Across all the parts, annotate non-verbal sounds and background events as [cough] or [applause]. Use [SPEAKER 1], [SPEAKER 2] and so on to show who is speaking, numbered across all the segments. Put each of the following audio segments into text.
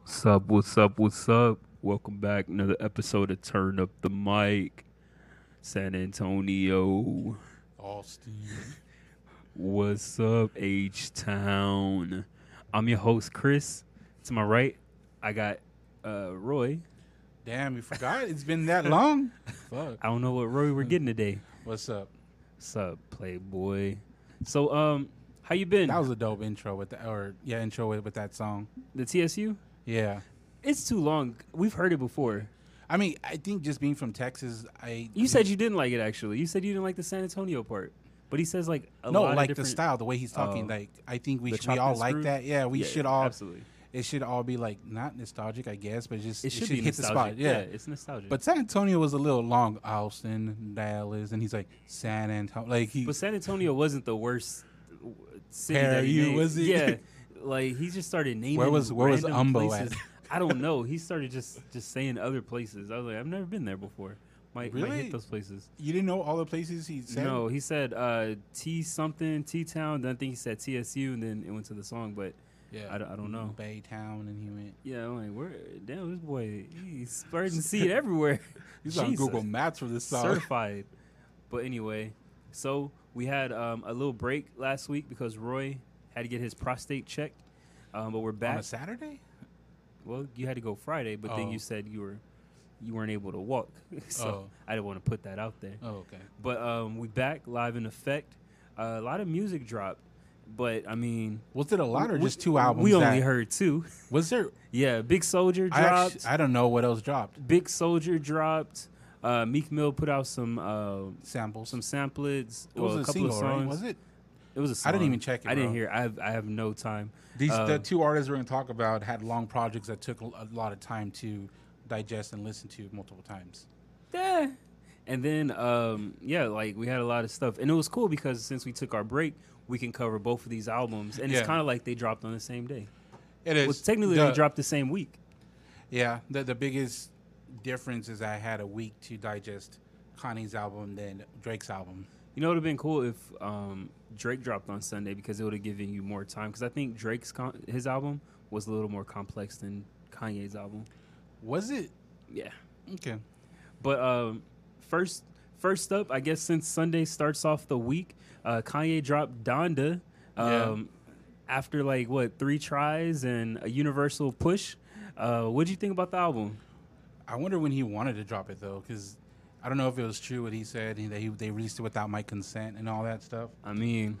[SPEAKER 1] What's up? What's up? What's up? Welcome back. Another episode of Turn Up the Mic. San Antonio.
[SPEAKER 2] Austin.
[SPEAKER 1] What's up, H Town? I'm your host, Chris. To my right, I got uh, Roy.
[SPEAKER 2] [laughs] Damn, you forgot? It's been that long. [laughs] Fuck.
[SPEAKER 1] I don't know what Roy we're getting today.
[SPEAKER 2] What's up?
[SPEAKER 1] What's up, Playboy? So, um, how you been?
[SPEAKER 2] That was a dope intro with that, or yeah, intro with, with that song.
[SPEAKER 1] the TSU?
[SPEAKER 2] Yeah.
[SPEAKER 1] It's too long. We've heard it before.
[SPEAKER 2] I mean, I think just being from Texas, I
[SPEAKER 1] You said you didn't like it actually. You said you didn't like the San Antonio part. But he says like a
[SPEAKER 2] no
[SPEAKER 1] lot of
[SPEAKER 2] like the
[SPEAKER 1] different-
[SPEAKER 2] style, the way he's talking.
[SPEAKER 1] Oh.
[SPEAKER 2] like I think we
[SPEAKER 1] The
[SPEAKER 2] should, we
[SPEAKER 1] chopped
[SPEAKER 2] all
[SPEAKER 1] and
[SPEAKER 2] like
[SPEAKER 1] screwed?
[SPEAKER 2] that. Yeah, we
[SPEAKER 1] Yeah,
[SPEAKER 2] should all.
[SPEAKER 1] absolutely.
[SPEAKER 2] It should all be like not nostalgic, I guess, but just
[SPEAKER 1] It should, be
[SPEAKER 2] hit the
[SPEAKER 1] nostalgic.
[SPEAKER 2] spot. Yeah.
[SPEAKER 1] it's nostalgic.
[SPEAKER 2] But San Antonio was a little long. Austin, Dallas, and he's like San Antonio. Like he,
[SPEAKER 1] But San Antonio wasn't the worst w- city.
[SPEAKER 2] Pair
[SPEAKER 1] that he
[SPEAKER 2] you,
[SPEAKER 1] named.
[SPEAKER 2] was it?
[SPEAKER 1] Yeah,
[SPEAKER 2] [laughs]
[SPEAKER 1] like he just started naming.
[SPEAKER 2] Where was- where was
[SPEAKER 1] random
[SPEAKER 2] Umbo at?
[SPEAKER 1] places.
[SPEAKER 2] [laughs]
[SPEAKER 1] I don't know. He started just just saying other places. I was like, I've never been there before. Might, might
[SPEAKER 2] Really?
[SPEAKER 1] hit those places.
[SPEAKER 2] you didn't know all the places he said.
[SPEAKER 1] No, he said uh, T something T town. Then I think he said TSU, and then it went to the song. But
[SPEAKER 2] yeah,
[SPEAKER 1] I don't- I don't know.
[SPEAKER 2] Baytown, and he went.
[SPEAKER 1] yeah, I'm like, where? Damn, this boy, he's spreading seed
[SPEAKER 2] [laughs]
[SPEAKER 1] everywhere.
[SPEAKER 2] He's
[SPEAKER 1] Jesus.
[SPEAKER 2] on Google Maps for this song.
[SPEAKER 1] certified. But anyway, so we had um, a little break last week because Roy had to get his prostate checked. Um, but we're
[SPEAKER 2] on
[SPEAKER 1] back.
[SPEAKER 2] a Saturday.
[SPEAKER 1] well, you had to go Friday, but then
[SPEAKER 2] Oh.
[SPEAKER 1] you said you were you weren't able to walk, [laughs] so
[SPEAKER 2] Oh.
[SPEAKER 1] I didn't want to put that out there.
[SPEAKER 2] Oh, okay.
[SPEAKER 1] But um, we back live in effect. Uh, a lot of music dropped, but I mean,
[SPEAKER 2] Was it a lot or
[SPEAKER 1] we-
[SPEAKER 2] just two albums?
[SPEAKER 1] We
[SPEAKER 2] that-
[SPEAKER 1] only heard two. [laughs]
[SPEAKER 2] Was there?
[SPEAKER 1] yeah, Big Soldier
[SPEAKER 2] I,
[SPEAKER 1] dropped.
[SPEAKER 2] actually, I don't know what else dropped.
[SPEAKER 1] Big Soldier dropped. Uh, Meek Mill put out some uh,
[SPEAKER 2] Samples.
[SPEAKER 1] some samplets.
[SPEAKER 2] it
[SPEAKER 1] well,
[SPEAKER 2] was
[SPEAKER 1] a
[SPEAKER 2] a
[SPEAKER 1] couple
[SPEAKER 2] single,
[SPEAKER 1] of songs.
[SPEAKER 2] right? Was it?
[SPEAKER 1] It was a
[SPEAKER 2] I didn't
[SPEAKER 1] song.
[SPEAKER 2] even check it,
[SPEAKER 1] I didn't
[SPEAKER 2] bro.
[SPEAKER 1] hear. I have, I have no time.
[SPEAKER 2] These
[SPEAKER 1] Uh,
[SPEAKER 2] the two artists we're going to talk about had long projects that took a lot of time to digest and listen to multiple times.
[SPEAKER 1] yeah. And then um, yeah, like we had a lot of stuff, and it was cool because since we took our break, we can cover both of these albums, and
[SPEAKER 2] Yeah.
[SPEAKER 1] it's kind of like they dropped on the same day.
[SPEAKER 2] It is
[SPEAKER 1] Well, technically,
[SPEAKER 2] the,
[SPEAKER 1] they dropped the same week.
[SPEAKER 2] Yeah, the the biggest difference is I had a week to digest Kanye's album than Drake's album.
[SPEAKER 1] You know, it would have been cool if um, Drake dropped on Sunday because it would have given you more time. Because I think Drake's con- his album was a little more complex than Kanye's album.
[SPEAKER 2] Was it
[SPEAKER 1] Yeah.
[SPEAKER 2] okay?
[SPEAKER 1] But um, first, first up, I guess since Sunday starts off the week, uh, Kanye dropped Donda. Um, After like what three tries and a universal push, uh, what would you think about the album?
[SPEAKER 2] I wonder when he wanted to drop it though, because I don't know if it was true what he said and that he, they released it without my consent and all that stuff.
[SPEAKER 1] I mean,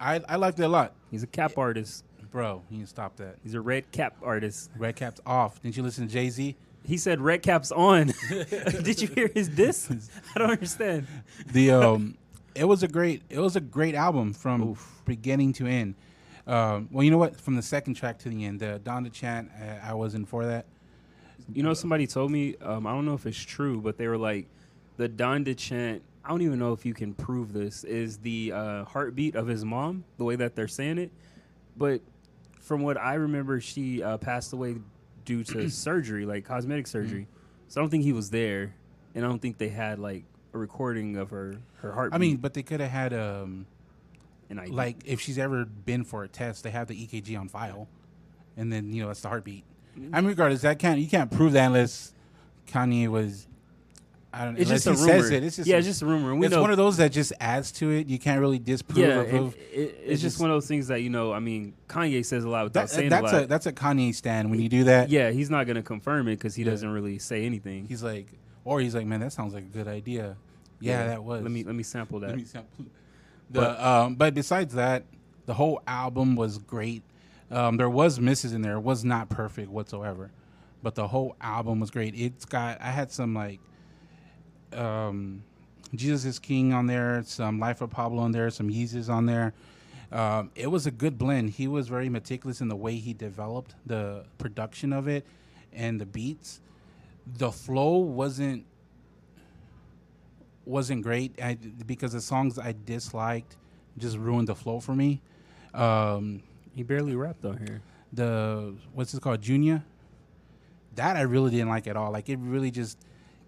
[SPEAKER 2] I I liked it a lot,
[SPEAKER 1] he's a cap artist.
[SPEAKER 2] bro. You can stop that.
[SPEAKER 1] He's a red cap artist.
[SPEAKER 2] Red caps off. Didn't you listen to Jay Z?
[SPEAKER 1] He said red caps on. [laughs] Did you hear his diss? I don't understand.
[SPEAKER 2] The um, it was a great it was a great album from beginning to end. Um, well, you know what? From the second track to the end, the Donda chant, uh, I, I wasn't for that.
[SPEAKER 1] You know, somebody told me, um, I don't know if it's true, but they were like, the Donda chant, I don't even know if you can prove this, is the uh, heartbeat of his mom, the way that they're saying it. But from what I remember, she uh, passed away due
[SPEAKER 2] [clears throat]
[SPEAKER 1] to surgery, like cosmetic
[SPEAKER 2] Mm-hmm.
[SPEAKER 1] surgery. So I don't think he was there, and I don't think they had like a recording of her her heartbeat.
[SPEAKER 2] I mean, but they could have had um,
[SPEAKER 1] and I
[SPEAKER 2] like if she's ever been for a test, they have the EKG on file, and then you know that's the heartbeat. I mean, regardless, that can't you can't prove that unless Kanye was. I don't.
[SPEAKER 1] it's
[SPEAKER 2] unless
[SPEAKER 1] just a rumor.
[SPEAKER 2] he says it. It's just
[SPEAKER 1] yeah,
[SPEAKER 2] a-
[SPEAKER 1] it's just a rumor. And we
[SPEAKER 2] it's
[SPEAKER 1] know
[SPEAKER 2] one of those that just adds to it. You can't really disprove
[SPEAKER 1] yeah,
[SPEAKER 2] or
[SPEAKER 1] it,
[SPEAKER 2] prove.
[SPEAKER 1] it, it's, just,
[SPEAKER 2] just-
[SPEAKER 1] one of those things that you know. I mean, Kanye says a lot without
[SPEAKER 2] That,
[SPEAKER 1] saying
[SPEAKER 2] that's
[SPEAKER 1] a lot.
[SPEAKER 2] a that's a Kanye stand when you do that.
[SPEAKER 1] Yeah, he's not gonna confirm it because he
[SPEAKER 2] Yeah.
[SPEAKER 1] doesn't really say anything.
[SPEAKER 2] He's like, or he's like, man, that sounds like a good idea. Yeah, that was.
[SPEAKER 1] Let me let me sample that.
[SPEAKER 2] Let me sample. The, um, but besides that, the whole album was great. Um, there was misses in there. It was not perfect whatsoever, but the whole album was great. It's got I had some like um, Jesus is King on there, some Life of Pablo on there, some Yeezus on there. Um, it was a good blend. He was very meticulous in the way he developed the production of it and the beats. The flow wasn't wasn't great I, because the songs I disliked just ruined the flow for me. Um,
[SPEAKER 1] He barely rapped on here.
[SPEAKER 2] the what's it called, Junior? That I really didn't like at all. Like it really just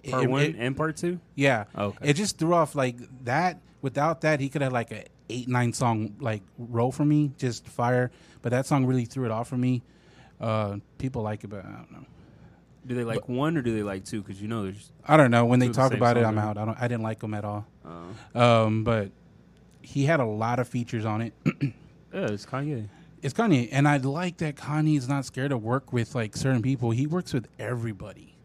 [SPEAKER 2] it-
[SPEAKER 1] Part
[SPEAKER 2] it-
[SPEAKER 1] one
[SPEAKER 2] it-
[SPEAKER 1] and part two.
[SPEAKER 2] yeah.
[SPEAKER 1] Okay.
[SPEAKER 2] It just threw off like that. Without that, he could have like a eight nine song like roll for me, just fire. But that song really threw it off for me. Uh, people like it, but I don't know.
[SPEAKER 1] Do they like one or do they like two? Because you know there's.
[SPEAKER 2] I don't know when they
[SPEAKER 1] Threw the
[SPEAKER 2] talk
[SPEAKER 1] same
[SPEAKER 2] about it.
[SPEAKER 1] song
[SPEAKER 2] I'm
[SPEAKER 1] out.
[SPEAKER 2] out. I don't. I didn't like him at all.
[SPEAKER 1] Uh,
[SPEAKER 2] Um, but he had a lot of features on it.
[SPEAKER 1] yeah, it's Kanye.
[SPEAKER 2] it's Kanye, and I like that Kanye is not scared to work with like certain people. He works with everybody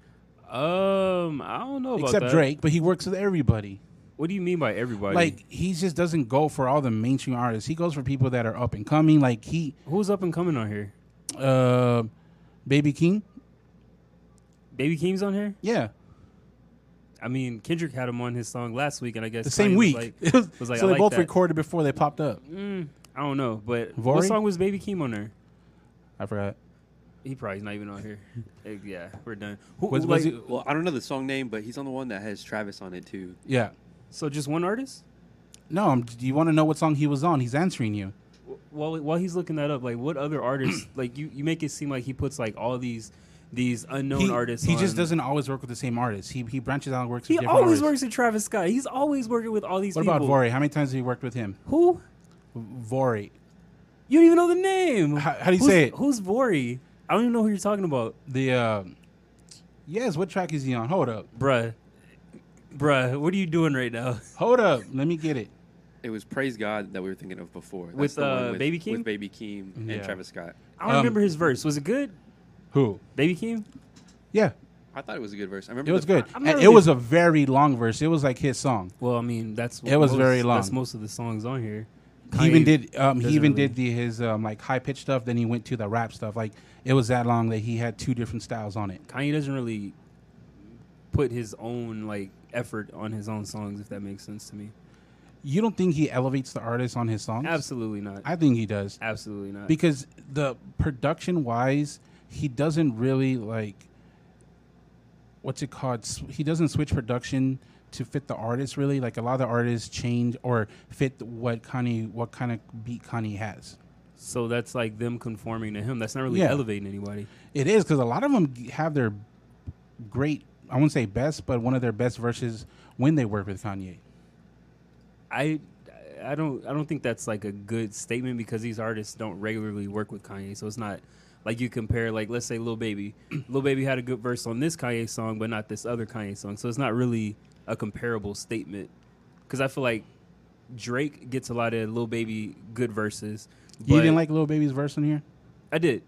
[SPEAKER 1] Um, I don't know about
[SPEAKER 2] except
[SPEAKER 1] that.
[SPEAKER 2] Drake, but he works with everybody.
[SPEAKER 1] What do you mean by everybody?
[SPEAKER 2] Like he just doesn't go for all the mainstream artists. He goes for people that are up and coming. Like he,
[SPEAKER 1] who's up and coming on here?
[SPEAKER 2] uh, Baby King.
[SPEAKER 1] Baby Keem's on here.
[SPEAKER 2] Yeah,
[SPEAKER 1] I mean, Kendrick had him on his song last week, and I guess
[SPEAKER 2] the same
[SPEAKER 1] Kanye
[SPEAKER 2] week. [laughs]
[SPEAKER 1] Was like,
[SPEAKER 2] It was-
[SPEAKER 1] was like,
[SPEAKER 2] so
[SPEAKER 1] I
[SPEAKER 2] they
[SPEAKER 1] like
[SPEAKER 2] both
[SPEAKER 1] that.
[SPEAKER 2] recorded before they popped up.
[SPEAKER 1] mm, I don't know, but what
[SPEAKER 2] Vori?
[SPEAKER 1] song was Baby Keem on there?
[SPEAKER 2] I forgot.
[SPEAKER 1] He probably's not even on here. [laughs] Eh, yeah, we're done. Who,
[SPEAKER 2] Was-
[SPEAKER 1] like,
[SPEAKER 2] was it-
[SPEAKER 3] Well, I don't know the song name, but he's on the one that has Travis on it too.
[SPEAKER 2] Yeah.
[SPEAKER 1] so just one artist?
[SPEAKER 2] No, I'm, do you want to know what song he was on? He's answering you.
[SPEAKER 1] While while he's looking that up, like what other [clears throat] artists? like you, you make it seem like he puts like all these these unknown
[SPEAKER 2] he,
[SPEAKER 1] artists.
[SPEAKER 2] He just
[SPEAKER 1] on-
[SPEAKER 2] doesn't always work with the same artist. He he branches out and works.
[SPEAKER 1] He
[SPEAKER 2] with different
[SPEAKER 1] always works
[SPEAKER 2] artists.
[SPEAKER 1] with Travis Scott. He's always working with all these.
[SPEAKER 2] What
[SPEAKER 1] people.
[SPEAKER 2] about Vori? How many times have you worked with him?
[SPEAKER 1] Who?
[SPEAKER 2] Vori.
[SPEAKER 1] You don't even know the name.
[SPEAKER 2] How- how do you
[SPEAKER 1] Who's-
[SPEAKER 2] say it?
[SPEAKER 1] Who's Vori? I don't even know who you're talking about,
[SPEAKER 2] The uh, yes. What track is he on? Hold up.
[SPEAKER 1] bruh. Bruh, what are you doing right now?
[SPEAKER 2] Hold up. Let me get it.
[SPEAKER 3] It was Praise God that we were thinking of before. That's
[SPEAKER 1] With,
[SPEAKER 3] the one
[SPEAKER 1] uh, Baby Keem?
[SPEAKER 3] With Baby Keem
[SPEAKER 2] Yeah.
[SPEAKER 3] and Travis Scott.
[SPEAKER 1] I don't
[SPEAKER 2] Um,
[SPEAKER 1] remember his verse. Was it good,
[SPEAKER 2] Who?
[SPEAKER 1] Baby Keem?
[SPEAKER 2] Yeah,
[SPEAKER 3] I thought it was a good verse. I remember
[SPEAKER 2] it was
[SPEAKER 3] the-
[SPEAKER 2] good.
[SPEAKER 1] I'm not
[SPEAKER 2] And
[SPEAKER 1] really-
[SPEAKER 2] it was a very long verse. It was like his song.
[SPEAKER 1] Well, I mean, that's
[SPEAKER 2] It was
[SPEAKER 1] most-
[SPEAKER 2] very long.
[SPEAKER 1] That's most of the songs on here.
[SPEAKER 2] He even
[SPEAKER 1] Kanye-
[SPEAKER 2] did um, he
[SPEAKER 1] doesn't
[SPEAKER 2] even
[SPEAKER 1] really-
[SPEAKER 2] did the his um, like high pitched stuff. Then he went to the rap stuff. Like it was that long that he had two different styles on it.
[SPEAKER 1] Kanye doesn't really put his own like effort on his own songs, if that makes sense to me.
[SPEAKER 2] You don't think he elevates the artist on his songs?
[SPEAKER 1] Absolutely not.
[SPEAKER 2] I think he does
[SPEAKER 1] Absolutely not.
[SPEAKER 2] because the production wise, he doesn't really like what's it called. S- He doesn't switch production to fit the artist really. Like a lot of the artists change or fit what Kanye what kind of beat Kanye has.
[SPEAKER 1] so that's like them conforming to him. That's not really
[SPEAKER 2] Yeah.
[SPEAKER 1] elevating anybody.
[SPEAKER 2] It is because a lot of them have their great, I wouldn't say best, but one of their best verses when they work with Kanye.
[SPEAKER 1] I I don't I don't think that's like a good statement because these artists don't regularly work with Kanye, so it's not like you compare like let's say Lil
[SPEAKER 2] [clears throat]
[SPEAKER 1] Baby. Lil Baby had a good verse on this Kanye song, but not this other Kanye song, so it's not really a comparable statement. Because I feel like Drake gets a lot of Lil Baby good verses.
[SPEAKER 2] You
[SPEAKER 1] but-
[SPEAKER 2] didn't like Lil Baby's verse on here?
[SPEAKER 1] I did,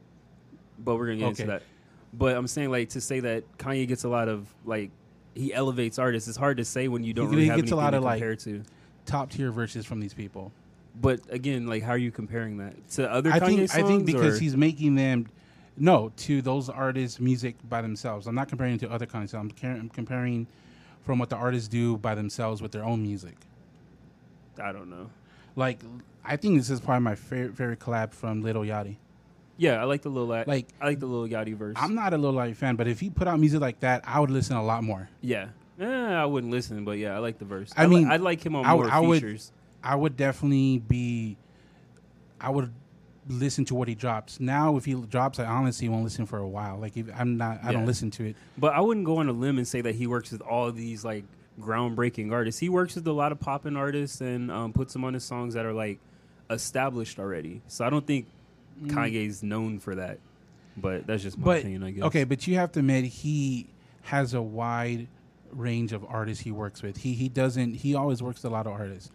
[SPEAKER 1] but we're gonna get into
[SPEAKER 2] Okay.
[SPEAKER 1] that. But I'm saying like to say that Kanye gets a lot of like he elevates artists. It's hard to say when you don't
[SPEAKER 2] He-
[SPEAKER 1] really
[SPEAKER 2] he
[SPEAKER 1] have
[SPEAKER 2] gets a
[SPEAKER 1] anything
[SPEAKER 2] lot
[SPEAKER 1] to
[SPEAKER 2] of, like-
[SPEAKER 1] compare to.
[SPEAKER 2] Top tier verses from these people.
[SPEAKER 1] But again, like, how are you comparing that to other
[SPEAKER 2] I
[SPEAKER 1] Kanye
[SPEAKER 2] think
[SPEAKER 1] songs?
[SPEAKER 2] I think because
[SPEAKER 1] or-
[SPEAKER 2] he's making them no to those artists' music by themselves. I'm not comparing to other Kanye. songs. I'm, car- I'm comparing from what the artists do by themselves with their own music.
[SPEAKER 1] I don't know.
[SPEAKER 2] Like I think this is probably my favorite, favorite collab from Little Yachty.
[SPEAKER 1] Yeah, I like the little like
[SPEAKER 2] Like-
[SPEAKER 1] I like the little Yachty verse.
[SPEAKER 2] I'm not a Lil Yachty fan, but if he put out music like that, I would listen a lot more.
[SPEAKER 1] yeah, eh, I wouldn't listen, but yeah, I like the verse.
[SPEAKER 2] I
[SPEAKER 1] li-
[SPEAKER 2] mean,
[SPEAKER 1] I like him on
[SPEAKER 2] I w-
[SPEAKER 1] more
[SPEAKER 2] I would-
[SPEAKER 1] features.
[SPEAKER 2] I would definitely be. I would listen to what he drops. Now, if he drops, I honestly won't listen for a while. Like if I'm not, I
[SPEAKER 1] Yeah.
[SPEAKER 2] don't listen to it.
[SPEAKER 1] but I wouldn't go on a limb and say that he works with all these like groundbreaking artists. He works with a lot of poppin' artists and um, puts them on his songs that are like established already. So I don't think Kanye's known for that. But that's just my
[SPEAKER 2] Mm. But
[SPEAKER 1] opinion, I guess.
[SPEAKER 2] okay, but you have to admit he has a wide range of artists he works with. He he doesn't. He always works with a lot of artists.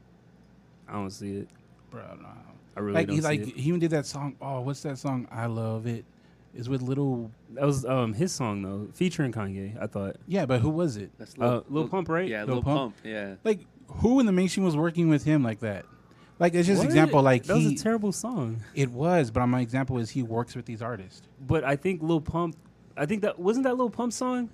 [SPEAKER 1] I don't see it.
[SPEAKER 2] Bro, no.
[SPEAKER 1] I really
[SPEAKER 2] like
[SPEAKER 1] don't
[SPEAKER 2] he
[SPEAKER 1] see
[SPEAKER 2] like
[SPEAKER 1] it.
[SPEAKER 2] he even did that song. Oh, what's that song? I love it. It's with little.
[SPEAKER 1] That was um, his song though, featuring Kanye. I thought.
[SPEAKER 2] Yeah, but who was it?
[SPEAKER 3] That's
[SPEAKER 1] Uh, Lil Pump, right?
[SPEAKER 3] Yeah,
[SPEAKER 2] Lil
[SPEAKER 3] Lil,
[SPEAKER 2] Pump.
[SPEAKER 3] Pump. Yeah.
[SPEAKER 2] Like who in the mainstream was working with him like that? Like it's just
[SPEAKER 1] What?
[SPEAKER 2] example. Like
[SPEAKER 1] that was
[SPEAKER 2] he,
[SPEAKER 1] a terrible song.
[SPEAKER 2] it was, but my example is he works with these artists.
[SPEAKER 1] But I think Lil Pump. I think that wasn't that Lil Pump song.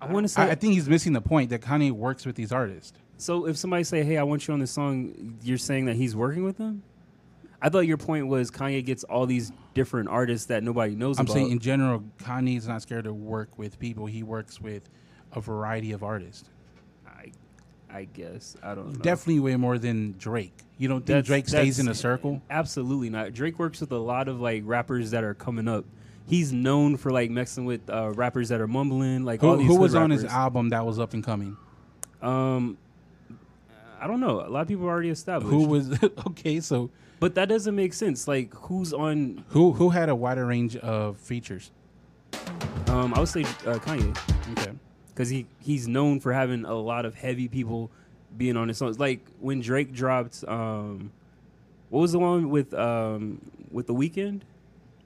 [SPEAKER 1] I want to say.
[SPEAKER 2] I, I think he's missing the point that Kanye works with these artists.
[SPEAKER 1] so if somebody say, "Hey, I want you on this song," you're saying that he's working with them. I thought your point was Kanye gets all these different artists that nobody knows
[SPEAKER 2] I'm
[SPEAKER 1] about.
[SPEAKER 2] saying in general, Kanye's not scared to work with people. He works with a variety of artists.
[SPEAKER 1] I, I guess I don't know.
[SPEAKER 2] Definitely way more than Drake. You don't think
[SPEAKER 1] That's-
[SPEAKER 2] Drake stays
[SPEAKER 1] that's-
[SPEAKER 2] in a circle?
[SPEAKER 1] Absolutely not. Drake works with a lot of like rappers that are coming up. He's known for like mixing with uh, rappers that are mumbling. Like all
[SPEAKER 2] Who,
[SPEAKER 1] these
[SPEAKER 2] who
[SPEAKER 1] hood
[SPEAKER 2] was on his
[SPEAKER 1] rappers.
[SPEAKER 2] album that was up and coming?
[SPEAKER 1] Um, I don't know. A lot of people are already established.
[SPEAKER 2] Who was [laughs] okay? So
[SPEAKER 1] but that doesn't make sense. Like who's on?
[SPEAKER 2] who who had a wider range of features?
[SPEAKER 1] Um, I would say uh, Kanye
[SPEAKER 2] Okay,
[SPEAKER 1] because he he's known for having a lot of heavy people being on his songs. Like when Drake dropped, um, what was the one with um with the weekend?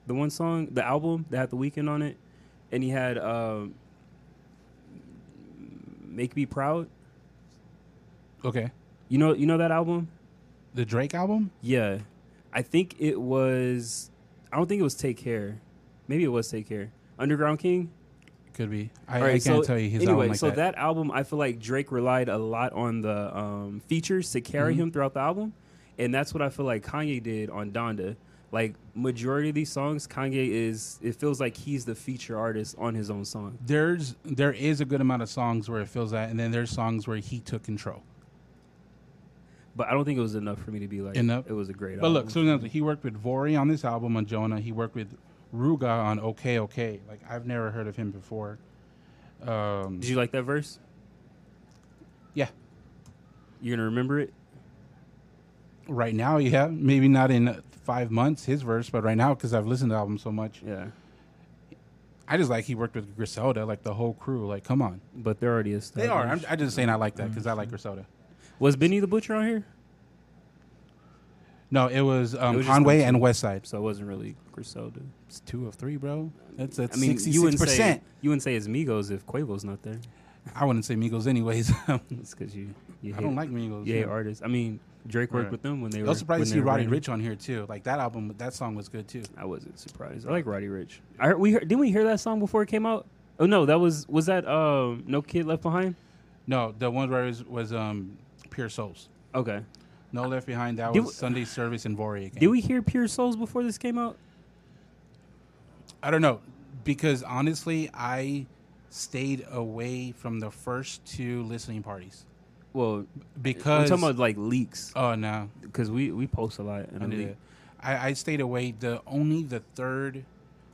[SPEAKER 1] The one song, the album that had the weekend on it, and he had um, "Make Me Proud."
[SPEAKER 2] okay.
[SPEAKER 1] You know, you know that album.
[SPEAKER 2] The Drake album?
[SPEAKER 1] Yeah, I think it was. I don't think it was Take Care. Maybe it was Take Care. Underground King.
[SPEAKER 2] Could be. I,
[SPEAKER 1] All right,
[SPEAKER 2] I can't
[SPEAKER 1] so
[SPEAKER 2] tell you his
[SPEAKER 1] anyway,
[SPEAKER 2] album like
[SPEAKER 1] so
[SPEAKER 2] that.
[SPEAKER 1] that. album, I feel like Drake relied a lot on the um, features to carry
[SPEAKER 2] Mm-hmm.
[SPEAKER 1] him throughout the album, and that's what I feel like Kanye did on Donda. Like majority of these songs, Kanye is. It feels like he's the feature artist on his own song.
[SPEAKER 2] There's there is a good amount of songs where it feels that, and then there's songs where he took control.
[SPEAKER 1] But I don't think it was enough for me to be like
[SPEAKER 2] Enough?
[SPEAKER 1] It was a great.
[SPEAKER 2] But
[SPEAKER 1] album.
[SPEAKER 2] look, so now he worked with Vori on this album on Jonah. He worked with Ruga on OK OK. Like I've never heard of him before. Um,
[SPEAKER 1] did you like that verse?
[SPEAKER 2] yeah,
[SPEAKER 1] You're gonna remember it.
[SPEAKER 2] right now, yeah, maybe not in uh, five months his verse, but right now because I've listened to the album so much,
[SPEAKER 1] Yeah,
[SPEAKER 2] I just like he worked with Griselda, like the whole crew. Like, come on,
[SPEAKER 1] but they're already established.
[SPEAKER 2] they are. I'm, I just saying I like that because I
[SPEAKER 1] Mm-hmm.
[SPEAKER 2] like Griselda.
[SPEAKER 1] was Benny the Butcher on here?
[SPEAKER 2] No, it was, um,
[SPEAKER 1] It was just
[SPEAKER 2] Conway
[SPEAKER 1] those two.
[SPEAKER 2] and Westside.
[SPEAKER 1] So it wasn't really Griselda.
[SPEAKER 2] It's two of three, bro. That's
[SPEAKER 1] I
[SPEAKER 2] that's
[SPEAKER 1] mean, you
[SPEAKER 2] sixty-six
[SPEAKER 1] wouldn't say
[SPEAKER 2] percent.
[SPEAKER 1] you wouldn't say it's Migos if Quavo's not there.
[SPEAKER 2] I wouldn't say Migos, anyways. [laughs] I
[SPEAKER 1] It's because you, you hate,
[SPEAKER 2] don't like Migos.
[SPEAKER 1] you hate artists. I mean, Drake worked
[SPEAKER 2] Right.
[SPEAKER 1] with them when they
[SPEAKER 2] I
[SPEAKER 1] were.
[SPEAKER 2] was surprised
[SPEAKER 1] when
[SPEAKER 2] to
[SPEAKER 1] they
[SPEAKER 2] see
[SPEAKER 1] were
[SPEAKER 2] Roddy
[SPEAKER 1] writing.
[SPEAKER 2] Rich on here too. Like that album, that song was good too.
[SPEAKER 1] I wasn't surprised. I like Roddy Rich. I heard, we heard, didn't we hear that song before it came out? Oh no, that was was that um, No Kid Left Behind?
[SPEAKER 2] No, the one where it was, was um, Pure Souls.
[SPEAKER 1] Okay.
[SPEAKER 2] No Left Behind. That
[SPEAKER 1] Did
[SPEAKER 2] was
[SPEAKER 1] we-
[SPEAKER 2] Sunday Service and Vori again.
[SPEAKER 1] Did we hear Pure Souls before this came out?
[SPEAKER 2] I don't know because honestly, I stayed away from the first two listening parties
[SPEAKER 1] Well, I'm
[SPEAKER 2] because
[SPEAKER 1] talking about like leaks
[SPEAKER 2] oh no,
[SPEAKER 1] because we we post a lot
[SPEAKER 2] I,
[SPEAKER 1] and
[SPEAKER 2] did
[SPEAKER 1] leak.
[SPEAKER 2] it. I, I stayed away. The only the third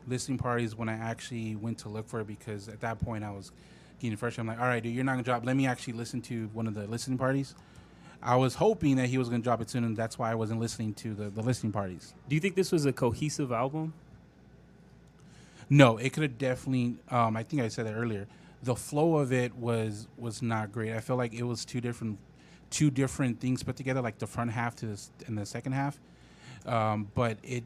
[SPEAKER 2] listening party is when I actually went to look for it because at that point I was getting frustrated. I'm like, all right, dude, you're not gonna drop. Let me actually listen to one of the listening parties. I was hoping that he was gonna drop it soon, and that's why I wasn't listening to the, the listening parties.
[SPEAKER 1] Do you think this was a cohesive album?
[SPEAKER 2] No, it could have definitely. Um, I think I said that earlier. The flow of it was was not great. I feel like it was two different two different things put together, like the front half to this and the second half. Um, but it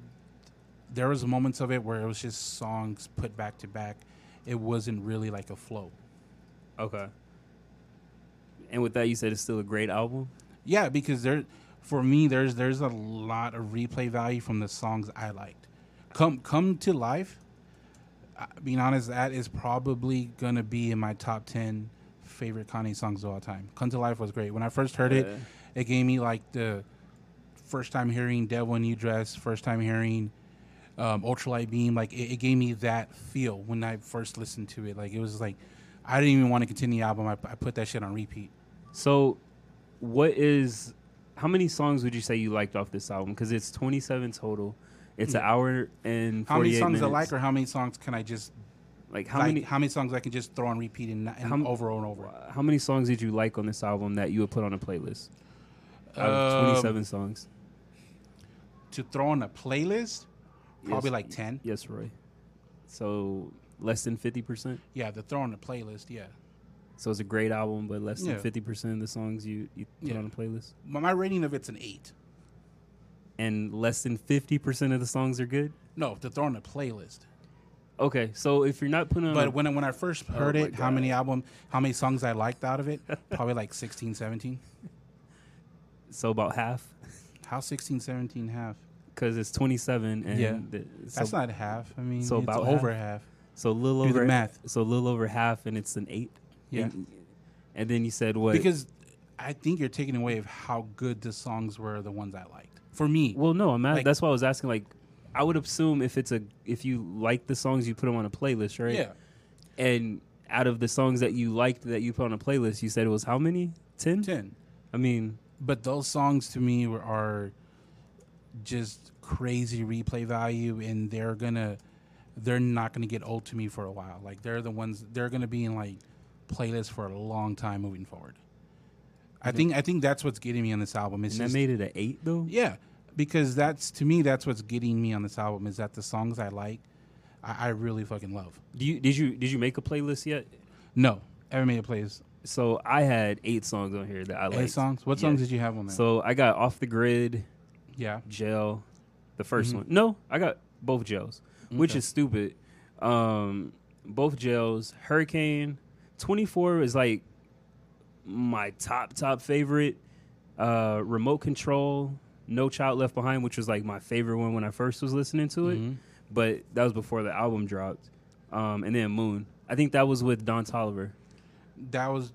[SPEAKER 2] there was moments of it where it was just songs put back to back. It wasn't really like a flow.
[SPEAKER 1] Okay. And with that, you said it's still a great album.
[SPEAKER 2] Yeah, because there for me there's there's a lot of replay value from the songs I liked. Come come to life. I, being honest, that is probably gonna be in my top ten favorite Kanye songs of all time. Come to life was great. When I first heard
[SPEAKER 1] Yeah.
[SPEAKER 2] it, it gave me like the first time hearing Devil in You Dress, first time hearing um, Ultralight Beam. Like it, it gave me that feel when I first listened to it. Like it was like I didn't even want to continue the album. I, I put that shit on repeat.
[SPEAKER 1] So, what is how many songs would you say you liked off this album? Because it's 27 total. It's an hour and 48
[SPEAKER 2] How many songs
[SPEAKER 1] minutes.
[SPEAKER 2] I like, or how many songs can I just
[SPEAKER 1] like how
[SPEAKER 2] like,
[SPEAKER 1] many
[SPEAKER 2] how many songs I can just throw on repeat and, and
[SPEAKER 1] How m-
[SPEAKER 2] over and over.
[SPEAKER 1] how many songs did you like on this album that you would put on a playlist? Out
[SPEAKER 2] Um,
[SPEAKER 1] of 27 songs.
[SPEAKER 2] To throw on a playlist, probably
[SPEAKER 1] Yes.
[SPEAKER 2] like ten.
[SPEAKER 1] Yes, Roy. So less than 50%.
[SPEAKER 2] Yeah, to throw on a playlist. Yeah,
[SPEAKER 1] So it's a great album, but less
[SPEAKER 2] Yeah.
[SPEAKER 1] than 50% of the songs you, you put
[SPEAKER 2] Yeah.
[SPEAKER 1] on a playlist.
[SPEAKER 2] my, my rating of it's an eight.
[SPEAKER 1] And less than 50% of the songs are good.
[SPEAKER 2] No, to throw on a playlist.
[SPEAKER 1] Okay, so if you're not putting on a-
[SPEAKER 2] But when I- when I first heard
[SPEAKER 1] Oh my
[SPEAKER 2] it, how many
[SPEAKER 1] God. [laughs]
[SPEAKER 2] album, how many songs I liked out of it, probably like 16, 17.
[SPEAKER 1] so about half
[SPEAKER 2] How 16, 17 half?
[SPEAKER 1] because it's 27 and
[SPEAKER 2] Yeah.
[SPEAKER 1] the- so,
[SPEAKER 2] That's not half. I mean,
[SPEAKER 1] so
[SPEAKER 2] it's
[SPEAKER 1] about
[SPEAKER 2] over half.
[SPEAKER 1] so a little
[SPEAKER 2] Do the
[SPEAKER 1] over
[SPEAKER 2] math.
[SPEAKER 1] So a little over half, and it's an eight.
[SPEAKER 2] Yeah.
[SPEAKER 1] And, and then you said what?
[SPEAKER 2] Because I think you're taking away of how good the songs were, the ones I liked. For me,
[SPEAKER 1] well, no, I'm at,
[SPEAKER 2] like-
[SPEAKER 1] that's why I was asking. Like, I would assume if it's a if you like the songs, you put them on a playlist, right?
[SPEAKER 2] yeah.
[SPEAKER 1] And out of the songs that you liked that you put on a playlist, you said it was how many? Ten.
[SPEAKER 2] 10.
[SPEAKER 1] I mean,
[SPEAKER 2] But those songs to me were, are just crazy replay value, and they're gonna, they're not gonna get old to me for a while. Like they're the ones they're gonna be in like playlists for a long time moving forward. I think I think that's what's getting me on this album. It's
[SPEAKER 1] and that
[SPEAKER 2] just,
[SPEAKER 1] made it an eight though.
[SPEAKER 2] yeah, because that's to me that's what's getting me on this album is that the songs I like, I, I really fucking love.
[SPEAKER 1] Do you did you did you make a playlist yet?
[SPEAKER 2] No, ever made a playlist.
[SPEAKER 1] So I had eight songs on here that I like.
[SPEAKER 2] Eight songs. What songs did you have on there?
[SPEAKER 1] So I got off the grid,
[SPEAKER 2] yeah,
[SPEAKER 1] jail, the 1st one. No, I got both jails, which
[SPEAKER 2] Mm-hmm. Okay.
[SPEAKER 1] is stupid. Um, both jails. Hurricane 24 is like my top top favorite. Uh, remote control, No Child Left Behind, which was like my favorite one when I first was listening to
[SPEAKER 2] Mm-hmm.
[SPEAKER 1] it. But that was before the album dropped. Um, and then Moon. I think that was with Don Tolliver.
[SPEAKER 2] that was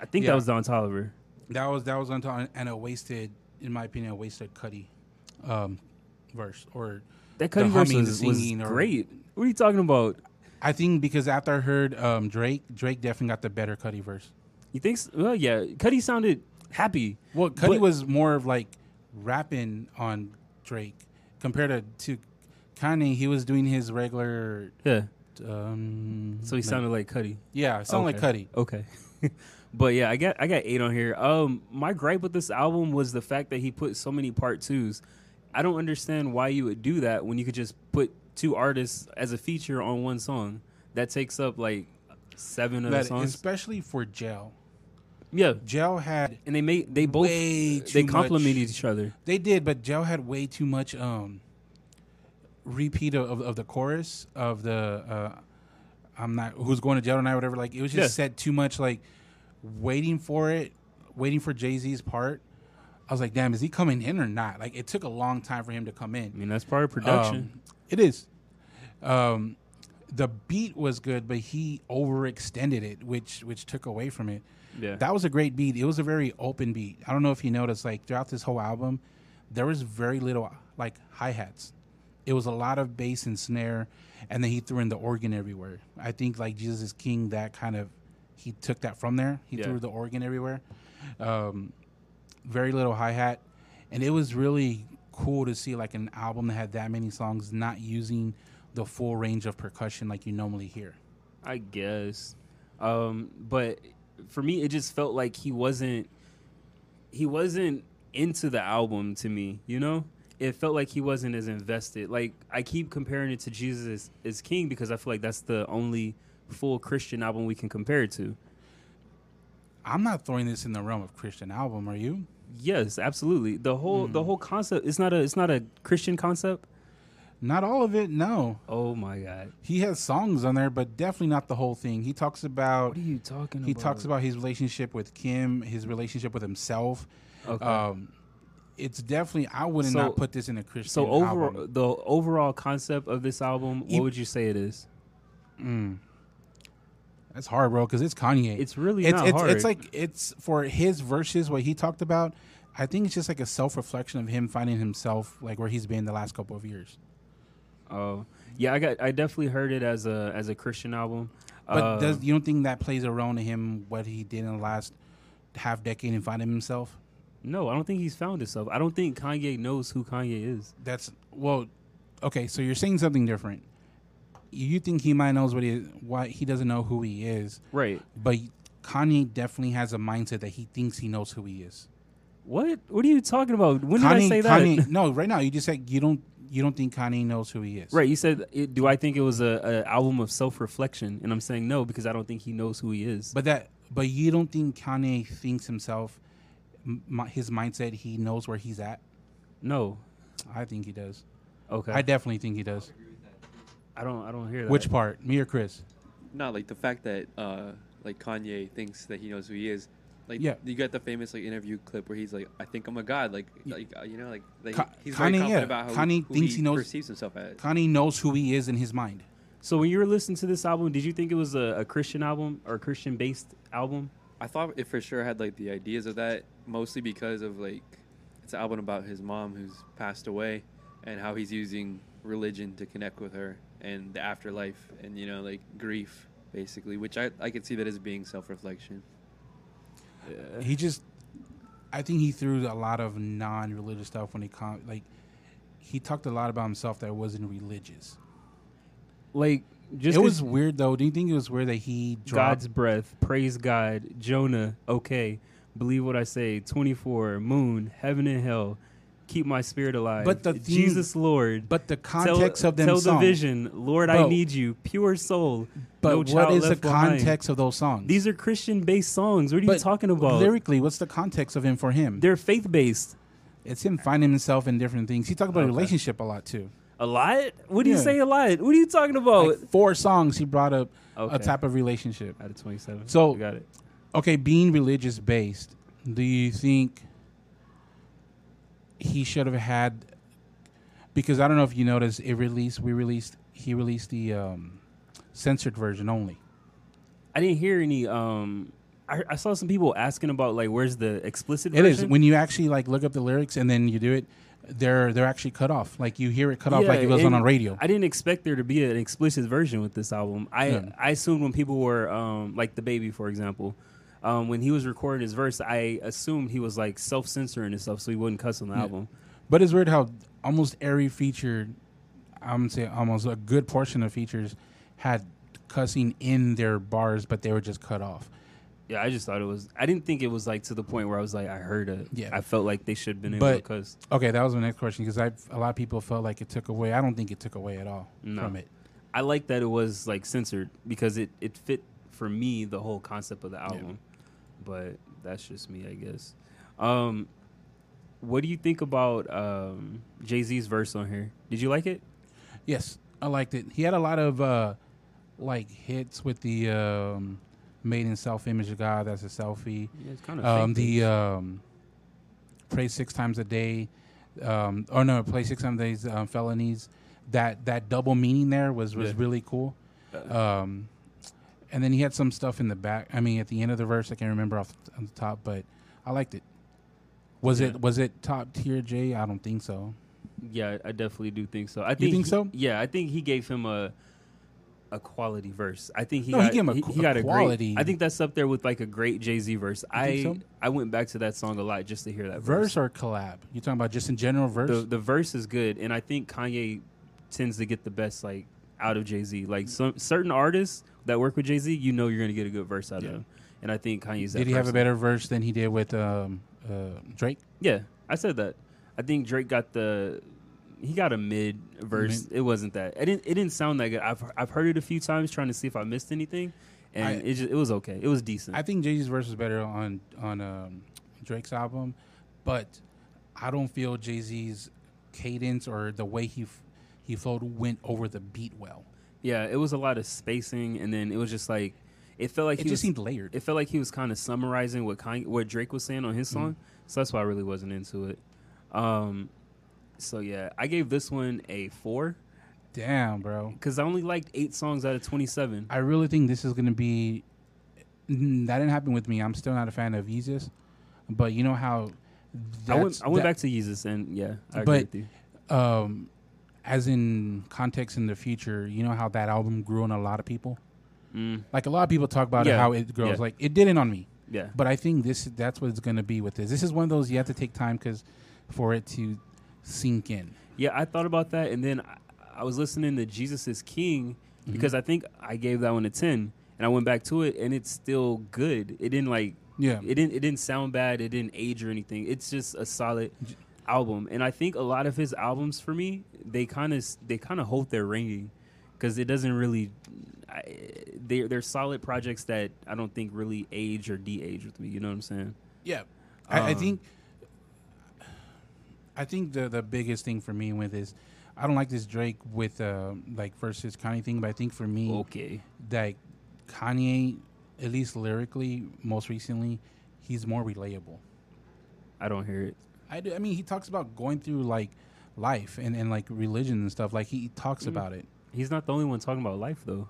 [SPEAKER 1] I think
[SPEAKER 2] Yeah.
[SPEAKER 1] that was Don Tolliver.
[SPEAKER 2] That was that was on top and a wasted, in my opinion, a wasted Cuddy um, verse. Or
[SPEAKER 1] That Cuddy verse
[SPEAKER 2] humming,
[SPEAKER 1] was,
[SPEAKER 2] the
[SPEAKER 1] was
[SPEAKER 2] singing, or-
[SPEAKER 1] great. What are you talking about?
[SPEAKER 2] I think because after I heard um, Drake, Drake definitely got the better Cuddy verse.
[SPEAKER 1] You think? So? Well, yeah. Cuddy sounded happy.
[SPEAKER 2] Well, Cuddy
[SPEAKER 1] But-
[SPEAKER 2] was more of like rapping on Drake compared to, to Kanye. He was doing his regular.
[SPEAKER 1] Yeah.
[SPEAKER 2] Um,
[SPEAKER 1] So he
[SPEAKER 2] like-
[SPEAKER 1] sounded like Cuddy.
[SPEAKER 2] yeah, it sounded like Cuddy.
[SPEAKER 1] Okay. [laughs] but yeah, I got I got eight on here. Um, my gripe with this album was the fact that he put so many part twos. I don't understand why you would do that when you could just put two artists as a feature on one song. That takes up like seven of the
[SPEAKER 2] That
[SPEAKER 1] songs.
[SPEAKER 2] especially for Jail.
[SPEAKER 1] yeah,
[SPEAKER 2] Jail had
[SPEAKER 1] and they made they both
[SPEAKER 2] Way
[SPEAKER 1] they
[SPEAKER 2] too
[SPEAKER 1] complemented
[SPEAKER 2] much.
[SPEAKER 1] each other.
[SPEAKER 2] They did, but Joe had way too much um repeat of, of the chorus of the uh I'm not who's going to jail tonight, whatever. Like it was just
[SPEAKER 1] Yeah.
[SPEAKER 2] said too much, like waiting for it, waiting for Jay Z's part. I was like, damn, is he coming in or not? Like it took a long time for him to come in.
[SPEAKER 1] I mean, that's part of production.
[SPEAKER 2] Um, it is. Um, the beat was good, but he overextended it, which which took away from it.
[SPEAKER 1] Yeah.
[SPEAKER 2] That was a great beat. It was a very open beat. I don't know if you noticed, like throughout this whole album, there was very little like hi hats. It was a lot of bass and snare, and then he threw in the organ everywhere. I think like Jesus is King, that kind of he took that from there. He
[SPEAKER 1] Yeah.
[SPEAKER 2] threw the organ everywhere. Um, very little hi hat, and it was really cool to see like an album that had that many songs not using the full range of percussion like you normally hear.
[SPEAKER 1] I guess. Um, but for me, it just felt like he wasn't he wasn't into the album to me. You know, it felt like he wasn't as invested. Like I keep comparing it to Jesus is, is King because I feel like that's the only full Christian album we can compare it to.
[SPEAKER 2] I'm not throwing this in the realm of Christian album, are you?
[SPEAKER 1] Yes, absolutely. The whole the whole concept it's not a it's not a Christian concept.
[SPEAKER 2] Not all of it, no.
[SPEAKER 1] Oh my god.
[SPEAKER 2] He has songs on there, but definitely not the whole thing. He talks about
[SPEAKER 1] What are you talking about?
[SPEAKER 2] he talks about his relationship with Kim, his relationship with himself.
[SPEAKER 1] Okay.
[SPEAKER 2] Um, it's definitely I would
[SPEAKER 1] So-
[SPEAKER 2] not put this in a Christian.
[SPEAKER 1] so uh, overall
[SPEAKER 2] album.
[SPEAKER 1] the overall concept of this album,
[SPEAKER 2] E-
[SPEAKER 1] what would you say it is?
[SPEAKER 2] Mm. That's hard, bro, because it's Kanye.
[SPEAKER 1] It's really not
[SPEAKER 2] it's,
[SPEAKER 1] hard.
[SPEAKER 2] It's like it's for his verses what he talked about. I think it's just like a self reflection of him finding himself, like where he's been the last couple of years.
[SPEAKER 1] Oh yeah, I got. I definitely heard it as a as a Christian album.
[SPEAKER 2] But
[SPEAKER 1] Uh,
[SPEAKER 2] does you don't think that plays a role in him what he did in the last half decade and finding himself?
[SPEAKER 1] no, I don't think he's found himself. I don't think Kanye knows who Kanye is.
[SPEAKER 2] That's well, okay. So you're saying something different. You think he might knows what he what he doesn't know who he is,
[SPEAKER 1] Right?
[SPEAKER 2] but Kanye definitely has a mindset that he thinks he knows who he is.
[SPEAKER 1] What? What are you talking about? When
[SPEAKER 2] Kanye,
[SPEAKER 1] did I say that?
[SPEAKER 2] Kanye, [laughs] no, right now you just said you don't you don't think Kanye knows who he
[SPEAKER 1] [laughs]
[SPEAKER 2] is.
[SPEAKER 1] right? You said, it, do I think it was a, a album of self reflection? And I'm saying no because I don't think he knows who he is.
[SPEAKER 2] But that but you don't think Kanye thinks himself m- mi- his mindset he knows where he's at?
[SPEAKER 1] no.
[SPEAKER 2] I think he does.
[SPEAKER 1] Okay.
[SPEAKER 2] I
[SPEAKER 1] I,
[SPEAKER 2] definitely think he does.
[SPEAKER 1] don't. I don't hear that.
[SPEAKER 2] Which part? Me or Chris?
[SPEAKER 3] Not like the fact that uh, like Kanye thinks that he knows who he is. Like
[SPEAKER 2] Yeah.
[SPEAKER 3] you got the famous like interview clip where he's like, "I think I'm a god." Like, like uh, you know, like they,
[SPEAKER 2] Ka-
[SPEAKER 3] he's very
[SPEAKER 2] Kanye,
[SPEAKER 3] confident
[SPEAKER 2] yeah.
[SPEAKER 3] about how
[SPEAKER 2] Kanye
[SPEAKER 3] who
[SPEAKER 2] thinks
[SPEAKER 3] he
[SPEAKER 2] he knows-
[SPEAKER 3] perceives himself as.
[SPEAKER 2] Kanye knows who he is in his mind.
[SPEAKER 1] So when you were listening to this album, did you think it was a, a Christian album or a Christian based album?
[SPEAKER 3] I thought it for sure had like the ideas of that, mostly because of like it's an album about his mom who's passed away and how he's using religion to connect with her and the afterlife and you know like grief basically, which I I could see that as being self reflection.
[SPEAKER 2] He just, I think he threw a lot of non-religious stuff when he com- like, he talked a lot about himself that wasn't religious.
[SPEAKER 1] Like just
[SPEAKER 2] it
[SPEAKER 1] 'cause
[SPEAKER 2] was weird though. Do you think it was weird that he dropped?
[SPEAKER 1] God's breath, praise God, Jonah, okay, believe what I say, twenty four, moon, heaven and hell, keep my spirit alive.
[SPEAKER 2] But the theme-
[SPEAKER 1] Jesus Lord,
[SPEAKER 2] but the
[SPEAKER 1] tell-
[SPEAKER 2] context of them
[SPEAKER 1] tell
[SPEAKER 2] songs.
[SPEAKER 1] the vision, Lord, I
[SPEAKER 2] Bro.
[SPEAKER 1] need you, pure soul. no
[SPEAKER 2] But what
[SPEAKER 1] child
[SPEAKER 2] is the
[SPEAKER 1] left behind.
[SPEAKER 2] context of those songs?
[SPEAKER 1] These are Christian based songs. What are you
[SPEAKER 2] But
[SPEAKER 1] talking about?
[SPEAKER 2] Lyrically, what's the context of him for him?
[SPEAKER 1] They're faith based.
[SPEAKER 2] it's him finding himself in different things. He talked about
[SPEAKER 1] Okay.
[SPEAKER 2] relationship a lot too.
[SPEAKER 1] A lot? What do you
[SPEAKER 2] Yeah.
[SPEAKER 1] say a lot? What are you talking about?
[SPEAKER 2] Like four songs he brought up a
[SPEAKER 1] Oh, Okay.
[SPEAKER 2] type of relationship.
[SPEAKER 1] out of 27.
[SPEAKER 2] So-
[SPEAKER 1] I got it.
[SPEAKER 2] Okay, being religious based, do you think he should have had? Because I don't know if you noticed, it released. We released. He released the um, censored version only.
[SPEAKER 1] I didn't hear any. Um, I, I saw some people asking about like where's the explicit.
[SPEAKER 2] It is
[SPEAKER 1] version?
[SPEAKER 2] when you actually like look up the lyrics and then you do it. They're they're actually cut off. Like you hear it cut off like
[SPEAKER 1] Yeah,
[SPEAKER 2] it was on
[SPEAKER 1] and
[SPEAKER 2] a radio.
[SPEAKER 1] I didn't expect there to be an explicit version with this album. I
[SPEAKER 2] Yeah.
[SPEAKER 1] I assumed when people were um, like the baby, for example, um, when he was recording his verse, I assumed he was like self censoring himself so he wouldn't cuss on the album.
[SPEAKER 2] But it's weird how almost every feature, I'm say almost a good portion of features had cussing in their bars, but they were just cut off.
[SPEAKER 1] Yeah, I just thought it was. I didn't think it was like to the point where I was like, I heard it.
[SPEAKER 2] Yeah.
[SPEAKER 1] I felt like they should have been able to
[SPEAKER 2] But-
[SPEAKER 1] cuss.
[SPEAKER 2] Okay, that was my next question because I a lot of people felt like it took away. I don't think it took away at all
[SPEAKER 1] No.
[SPEAKER 2] from it.
[SPEAKER 1] I like that it was like censored because it it fit for me the whole concept of the album. But that's just me, I guess. Um, what do you think about um, Jay Z's verse on here? Did you like it?
[SPEAKER 2] Yes, I liked it. He had a lot of uh, like hits with the um, made in self image of God. That's a selfie.
[SPEAKER 1] Yeah, it's kind
[SPEAKER 2] um, the um, pray six times a day, um, or no, play six times a day's um, felonies. That that double meaning there was was
[SPEAKER 1] Yeah. Uh,
[SPEAKER 2] really cool. Um, and then he had some stuff in the back. I mean, at the end of the verse, I can't remember off the, on the top, but I liked it. Was
[SPEAKER 1] Yeah.
[SPEAKER 2] it was it top tier J? I don't think so.
[SPEAKER 1] yeah, I definitely do think so. I think,
[SPEAKER 2] think
[SPEAKER 1] he-
[SPEAKER 2] so?
[SPEAKER 1] Yeah, I think he gave him a a quality verse. I think he
[SPEAKER 2] No, he
[SPEAKER 1] got,
[SPEAKER 2] gave him a qu- a
[SPEAKER 1] got
[SPEAKER 2] quality.
[SPEAKER 1] Great, I think that's up there with like a great Jay Z verse. I
[SPEAKER 2] think so?
[SPEAKER 1] I went back to that song a lot just to hear that verse.
[SPEAKER 2] Verse or collab? You talking about just in general verse?
[SPEAKER 1] the the verse is good, and I think Kanye tends to get the best like out of Jay Z. Like some certain artists that work with Jay Z, you know you're gonna get a good verse out
[SPEAKER 2] Yeah.
[SPEAKER 1] of them. And I think Kanye's. That
[SPEAKER 2] did he have a
[SPEAKER 1] person.
[SPEAKER 2] better verse than he did with um, uh, Drake?
[SPEAKER 1] Yeah, I said that. I think Drake got the. He got a mid verse. It wasn't that. It didn't. It didn't sound that good. I've I've heard it a few times trying to see if I missed anything, and
[SPEAKER 2] I-
[SPEAKER 1] it just, it was okay. It was decent.
[SPEAKER 2] I think Jay Z's verse is better on on um, Drake's album, but I don't feel Jay Z's cadence or the way he f- he flowed went over the beat well.
[SPEAKER 1] yeah, it was a lot of spacing, and then it was just like it felt like
[SPEAKER 2] It
[SPEAKER 1] he was,
[SPEAKER 2] just seemed layered.
[SPEAKER 1] it felt like he was kind of summarizing what Kanye, what Drake was saying on his song.
[SPEAKER 2] Mm.
[SPEAKER 1] So that's why I really wasn't into it. Um, so yeah, I gave this one a four
[SPEAKER 2] Damn, bro.
[SPEAKER 1] because I only liked eight songs out of twenty-seven.
[SPEAKER 2] I really think this is gonna be. Mm, That didn't happen with me. I'm still not a fan of Yeezus, but you know how.
[SPEAKER 1] I went,
[SPEAKER 2] that's-
[SPEAKER 1] I went
[SPEAKER 2] that-
[SPEAKER 1] back to Jesus, and yeah, I agree
[SPEAKER 2] But-
[SPEAKER 1] with you.
[SPEAKER 2] um, as in context in the future, you know how that album grew on a lot of people.
[SPEAKER 1] Mm,
[SPEAKER 2] Like a lot of people talk about it,
[SPEAKER 1] Yeah,
[SPEAKER 2] how it
[SPEAKER 1] yeah.
[SPEAKER 2] grows. Like it didn't on me,
[SPEAKER 1] yeah,
[SPEAKER 2] but I think this that's what it's going to be with this. This is one of those you have to take time because for it to sink in.
[SPEAKER 1] yeah, I thought about that, and then I, I was listening to Jesus is King
[SPEAKER 2] Mm-hmm.
[SPEAKER 1] because I think I gave that one a ten, and I went back to it, and it's still good. It didn't like
[SPEAKER 2] Yeah,
[SPEAKER 1] it didn't it didn't sound bad it didn't age or anything it's just a solid album and i think a lot of his albums for me they kind of they kind of hold their ringing because it doesn't really I, they're, they're solid projects that i don't think really age or de-age with me you know what i'm saying
[SPEAKER 2] yeah. I, I
[SPEAKER 1] Um,
[SPEAKER 2] think I think the the biggest thing for me with is I don't like this Drake with uh, like versus Kanye thing, but I think for me,
[SPEAKER 1] okay
[SPEAKER 2] that Kanye, at least lyrically, most recently, he's more relatable.
[SPEAKER 1] I don't hear it.
[SPEAKER 2] I do. I mean, he talks about going through like life and, and like religion and stuff. Like he talks
[SPEAKER 1] Mm.
[SPEAKER 2] about it.
[SPEAKER 1] He's not the only one talking about life though.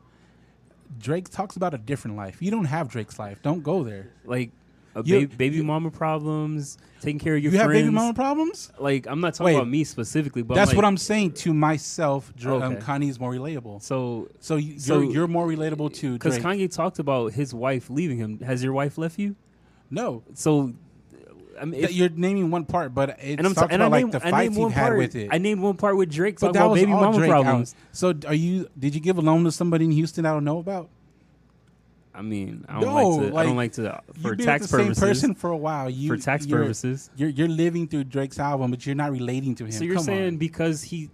[SPEAKER 2] Drake talks about a different life. You don't have Drake's life. Don't go there.
[SPEAKER 1] Like a
[SPEAKER 2] You-
[SPEAKER 1] ba- baby mama problems, taking care of your
[SPEAKER 2] you have
[SPEAKER 1] friends.
[SPEAKER 2] baby mama problems.
[SPEAKER 1] Like I'm not talking
[SPEAKER 2] Wait.
[SPEAKER 1] about me specifically, but
[SPEAKER 2] That's
[SPEAKER 1] like,
[SPEAKER 2] what I'm saying to myself. Dra- um,
[SPEAKER 1] Okay.
[SPEAKER 2] Kanye's more relatable.
[SPEAKER 1] So
[SPEAKER 2] So, you,
[SPEAKER 1] So-
[SPEAKER 2] you're, you're more relatable to
[SPEAKER 1] because
[SPEAKER 2] Drake.
[SPEAKER 1] Kanye talked about his wife leaving him. Has your wife left you?
[SPEAKER 2] no,
[SPEAKER 1] So I mean, if-
[SPEAKER 2] That you're naming one part, but it's
[SPEAKER 1] and I'm
[SPEAKER 2] talking
[SPEAKER 1] and
[SPEAKER 2] about
[SPEAKER 1] I
[SPEAKER 2] like
[SPEAKER 1] named-
[SPEAKER 2] the
[SPEAKER 1] I
[SPEAKER 2] fights
[SPEAKER 1] named
[SPEAKER 2] he
[SPEAKER 1] one
[SPEAKER 2] had
[SPEAKER 1] part,
[SPEAKER 2] with it.
[SPEAKER 1] I named one part with Drake
[SPEAKER 2] but
[SPEAKER 1] talking
[SPEAKER 2] that
[SPEAKER 1] about
[SPEAKER 2] was
[SPEAKER 1] baby
[SPEAKER 2] all
[SPEAKER 1] mama
[SPEAKER 2] Drake
[SPEAKER 1] problems.
[SPEAKER 2] albums. So are you? Did you give a loan to somebody in Houston I don't know about?
[SPEAKER 1] I mean, I don't
[SPEAKER 2] No,
[SPEAKER 1] like to. I don't
[SPEAKER 2] like,
[SPEAKER 1] like to uh, for
[SPEAKER 2] You've been
[SPEAKER 1] tax
[SPEAKER 2] with the same
[SPEAKER 1] purposes.
[SPEAKER 2] person for a while. You,
[SPEAKER 1] for tax
[SPEAKER 2] you're,
[SPEAKER 1] purposes.
[SPEAKER 2] you're you're living through Drake's album, but you're not relating to him.
[SPEAKER 1] So you're
[SPEAKER 2] Come
[SPEAKER 1] saying
[SPEAKER 2] on.
[SPEAKER 1] because he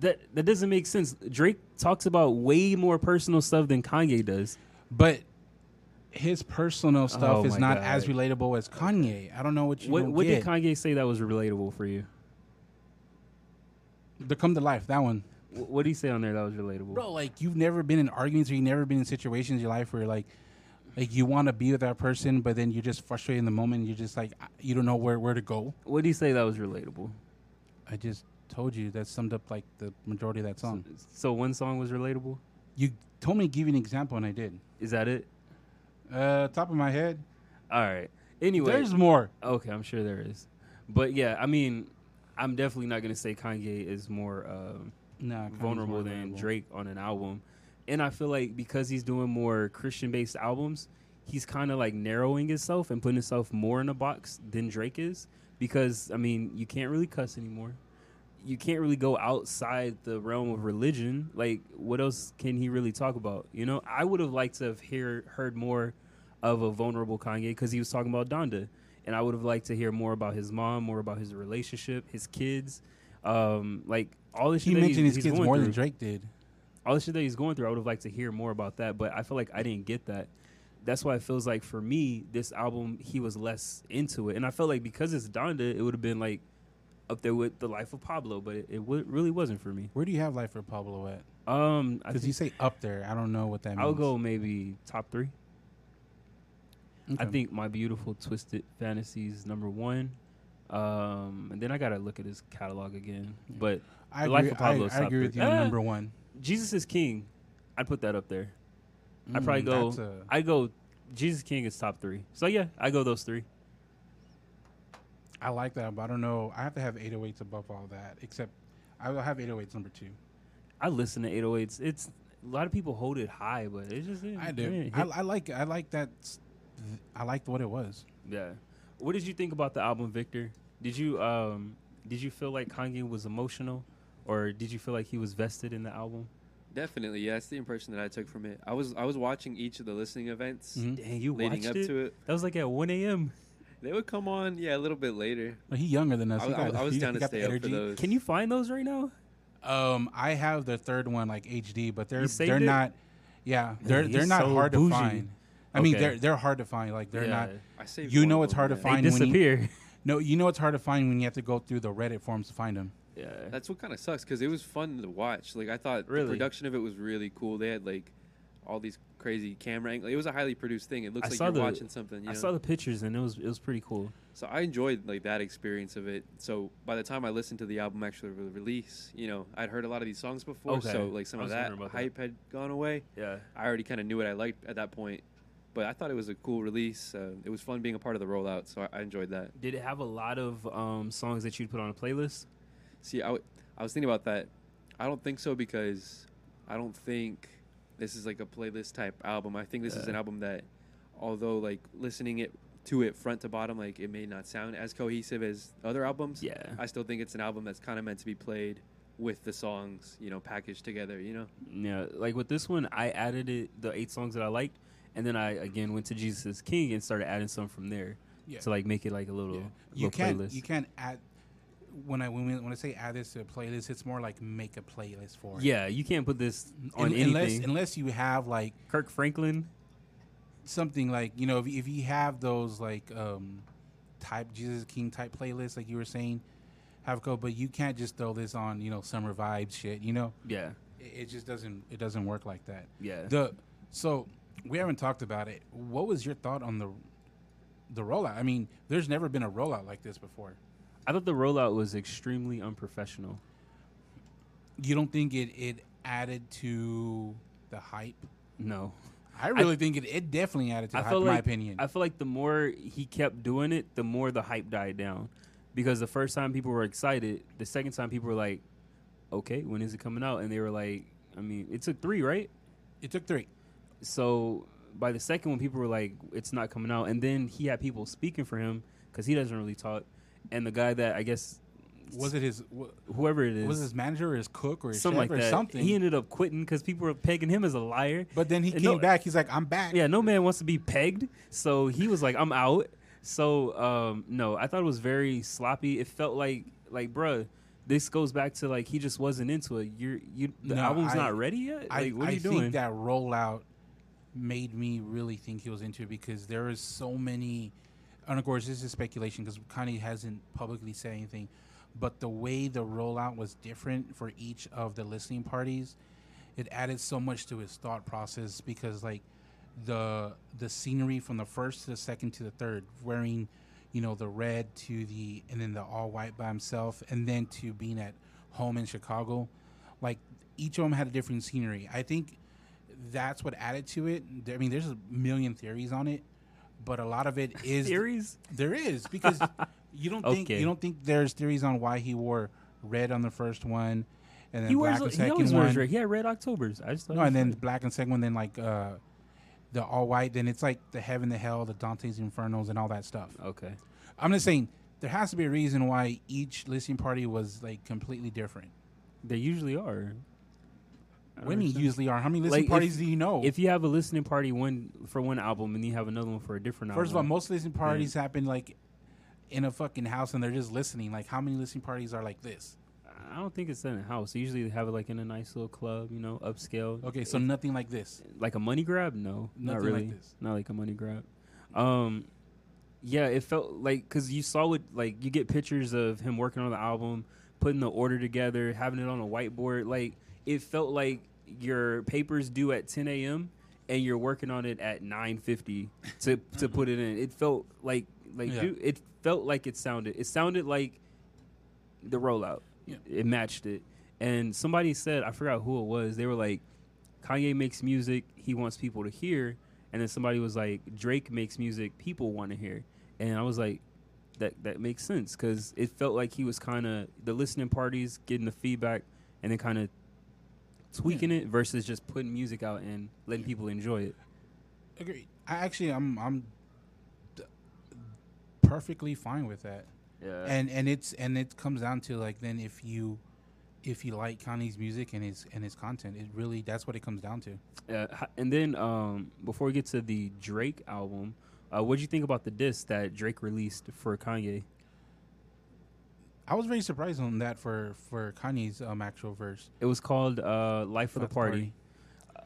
[SPEAKER 1] that that doesn't make sense. Drake talks about way more personal stuff than Kanye does.
[SPEAKER 2] but his personal stuff
[SPEAKER 1] Oh
[SPEAKER 2] is
[SPEAKER 1] my
[SPEAKER 2] not
[SPEAKER 1] God.
[SPEAKER 2] as relatable as Kanye. I don't know what you
[SPEAKER 1] What
[SPEAKER 2] don't
[SPEAKER 1] what did
[SPEAKER 2] get.
[SPEAKER 1] Kanye say that was relatable for you?
[SPEAKER 2] the Come to Life, that one.
[SPEAKER 1] Wh- What did he say on there that was relatable?
[SPEAKER 2] bro like you've never been in arguments or you've never been in situations in your life where like like you want to be with that person but then you're just frustrated in the moment you're just like I- you don't know where where to go
[SPEAKER 1] What did he say that was relatable?
[SPEAKER 2] i just told you that summed up like the majority of that song
[SPEAKER 1] So one song was relatable.
[SPEAKER 2] you told me to give you an example and i did
[SPEAKER 1] Is that it?
[SPEAKER 2] uh top of my head
[SPEAKER 1] All right. Anyway,
[SPEAKER 2] there's more
[SPEAKER 1] okay, I'm sure there is, but yeah, I mean, I'm definitely not gonna say Kanye is more. Um,
[SPEAKER 2] nah, Kanye's
[SPEAKER 1] vulnerable
[SPEAKER 2] more
[SPEAKER 1] than
[SPEAKER 2] relatable.
[SPEAKER 1] Drake on an album. And I feel like because he's doing more Christian based albums, he's kind of like narrowing himself and putting himself more in a box than Drake is. Because, I mean, you can't really cuss anymore. You can't really go outside the realm of religion. Like, what else can he really talk about? You know, I would have liked to have hear, heard more of a vulnerable Kanye because he was talking about Donda. And I would have liked to hear more about his mom, more about his relationship, his kids. Um, like, all this shit
[SPEAKER 2] he
[SPEAKER 1] that
[SPEAKER 2] mentioned
[SPEAKER 1] he's,
[SPEAKER 2] his
[SPEAKER 1] he's
[SPEAKER 2] kids
[SPEAKER 1] going
[SPEAKER 2] more
[SPEAKER 1] through
[SPEAKER 2] than drake did
[SPEAKER 1] all the shit that he's going through, I would have liked to hear more about that, but I feel like I didn't get that. That's why it feels like for me, this album, he was less into it. And I felt like because it's Donda, it would have been like up there with The Life of Pablo, but it, it w- really wasn't for me.
[SPEAKER 2] where do you have life for pablo at
[SPEAKER 1] Um, I
[SPEAKER 2] because you
[SPEAKER 1] think
[SPEAKER 2] say up there i don't know what that means
[SPEAKER 1] I'll go maybe top three. I
[SPEAKER 2] Okay.
[SPEAKER 1] think My Beautiful Twisted Fantasies, number one. Um, and then I got to look at his catalog again. But
[SPEAKER 2] I
[SPEAKER 1] The Life
[SPEAKER 2] agree,
[SPEAKER 1] of Pablo is
[SPEAKER 2] I, I
[SPEAKER 1] top
[SPEAKER 2] agree with
[SPEAKER 1] three.
[SPEAKER 2] you on
[SPEAKER 1] Ah.
[SPEAKER 2] number one
[SPEAKER 1] Jesus is King, I'd put that up there. I probably
[SPEAKER 2] Mm,
[SPEAKER 1] go.
[SPEAKER 2] that's a-
[SPEAKER 1] I go. Jesus King is top three. So yeah, I go those three.
[SPEAKER 2] I like that, but I don't know. I have to have 808s above all that, except I will have 808s number two.
[SPEAKER 1] I listen to 808s. It's a lot of people hold it high, but it's just
[SPEAKER 2] I
[SPEAKER 1] Yeah.
[SPEAKER 2] do. I, I like. I like that. s- th- I liked what it was.
[SPEAKER 1] yeah. What did you think about the album, Victor? Did you um did you feel like Kanye was emotional, or did you feel like he was vested in the album?
[SPEAKER 3] Definitely, yeah. That's the impression that I took from it. I was I was watching each of the listening events
[SPEAKER 2] Mhm.
[SPEAKER 1] Dang, you
[SPEAKER 3] leading
[SPEAKER 1] watched
[SPEAKER 3] up
[SPEAKER 1] it?
[SPEAKER 3] to it.
[SPEAKER 1] That was like at 1 a.m.
[SPEAKER 3] They would come on, yeah, a little bit later.
[SPEAKER 2] But he younger than us.
[SPEAKER 3] I,
[SPEAKER 2] He
[SPEAKER 3] I-
[SPEAKER 2] got-
[SPEAKER 3] I was
[SPEAKER 2] he
[SPEAKER 3] down to
[SPEAKER 2] got the
[SPEAKER 3] stay up for
[SPEAKER 2] energy.
[SPEAKER 3] those.
[SPEAKER 1] Can you find those right now?
[SPEAKER 2] Um, I have the third one like HD, but they're
[SPEAKER 1] You saved
[SPEAKER 2] they're
[SPEAKER 1] it?
[SPEAKER 2] not. Yeah, they're
[SPEAKER 1] he's
[SPEAKER 2] they're not
[SPEAKER 1] so
[SPEAKER 2] hard
[SPEAKER 1] bougie.
[SPEAKER 2] to find. I mean,
[SPEAKER 1] Okay.
[SPEAKER 2] they're they're hard to find. Like they're not.
[SPEAKER 3] I saved
[SPEAKER 2] you
[SPEAKER 3] one
[SPEAKER 2] know
[SPEAKER 3] of
[SPEAKER 2] it's
[SPEAKER 3] them,
[SPEAKER 2] hard to
[SPEAKER 1] They
[SPEAKER 3] yeah.
[SPEAKER 2] find when you-
[SPEAKER 1] [laughs] disappear.
[SPEAKER 2] No, you know it's hard to find when you have to go through the Reddit forums to find them.
[SPEAKER 1] yeah.
[SPEAKER 3] That's what kind of sucks because it was fun to watch. Like I thought,
[SPEAKER 1] Really?
[SPEAKER 3] the production of it was really cool. They had like all these crazy camera angles. It was a highly produced thing. It looks
[SPEAKER 1] I
[SPEAKER 3] like
[SPEAKER 1] saw
[SPEAKER 3] you're
[SPEAKER 1] the-
[SPEAKER 3] watching something. You
[SPEAKER 1] I
[SPEAKER 3] know?
[SPEAKER 1] saw the pictures and it was it was pretty cool.
[SPEAKER 3] so I enjoyed like that experience of it. So by the time I listened to the album actually re- release, you know, I'd heard a lot of these songs before.
[SPEAKER 1] Okay.
[SPEAKER 3] So like some
[SPEAKER 1] I
[SPEAKER 3] of
[SPEAKER 1] was
[SPEAKER 3] that
[SPEAKER 1] wondering about that.
[SPEAKER 3] hype had gone away.
[SPEAKER 1] Yeah.
[SPEAKER 3] I already kind of knew what I liked at that point. But I thought it was a cool release. Uh, it was fun being a part of the rollout, so I, I enjoyed that.
[SPEAKER 1] Did it have a lot of um, songs that you'd put on a playlist?
[SPEAKER 3] See, I, w- I was thinking about that. I don't think so because I don't think this is like a playlist type album. I think this is
[SPEAKER 1] Yeah.
[SPEAKER 3] an album that, although like listening it to it front to bottom, like it may not sound as cohesive as other albums.
[SPEAKER 1] Yeah.
[SPEAKER 3] I still think it's an album that's kind of meant to be played with the songs, you know, packaged together. You know,
[SPEAKER 1] Yeah. Like with this one, I added it the eight songs that I liked, and then I again went to Jesus is King and started adding some from there
[SPEAKER 2] Yeah.
[SPEAKER 1] to like make it like a little,
[SPEAKER 2] You
[SPEAKER 1] little
[SPEAKER 2] can't
[SPEAKER 1] playlist.
[SPEAKER 2] you can't add when I when, we, when I say add this to a playlist, it's more like make a playlist for it.
[SPEAKER 1] yeah, you can't put this on
[SPEAKER 2] Un-
[SPEAKER 1] anything.
[SPEAKER 2] unless unless you have like
[SPEAKER 1] Kirk Franklin.
[SPEAKER 2] something like you know if, if you have those like um type jesus is king type playlists like you were saying have go but you can't just throw this on you know summer vibes shit you know
[SPEAKER 1] Yeah.
[SPEAKER 2] it, it just doesn't it doesn't work like that
[SPEAKER 1] Yeah.
[SPEAKER 2] the so we haven't talked about it what was your thought on the the rollout. I mean, there's never been a rollout like this before.
[SPEAKER 1] I thought the rollout was extremely unprofessional.
[SPEAKER 2] You don't think it it added to the hype?
[SPEAKER 1] No,
[SPEAKER 2] I really think it, it definitely added to the
[SPEAKER 1] I
[SPEAKER 2] hype,
[SPEAKER 1] feel
[SPEAKER 2] in
[SPEAKER 1] like
[SPEAKER 2] my opinion.
[SPEAKER 1] I feel like the more he kept doing it, the more the hype died down. Because the first time people were excited, the second time people were like, "Okay, when is it coming out?" And they were like, "I mean, it took three, right?"
[SPEAKER 2] it took three.
[SPEAKER 1] So by the second one, people were like, "It's not coming out." And then he had people speaking for him because he doesn't really talk. And the guy that I guess
[SPEAKER 2] Was it his? wa-
[SPEAKER 1] whoever it is,
[SPEAKER 2] Was his manager or his cook or his
[SPEAKER 1] something
[SPEAKER 2] chef
[SPEAKER 1] like
[SPEAKER 2] or
[SPEAKER 1] that.
[SPEAKER 2] something?
[SPEAKER 1] He ended up quitting because people were pegging him as a liar.
[SPEAKER 2] but then he
[SPEAKER 1] No,
[SPEAKER 2] came back. He's like, I'm back.
[SPEAKER 1] Yeah, no man wants to be pegged. So he was like, I'm out. So um, no, I thought it was very sloppy. It felt like like bruh, this goes back to like he just wasn't into it. You're you the
[SPEAKER 2] No,
[SPEAKER 1] album's
[SPEAKER 2] I-
[SPEAKER 1] not ready yet?
[SPEAKER 2] I,
[SPEAKER 1] like what
[SPEAKER 2] I
[SPEAKER 1] are you
[SPEAKER 2] think
[SPEAKER 1] doing?
[SPEAKER 2] that rollout made me really think he was into it because there is so many. And of course, this is speculation because Kanye hasn't publicly said anything. But the way the rollout was different for each of the listening parties, it added so much to his thought process because, like, the the scenery from the first to the second to the third, wearing, you know, the red to the and then the all white by himself, and then to being at home in Chicago, like each of them had a different scenery. I think that's what added to it. I mean, there's a million theories on it, but a lot
[SPEAKER 1] [laughs]
[SPEAKER 2] of it is
[SPEAKER 1] Theories?
[SPEAKER 2] there is because
[SPEAKER 1] [laughs]
[SPEAKER 2] you don't think
[SPEAKER 1] Okay.
[SPEAKER 2] you don't think there's theories on why he wore red on the first one, and then
[SPEAKER 1] He
[SPEAKER 2] black
[SPEAKER 1] wears
[SPEAKER 2] on the
[SPEAKER 1] he
[SPEAKER 2] second
[SPEAKER 1] always
[SPEAKER 2] one.
[SPEAKER 1] wears red. He had red Octobers. I just thought
[SPEAKER 2] No,
[SPEAKER 1] it
[SPEAKER 2] and
[SPEAKER 1] was
[SPEAKER 2] then
[SPEAKER 1] red.
[SPEAKER 2] black and second one, then like uh, the all white. Then it's like the heaven, the hell, the Dante's Infernos, and all that stuff.
[SPEAKER 1] Okay.
[SPEAKER 2] I'm just saying there has to be a reason why each listening party was like completely different.
[SPEAKER 1] They usually are. I don't
[SPEAKER 2] Women
[SPEAKER 1] understand.
[SPEAKER 2] usually are. How many listening
[SPEAKER 1] Like, if-
[SPEAKER 2] parties do you know?
[SPEAKER 1] if you have a listening party one for one album and you have another one for a different album.
[SPEAKER 2] First of all, most listening parties happen like in a fucking house, and they're just listening. Like, how many listening parties are like this?
[SPEAKER 1] I don't think it's in a house. Usually they have it like in a nice little club, you know, upscale.
[SPEAKER 2] Okay, so
[SPEAKER 1] It's-
[SPEAKER 2] nothing like this.
[SPEAKER 1] like a money grab? No, not
[SPEAKER 2] Nothing like
[SPEAKER 1] really.
[SPEAKER 2] this.
[SPEAKER 1] Not like a money grab. Um, yeah, it felt like because you saw it like you get pictures of him working on the album, putting the order together, having it on a whiteboard. Like it felt like your papers due at 10 a.m. and you're working on it at 9:50 to to put it in. It felt like like
[SPEAKER 2] Yeah.
[SPEAKER 1] dude, it felt like it sounded. It sounded like the rollout.
[SPEAKER 2] Yeah.
[SPEAKER 1] It matched it. And somebody said, I forgot who it was, they were like, Kanye makes music he wants people to hear. And then somebody was like, Drake makes music people want to hear. And I was like, that, that makes sense because it felt like he was kind of the listening parties, getting the feedback, and then kind of tweaking it versus just putting music out and letting people enjoy it.
[SPEAKER 2] Agreed. I actually, I'm, I'm d- perfectly fine with that.
[SPEAKER 1] Yeah.
[SPEAKER 2] And and it's and it comes down to like then if you, if you like Kanye's music and his and his content, it really that's what it comes down to.
[SPEAKER 1] Uh, h- and then um, before we get to the Drake album, uh, what do you think about the disc that Drake released for Kanye?
[SPEAKER 2] I was very surprised on that for for Kanye's um actual verse.
[SPEAKER 1] It was called uh, "Life of the
[SPEAKER 2] Life of the Party.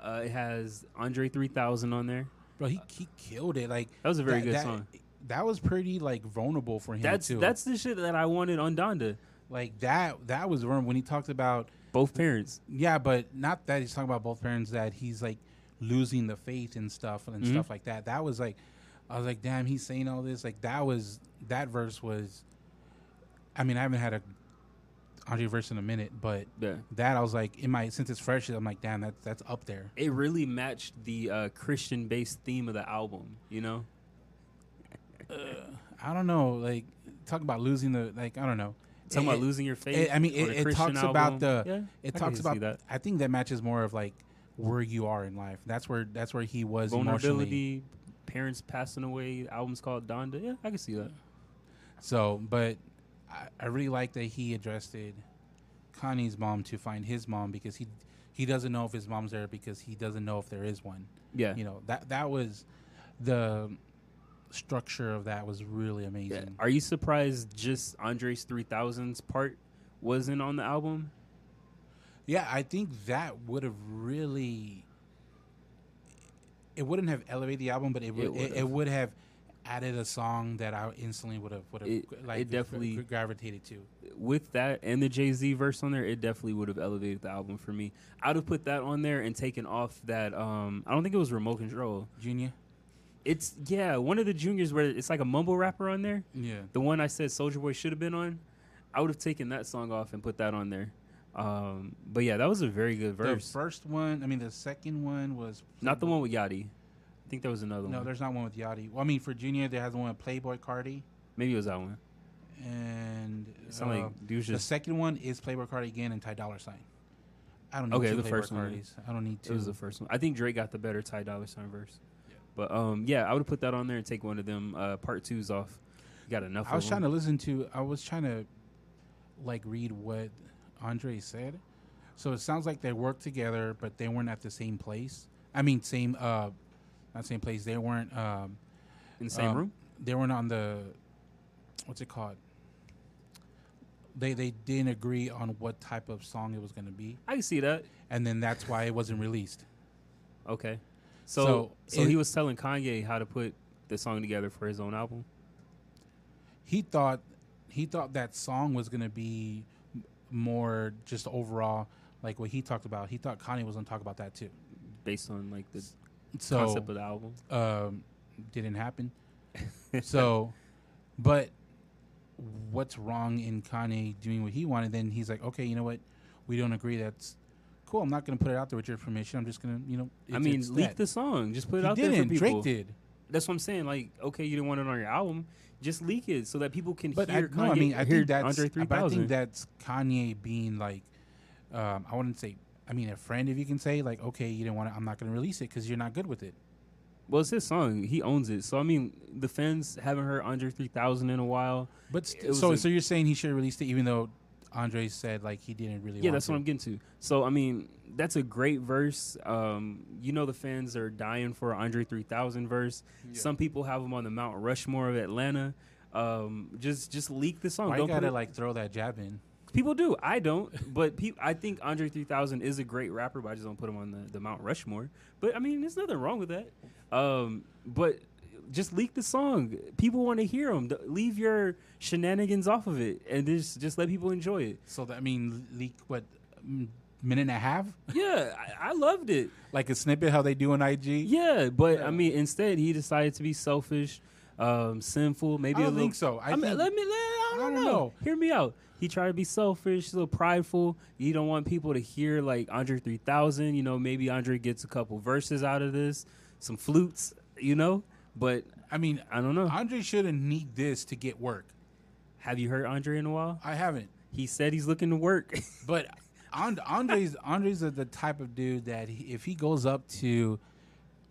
[SPEAKER 1] Party." Uh, it has Andre 3000 on there.
[SPEAKER 2] Bro, he he killed it. Like
[SPEAKER 1] That was a very
[SPEAKER 2] that-
[SPEAKER 1] good
[SPEAKER 2] that-
[SPEAKER 1] song.
[SPEAKER 2] That was pretty like vulnerable for him
[SPEAKER 1] That's
[SPEAKER 2] too.
[SPEAKER 1] that's the shit that I wanted on Donda.
[SPEAKER 2] like that that was when when he talked about
[SPEAKER 1] Both parents.
[SPEAKER 2] Yeah, but not that he's talking about both parents. That he's like losing the faith and stuff and
[SPEAKER 1] Mhm.
[SPEAKER 2] stuff like that. That was like, I was like, damn, he's saying all this. Like that was that verse was. I mean, I haven't had a Andre verse in a minute, but
[SPEAKER 1] Yeah.
[SPEAKER 2] that I was like, in my since it's fresh, I'm like, damn, that's that's up there.
[SPEAKER 1] It really matched the uh, Christian-based theme of the album. You know,
[SPEAKER 2] I don't know, like talk about losing the like, I don't know.
[SPEAKER 1] talking
[SPEAKER 2] It-
[SPEAKER 1] about losing your faith.
[SPEAKER 2] it- I mean,
[SPEAKER 1] on a
[SPEAKER 2] it, it
[SPEAKER 1] Christian
[SPEAKER 2] talks about
[SPEAKER 1] album.
[SPEAKER 2] the.
[SPEAKER 1] Yeah, I
[SPEAKER 2] it
[SPEAKER 1] can
[SPEAKER 2] talks
[SPEAKER 1] see
[SPEAKER 2] about.
[SPEAKER 1] that.
[SPEAKER 2] I think that matches more of like where you are in life. That's where that's where he was emotionally.
[SPEAKER 1] vulnerability, parents passing away. Album's called Donda. Yeah, I can see that.
[SPEAKER 2] So, but I, I really like that he addressed it, Connie's mom to find his mom because he he doesn't know if his mom's there because he doesn't know if there is one.
[SPEAKER 1] Yeah.
[SPEAKER 2] You know that that was the structure of that was really
[SPEAKER 1] Yeah.
[SPEAKER 2] amazing.
[SPEAKER 1] Are you surprised just Andre's 3000's part wasn't on the album?
[SPEAKER 2] Yeah, I think that would have really it wouldn't have elevated the album, but it would
[SPEAKER 1] It
[SPEAKER 2] it, it,
[SPEAKER 1] would've.
[SPEAKER 2] would have added a song that I instantly would have would have
[SPEAKER 1] It-
[SPEAKER 2] like
[SPEAKER 1] it definitely-
[SPEAKER 2] gra- gravitated to.
[SPEAKER 1] With that and the Jay Z verse on there, it definitely would have elevated the album for me. I'd have put that on there and taken off that. Um, I don't think it was Remote Control.
[SPEAKER 2] Junior,
[SPEAKER 1] It's yeah, one of the juniors where it's like a mumble rapper on there.
[SPEAKER 2] Yeah.
[SPEAKER 1] The one I said Soldier Boy should have been on. I would have taken that song off and put that on there. Um, but yeah, that was a very good verse.
[SPEAKER 2] The first one, I mean, the second one was
[SPEAKER 1] Not the one with Yachty. I think there was another
[SPEAKER 2] No,
[SPEAKER 1] one.
[SPEAKER 2] there's not one with Yachty. Well, I mean, for Junior, they had the one with Playboy Cardi,
[SPEAKER 1] Maybe it was that one.
[SPEAKER 2] and
[SPEAKER 1] It sounded
[SPEAKER 2] uh,
[SPEAKER 1] like dudes
[SPEAKER 2] the [laughs]
[SPEAKER 1] just.
[SPEAKER 2] second one is Playboy Cardi again and Ty Dolla Sign. I don't need
[SPEAKER 1] Okay,
[SPEAKER 2] two
[SPEAKER 1] the
[SPEAKER 2] Playboi
[SPEAKER 1] first one
[SPEAKER 2] Cardis. I don't need
[SPEAKER 1] It
[SPEAKER 2] two.
[SPEAKER 1] was the first one. I think Drake got the better Ty Dolla Sign verse.
[SPEAKER 2] Yeah.
[SPEAKER 1] But um, yeah, I would have put that on there and take one of them uh, part twos off. You got enough.
[SPEAKER 2] I was
[SPEAKER 1] of
[SPEAKER 2] trying to
[SPEAKER 1] them.
[SPEAKER 2] listen to. I was trying to like read what Andre said. So it sounds like they worked together, but they weren't at the same place. I mean, same uh, not same place. They weren't. Um,
[SPEAKER 1] in the same
[SPEAKER 2] um,
[SPEAKER 1] room.
[SPEAKER 2] They weren't on the what's it called? They they didn't agree on what type of song it was going to be,
[SPEAKER 1] I can see that.
[SPEAKER 2] and then that's why it wasn't released.
[SPEAKER 1] Okay. So so,
[SPEAKER 2] So, it-
[SPEAKER 1] he was telling Kanye how to put the song together for his own album.
[SPEAKER 2] He thought he thought that song was going to be m- more just overall like what he talked about. He thought Kanye was going to talk about that too.
[SPEAKER 1] based on like the
[SPEAKER 2] So
[SPEAKER 1] concept of the album.
[SPEAKER 2] um,
[SPEAKER 1] [laughs]
[SPEAKER 2] didn't happen. so, but what's wrong in Kanye doing what he wanted? Then he's like, okay, you know what? We don't agree. That's cool. I'm not going to put it out there with your permission. I'm just going to, you know.
[SPEAKER 1] I
[SPEAKER 2] it's-
[SPEAKER 1] mean,
[SPEAKER 2] it's
[SPEAKER 1] leak
[SPEAKER 2] that.
[SPEAKER 1] the song. Just put it
[SPEAKER 2] He
[SPEAKER 1] out there for
[SPEAKER 2] didn't.
[SPEAKER 1] people.
[SPEAKER 2] Drake did.
[SPEAKER 1] That's what I'm saying. Like, okay, you didn't want it on your album. Just leak it so that people can
[SPEAKER 2] But I,
[SPEAKER 1] hear
[SPEAKER 2] no,
[SPEAKER 1] Kanye.
[SPEAKER 2] I mean, I
[SPEAKER 1] hear
[SPEAKER 2] think that's.
[SPEAKER 1] Andre
[SPEAKER 2] But I
[SPEAKER 1] 3000.
[SPEAKER 2] think that's Kanye being like, um, I wouldn't say. I mean, a friend, if you can say, like, okay, you didn't want to, I'm not going to release it because you're not good with it.
[SPEAKER 1] well, it's his song. He owns it. So I mean, the fans haven't heard Andre 3000 in a while.
[SPEAKER 2] But
[SPEAKER 1] It
[SPEAKER 2] st-
[SPEAKER 1] was
[SPEAKER 2] so,
[SPEAKER 1] a-
[SPEAKER 2] so you're saying he should have released it, even though Andre said like he didn't really.
[SPEAKER 1] yeah,
[SPEAKER 2] want
[SPEAKER 1] that's
[SPEAKER 2] to.
[SPEAKER 1] what I'm getting to. So I mean, that's a great verse. Um, you know, the fans are dying for an Andre 3000 verse. Some people have him on the Mount Rushmore of Atlanta. Um, just just leak the song.
[SPEAKER 2] Why
[SPEAKER 1] Don't
[SPEAKER 2] you
[SPEAKER 1] put
[SPEAKER 2] gotta
[SPEAKER 1] it-
[SPEAKER 2] like throw that jab in?
[SPEAKER 1] People do. I don't. But peop I think Andre 3000 is a great rapper, but I just don't put him on the, the Mount Rushmore. But I mean, there's nothing wrong with that. Um, but just leak the song. People want to hear them. Leave your shenanigans off of it and just just let people enjoy it.
[SPEAKER 2] So that, I mean, leak what m- minute and a half?
[SPEAKER 1] Yeah, I, I loved it.
[SPEAKER 2] Like a snippet, how they do on IG?
[SPEAKER 1] Yeah, but I
[SPEAKER 2] Yeah.
[SPEAKER 1] mean, instead he decided to be selfish, um, sinful. Maybe
[SPEAKER 2] I
[SPEAKER 1] a
[SPEAKER 2] don't
[SPEAKER 1] little,
[SPEAKER 2] think so. I,
[SPEAKER 1] I, mean,
[SPEAKER 2] think,
[SPEAKER 1] let me. Let, I, don't
[SPEAKER 2] I don't
[SPEAKER 1] know.
[SPEAKER 2] know.
[SPEAKER 1] Hear me out. He tried to be selfish, he's a little prideful. You don't want people to hear like Andre 3000. You know, maybe Andre gets a couple verses out of this, some flutes. You know, but
[SPEAKER 2] I mean,
[SPEAKER 1] I don't know.
[SPEAKER 2] Andre shouldn't need this to get work.
[SPEAKER 1] Have you heard Andre in a while?
[SPEAKER 2] I haven't,
[SPEAKER 1] He said he's looking to work. [laughs]
[SPEAKER 2] but And- Andre's Andre's the- the type of dude that he, if he goes up to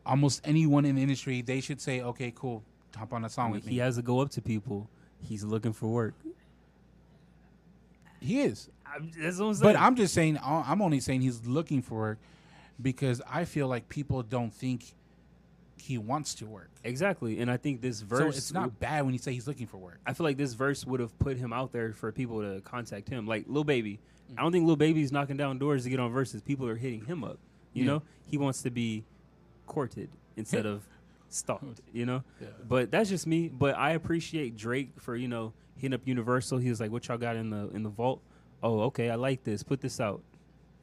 [SPEAKER 2] almost anyone in the industry, they should say, "Okay, cool, hop on a song with me."
[SPEAKER 1] he has to go up to people. He's looking for work.
[SPEAKER 2] he is.
[SPEAKER 1] I'm, that's what I'm saying.
[SPEAKER 2] But I'm just saying, I- I'm only saying he's looking for work because I feel like people don't think he wants to work.
[SPEAKER 1] exactly, and I think this verse.
[SPEAKER 2] so it's not bad when you say he's looking for work.
[SPEAKER 1] I feel like this verse would have put him out there for people to contact him. Like Lil Baby,
[SPEAKER 2] Mm.
[SPEAKER 1] I don't think Lil Baby's knocking down doors to get on verses. People are hitting him up. You
[SPEAKER 2] Yeah.
[SPEAKER 1] know, he wants to be courted instead of
[SPEAKER 2] [laughs]
[SPEAKER 1] stalked. You know,
[SPEAKER 2] Yeah.
[SPEAKER 1] but that's just me. But I appreciate Drake for you know hitting up Universal. He was like, "What y'all got in the in the vault? Oh, okay, I like this. Put this out.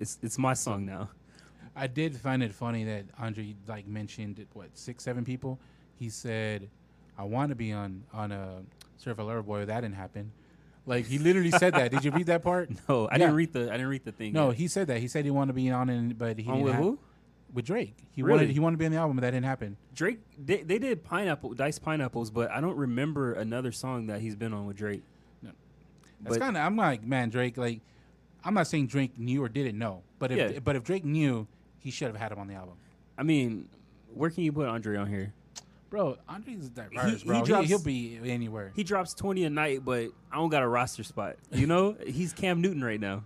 [SPEAKER 1] It's it's my song now." [laughs]
[SPEAKER 2] I did find it funny that Andre like mentioned what six, seven people. He said, "I want to be on on a Surf Alert Boy." That didn't happen. Like he literally said that. Did you read that [laughs] part?
[SPEAKER 1] Oh, I
[SPEAKER 2] Yeah.
[SPEAKER 1] didn't read the I didn't read the thing.
[SPEAKER 2] No,
[SPEAKER 1] yet.
[SPEAKER 2] he said that. He said he wanted to be on, and but he
[SPEAKER 1] on
[SPEAKER 2] didn't
[SPEAKER 1] with
[SPEAKER 2] ha-
[SPEAKER 1] who?
[SPEAKER 2] with Drake. He
[SPEAKER 1] Really?
[SPEAKER 2] wanted he wanted to be on the album, but that didn't happen.
[SPEAKER 1] Drake. They, they did pineapple dice pineapples, but I don't remember another song that he's been on with Drake.
[SPEAKER 2] That's
[SPEAKER 1] But-
[SPEAKER 2] kind of. I'm like, man, Drake. Like, I'm not saying Drake knew or didn't know, but if
[SPEAKER 1] Yeah.
[SPEAKER 2] but if Drake knew, he should have had him on the album.
[SPEAKER 1] I mean, where can you put Andre on here?
[SPEAKER 2] Bro, Andre's diverse,
[SPEAKER 1] he
[SPEAKER 2] bro. He
[SPEAKER 1] drops-
[SPEAKER 2] he'll be anywhere.
[SPEAKER 1] He drops 20 a night, but I don't got a roster spot. You know, [laughs] he's Cam Newton right now.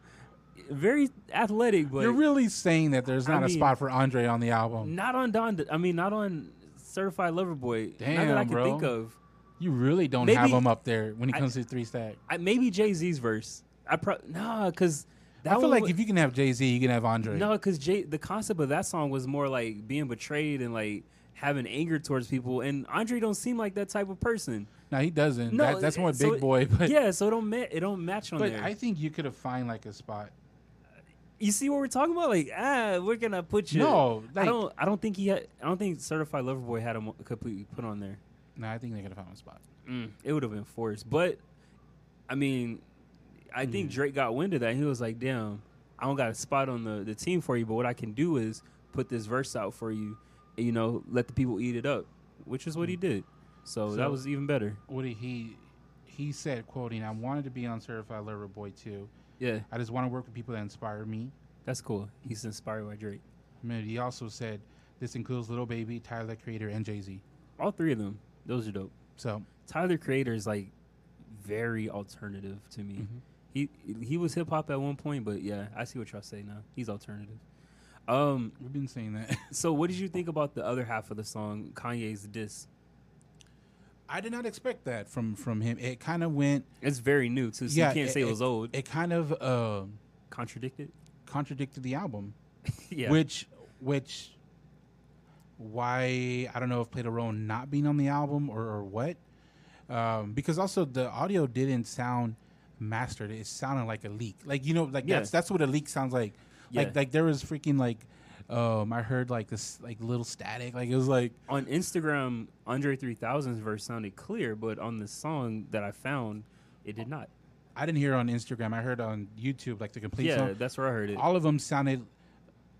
[SPEAKER 1] Very athletic, but
[SPEAKER 2] You're really saying that there's
[SPEAKER 1] I
[SPEAKER 2] not a
[SPEAKER 1] mean-
[SPEAKER 2] spot for Andre on the album.
[SPEAKER 1] not on Don. I mean, not on Certified Lover Boy. not that I
[SPEAKER 2] Damn,
[SPEAKER 1] can
[SPEAKER 2] bro.
[SPEAKER 1] think of.
[SPEAKER 2] You really don't
[SPEAKER 1] Maybe-
[SPEAKER 2] have him up there when it
[SPEAKER 1] I-
[SPEAKER 2] comes to three stack.
[SPEAKER 1] I, maybe Jay Z's verse. I pro nah, cause that
[SPEAKER 2] I feel
[SPEAKER 1] one
[SPEAKER 2] like
[SPEAKER 1] wa-
[SPEAKER 2] if you can have Jay Z, you can have Andre.
[SPEAKER 1] No, because Jay, the concept of that song was more like being betrayed and like having anger towards people. And Andre don't seem like that type of person.
[SPEAKER 2] no he doesn't.
[SPEAKER 1] No,
[SPEAKER 2] that, that's more
[SPEAKER 1] so
[SPEAKER 2] big
[SPEAKER 1] it-
[SPEAKER 2] boy. But
[SPEAKER 1] yeah, so it don't ma- it don't match on
[SPEAKER 2] but
[SPEAKER 1] there.
[SPEAKER 2] I think you could have find like a spot.
[SPEAKER 1] you see what we're talking about? Like, ah, we're gonna put you.
[SPEAKER 2] No,
[SPEAKER 1] I
[SPEAKER 2] like-
[SPEAKER 1] don't. I don't think he had. I don't think Certified Lover Boy had him completely put on there.
[SPEAKER 2] Nah, I think they could have found a spot.
[SPEAKER 1] Mm, it would have been forced. But I mean, I think Drake got wind of that. And he was like, "Damn, I don't got a spot on the the team for you, but what I can do is put this verse out for you, and you know, let the people eat it up," which is what he did. So, that
[SPEAKER 2] So-
[SPEAKER 1] was even better.
[SPEAKER 2] What did he? He said, quoting, "I wanted to be on Certified Lover Boy too.
[SPEAKER 1] Yeah,
[SPEAKER 2] I just want to work with people that inspire me."
[SPEAKER 1] that's cool. He's inspired by Drake.
[SPEAKER 2] I mean, he also said, "This includes Little Baby, Tyler the Creator, and Jay Z."
[SPEAKER 1] All three of them. Those are dope.
[SPEAKER 2] So
[SPEAKER 1] Tyler the Creator is like very alternative to me. He he was hip hop at one point, but yeah, I see what y'all say now. He's alternative. Um,
[SPEAKER 2] we've been saying that. [laughs]
[SPEAKER 1] so what did you think about the other half of the song, Kanye's diss?
[SPEAKER 2] I did not expect that from from him. It kind of went.
[SPEAKER 1] It's very new too, so
[SPEAKER 2] yeah,
[SPEAKER 1] you can't say it was old.
[SPEAKER 2] It kind of uh,
[SPEAKER 1] Contradicted.
[SPEAKER 2] contradicted the album,
[SPEAKER 1] [laughs] yeah.
[SPEAKER 2] which which why I don't know if played a role in not being on the album or or what. Um, because also the audio didn't sound mastered. It sounded like a leak. Like you know, like
[SPEAKER 1] Yeah.
[SPEAKER 2] that's that's what a leak sounds like.
[SPEAKER 1] Yeah.
[SPEAKER 2] Like like there was freaking like um I heard like this like little static. Like it was like
[SPEAKER 1] on Instagram, Andre 3000's verse sounded clear, but on the song that I found, it did not.
[SPEAKER 2] I didn't hear on Instagram. I heard on YouTube like the complete
[SPEAKER 1] yeah,
[SPEAKER 2] song.
[SPEAKER 1] that's where I heard it.
[SPEAKER 2] all of them sounded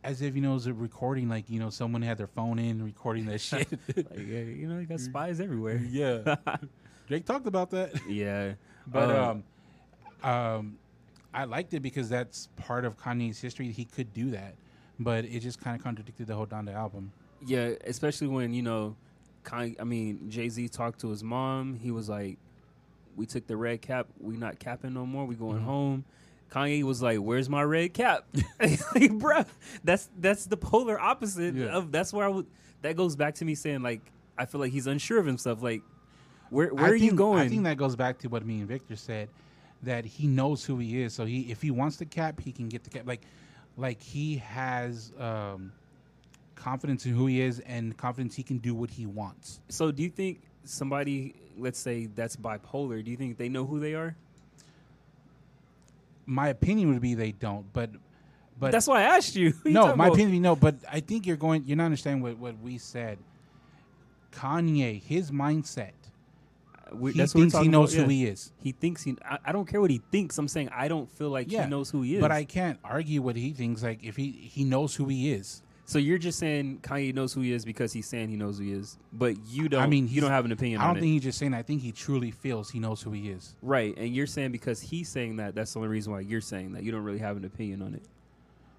[SPEAKER 2] as if you know it was a recording like you know someone had their phone in
[SPEAKER 1] [laughs]
[SPEAKER 2] recording that shit
[SPEAKER 1] Like, yeah, you know, you
[SPEAKER 2] Mm.
[SPEAKER 1] got spies everywhere. [laughs]
[SPEAKER 2] yeah drake talked about that
[SPEAKER 1] yeah.
[SPEAKER 2] Mm. but
[SPEAKER 1] Uh,
[SPEAKER 2] um um i liked it because that's part of kanye's history he could do that but it just kind of contradicted the whole donda album
[SPEAKER 1] Yeah, especially when you know, Kanye, I mean, Jay Z talked to his mom. He was like, "We took the red cap. We not capping no more. We going
[SPEAKER 2] Mm-hmm.
[SPEAKER 1] home." Kanye was like, "Where's my red cap, [laughs] like, bro? That's that's the polar opposite
[SPEAKER 2] Yeah.
[SPEAKER 1] of that's where I would. That goes back to me saying like I feel like he's unsure of himself. Like, where where
[SPEAKER 2] I
[SPEAKER 1] are you
[SPEAKER 2] think-
[SPEAKER 1] going?
[SPEAKER 2] i think that goes back to what me and victor said that he knows who he is so he if he wants the cap he can get the cap like like he has um confidence in who he is and confidence he can do what he wants
[SPEAKER 1] so do you think somebody, let's say that's bipolar, do you think they know who they are?
[SPEAKER 2] my opinion would be they don't, but but
[SPEAKER 1] that's why I asked you. [laughs] What you
[SPEAKER 2] no,
[SPEAKER 1] talking
[SPEAKER 2] my
[SPEAKER 1] about?
[SPEAKER 2] opinion would be no, but I think you're going you're not understanding what, what we said. Kanye, his mindset,
[SPEAKER 1] We-
[SPEAKER 2] he
[SPEAKER 1] that's what we're
[SPEAKER 2] thinks he
[SPEAKER 1] talking
[SPEAKER 2] knows
[SPEAKER 1] about,
[SPEAKER 2] who
[SPEAKER 1] yeah.
[SPEAKER 2] he is.
[SPEAKER 1] He thinks he. I, I don't care what he thinks. I'm saying I don't feel like
[SPEAKER 2] Yeah,
[SPEAKER 1] he knows who he is.
[SPEAKER 2] But I can't argue what he thinks. Like if he he knows who he is,
[SPEAKER 1] So you're just saying Kanye knows who he is because he's saying he knows who he is, but you don't.
[SPEAKER 2] I mean,
[SPEAKER 1] you
[SPEAKER 2] he's-
[SPEAKER 1] don't have an opinion
[SPEAKER 2] I
[SPEAKER 1] on
[SPEAKER 2] don't
[SPEAKER 1] it,
[SPEAKER 2] think he's just saying. that. I think he truly feels he knows who he is.
[SPEAKER 1] right? And you're saying because he's saying that. That's the only reason why you're saying that. You don't really have an opinion on it.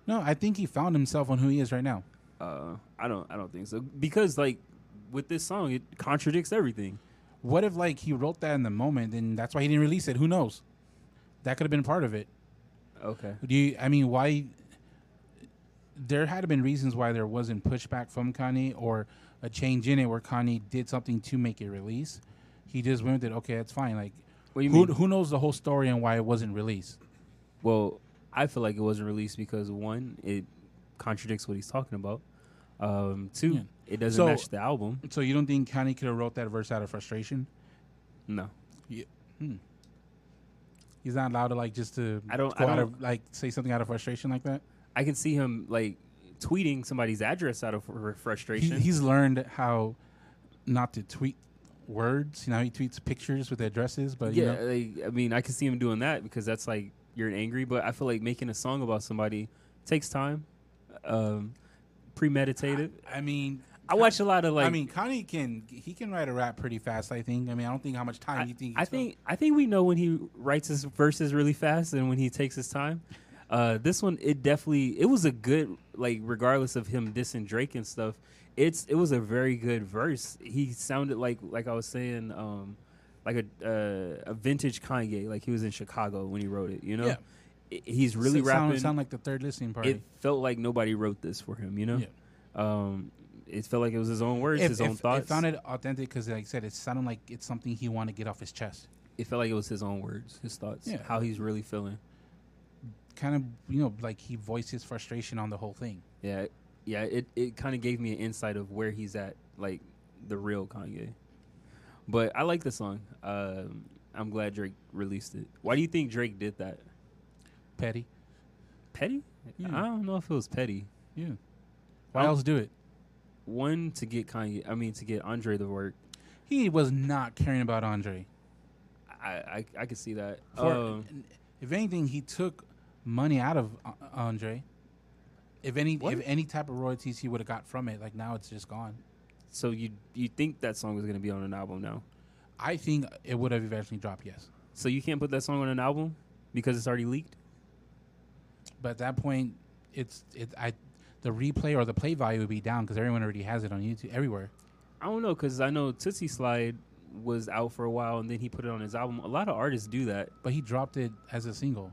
[SPEAKER 2] No, I think he found himself on who he is right now.
[SPEAKER 1] Uh, I don't. I don't think so because like with this song, it contradicts everything.
[SPEAKER 2] What if like he wrote that in the moment, and that's why he didn't release it? Who knows? That could have been part of it.
[SPEAKER 1] Okay.
[SPEAKER 2] Do you? I mean, why? There had been reasons why there wasn't pushback from Kanye or a change in it where Kanye did something to make it release. He just went with it. Okay, that's fine. Like,
[SPEAKER 1] What do you
[SPEAKER 2] who,
[SPEAKER 1] mean?
[SPEAKER 2] who knows the whole story and why it wasn't released?
[SPEAKER 1] Well, I feel like it wasn't released because one, it contradicts what he's talking about. Um, two,
[SPEAKER 2] Yeah.
[SPEAKER 1] it doesn't
[SPEAKER 2] So-
[SPEAKER 1] match the
[SPEAKER 2] [laughs]
[SPEAKER 1] album.
[SPEAKER 2] So you don't think Kanye could have wrote that verse out of frustration?
[SPEAKER 1] No.
[SPEAKER 2] He's not allowed to like just to
[SPEAKER 1] I don't-
[SPEAKER 2] go
[SPEAKER 1] I
[SPEAKER 2] out
[SPEAKER 1] don't-
[SPEAKER 2] of like say something out of frustration like that.
[SPEAKER 1] I can see him like tweeting somebody's address out of fr-
[SPEAKER 2] He,
[SPEAKER 1] frustration.
[SPEAKER 2] he's learned how not to tweet words. You know, he tweets pictures with addresses, but you
[SPEAKER 1] yeah,
[SPEAKER 2] know,
[SPEAKER 1] like, I mean, I can see him doing that because that's like you're angry. But I feel like making a song about somebody takes time, um, premeditated.
[SPEAKER 2] I mean,
[SPEAKER 1] I watch a lot of like.
[SPEAKER 2] I mean, Kanye can he can write a rap pretty fast. I think. I mean, I don't think how much time
[SPEAKER 1] I,
[SPEAKER 2] you think.
[SPEAKER 1] I
[SPEAKER 2] he took.
[SPEAKER 1] think I think we know when he writes his verses really fast and when he takes his time. Uh, this one, it definitely it was a good like regardless of him dissing Drake and stuff. It's it was a very good verse. He sounded like like I was saying, um, like a uh, a vintage Kanye. Like he was in Chicago when he wrote it. You know,
[SPEAKER 2] Yeah.
[SPEAKER 1] I- he's really
[SPEAKER 2] It
[SPEAKER 1] rapping.
[SPEAKER 2] Sound, sound like the third listening party.
[SPEAKER 1] it felt like nobody wrote this for him. You know,
[SPEAKER 2] Yeah.
[SPEAKER 1] um, it felt like it was his own words, his own thoughts.
[SPEAKER 2] It sounded authentic because, like I said, it sounded like it's something he wanted to get off his chest.
[SPEAKER 1] it felt like it was his own words, his thoughts,
[SPEAKER 2] Yeah.
[SPEAKER 1] how he's really feeling.
[SPEAKER 2] Kind of, you know, like he voiced his frustration on the whole thing.
[SPEAKER 1] Yeah, yeah. It it kind of gave me an insight of where he's at, like the real Kanye. But I like the song. Um, I'm glad Drake released it. Why do you think Drake did that?
[SPEAKER 2] Petty.
[SPEAKER 1] Petty? I don't know if it was petty.
[SPEAKER 2] Yeah. Why
[SPEAKER 1] Um,
[SPEAKER 2] else do it?
[SPEAKER 1] One to get Kanye, I mean to get Andre to work.
[SPEAKER 2] He was not caring about Andre.
[SPEAKER 1] I I, I could see that.
[SPEAKER 2] For,
[SPEAKER 1] Um,
[SPEAKER 2] if anything, he took money out of A- Andre. If any,
[SPEAKER 1] What?
[SPEAKER 2] if any type of royalties he would have got from it, like now it's just gone.
[SPEAKER 1] so you you think that song is gonna be on an album now?
[SPEAKER 2] I think it would have eventually dropped. Yes.
[SPEAKER 1] So you can't put that song on an album because it's already leaked.
[SPEAKER 2] But at that point, it's it. I the replay or the play value would be down because everyone already has it on YouTube everywhere.
[SPEAKER 1] I don't know because I know Tootsie Slide was out for a while and then he put it on his album. A lot of artists do that.
[SPEAKER 2] But he dropped it as a single.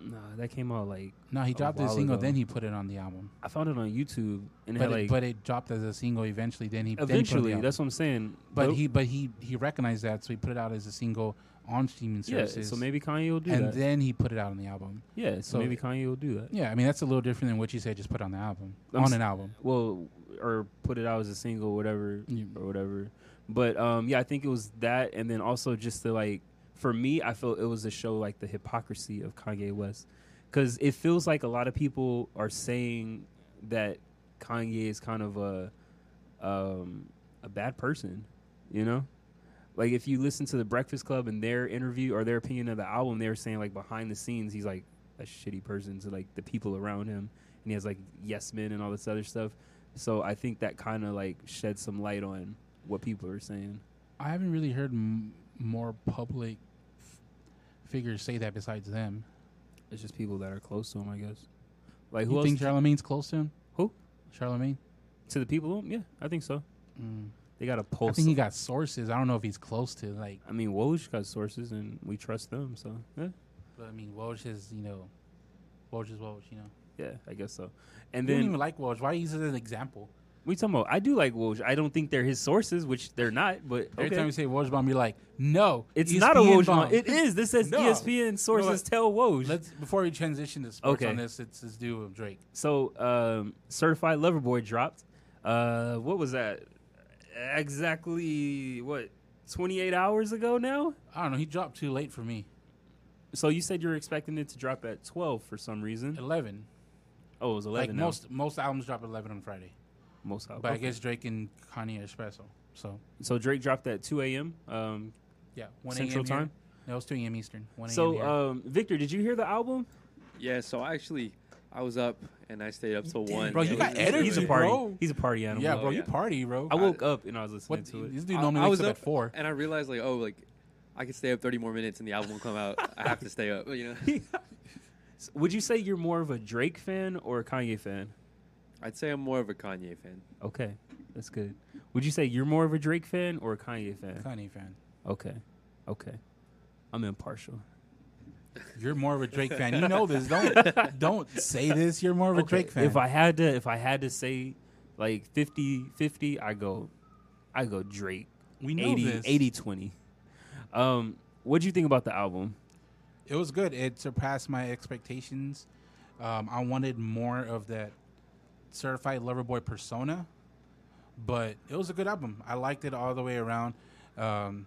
[SPEAKER 1] Nah, that came out like
[SPEAKER 2] No, he
[SPEAKER 1] A
[SPEAKER 2] dropped it as a
[SPEAKER 1] while
[SPEAKER 2] single,
[SPEAKER 1] ago.
[SPEAKER 2] then he put it on the album.
[SPEAKER 1] I found it on YouTube and it
[SPEAKER 2] But,
[SPEAKER 1] had
[SPEAKER 2] it,
[SPEAKER 1] like
[SPEAKER 2] but it dropped as a single eventually. Then he then he put it on the
[SPEAKER 1] eventually.
[SPEAKER 2] album.
[SPEAKER 1] That's what I'm saying.
[SPEAKER 2] But
[SPEAKER 1] Nope.
[SPEAKER 2] he but he he recognized that, so he put it out as a single on streaming
[SPEAKER 1] yeah.
[SPEAKER 2] services.
[SPEAKER 1] So maybe Kanye will do
[SPEAKER 2] and
[SPEAKER 1] that.
[SPEAKER 2] then he put it out on the album.
[SPEAKER 1] yeah. So,
[SPEAKER 2] so-
[SPEAKER 1] maybe Kanye will do that.
[SPEAKER 2] Yeah, I mean that's a little different than what you said. Just put it on the album
[SPEAKER 1] I'm
[SPEAKER 2] on
[SPEAKER 1] s-
[SPEAKER 2] an album.
[SPEAKER 1] Well, or put it out as a single, whatever
[SPEAKER 2] Yeah.
[SPEAKER 1] or whatever. But um, yeah, I think it was that, and then also just the like. For me, I feel it was a show like the hypocrisy of Kanye West, because it feels like a lot of people are saying that Kanye is kind of a um, a bad person, you know. Like if you listen to the Breakfast Club and their interview or their opinion of the album, they were saying like behind the scenes he's like a shitty person to like the people around him, and he has like yes men and all this other stuff. So I think that kind of like shed some light on what people are saying.
[SPEAKER 2] I haven't really heard m- more public f- figures say that besides them.
[SPEAKER 1] It's just people that are close to him, I guess. Like who
[SPEAKER 2] you
[SPEAKER 1] else?
[SPEAKER 2] think Charlemagne's close to him?
[SPEAKER 1] Who?
[SPEAKER 2] Charlemagne.
[SPEAKER 1] to the people? Yeah, I think so.
[SPEAKER 2] Mm.
[SPEAKER 1] They got a
[SPEAKER 2] I
[SPEAKER 1] pulse.
[SPEAKER 2] think he got sources. I don't know if he's close to like.
[SPEAKER 1] I mean, Woj got sources, and we trust them. So yeah,
[SPEAKER 2] But I mean, Woj is you know, Woj is Woj. You know,
[SPEAKER 1] yeah, I guess so. And
[SPEAKER 2] you don't
[SPEAKER 1] then
[SPEAKER 2] even like Woj. Why use it as an example?
[SPEAKER 1] we talking about. I do like Woj. I don't think they're his sources, which they're not. But
[SPEAKER 2] Every time
[SPEAKER 1] okay.
[SPEAKER 2] you say Woj bomb, you're like, no,
[SPEAKER 1] It's
[SPEAKER 2] ESPN
[SPEAKER 1] not a Woj.
[SPEAKER 2] bomb.
[SPEAKER 1] Bomb. It is. This says E
[SPEAKER 2] No.
[SPEAKER 1] ESPN sources tell Woj.
[SPEAKER 2] Let's before we transition to sports
[SPEAKER 1] Okay.
[SPEAKER 2] on this, it's this dude with Drake.
[SPEAKER 1] So, um, Certified Lover Boy dropped. Uh, what was that? Exactly what? 28 hours ago now?
[SPEAKER 2] I don't know. He dropped too late for me.
[SPEAKER 1] So you said you were expecting it to drop at 12 for some reason.
[SPEAKER 2] Eleven.
[SPEAKER 1] Oh, it was 11
[SPEAKER 2] like
[SPEAKER 1] now.
[SPEAKER 2] most most albums drop at eleven on Friday,
[SPEAKER 1] most
[SPEAKER 2] but I
[SPEAKER 1] okay.
[SPEAKER 2] guess Drake and Kanye are special. So
[SPEAKER 1] So Drake dropped at 2 a.m. Um,
[SPEAKER 2] yeah, one
[SPEAKER 1] Central
[SPEAKER 2] a.m. here.
[SPEAKER 1] time?
[SPEAKER 2] No, it's two a.m. Eastern. One a.m.
[SPEAKER 1] so
[SPEAKER 2] here.
[SPEAKER 1] um, Victor, did you hear the album?
[SPEAKER 3] Yeah, so I actually I was up and I stayed up till
[SPEAKER 2] did.
[SPEAKER 3] one.
[SPEAKER 2] Bro,
[SPEAKER 3] Yeah,
[SPEAKER 2] you
[SPEAKER 3] it
[SPEAKER 2] got
[SPEAKER 3] was-
[SPEAKER 2] energy,
[SPEAKER 1] He's a party.
[SPEAKER 2] bro.
[SPEAKER 1] He's a party animal.
[SPEAKER 2] yeah,
[SPEAKER 3] oh,
[SPEAKER 2] bro, you
[SPEAKER 3] yeah.
[SPEAKER 2] party, bro.
[SPEAKER 1] I woke up and I was listening
[SPEAKER 2] What
[SPEAKER 1] to it.
[SPEAKER 2] this dude
[SPEAKER 3] I-
[SPEAKER 2] normally
[SPEAKER 3] I
[SPEAKER 2] wakes
[SPEAKER 3] was
[SPEAKER 2] up,
[SPEAKER 3] up-
[SPEAKER 2] at four.
[SPEAKER 3] And I realized like, oh, like I could stay up 30 more minutes and the album will come out. I have to stay
[SPEAKER 2] [laughs]
[SPEAKER 3] up, you know.
[SPEAKER 1] [laughs] So Would you say you're more of a Drake fan or a Kanye fan?
[SPEAKER 3] I'd say I'm more of a Kanye fan.
[SPEAKER 1] Okay, that's good. Would you say you're more of a Drake fan or a Kanye fan?
[SPEAKER 2] Kanye fan.
[SPEAKER 1] Okay. Okay. I'm impartial.
[SPEAKER 2] You're more of a Drake fan. You know
[SPEAKER 1] [laughs]
[SPEAKER 2] this. Don't don't say this. You're more of a Drake fan.
[SPEAKER 1] If I had to if I had to say like 50 50, I go I go Drake.
[SPEAKER 2] we know
[SPEAKER 1] 80
[SPEAKER 2] this.
[SPEAKER 1] 80 20. Um what do you think about the album?
[SPEAKER 2] It was good. It surpassed my expectations. Um, I wanted more of that certified lover boy persona, but it was a good album. I liked it all the way around. Um,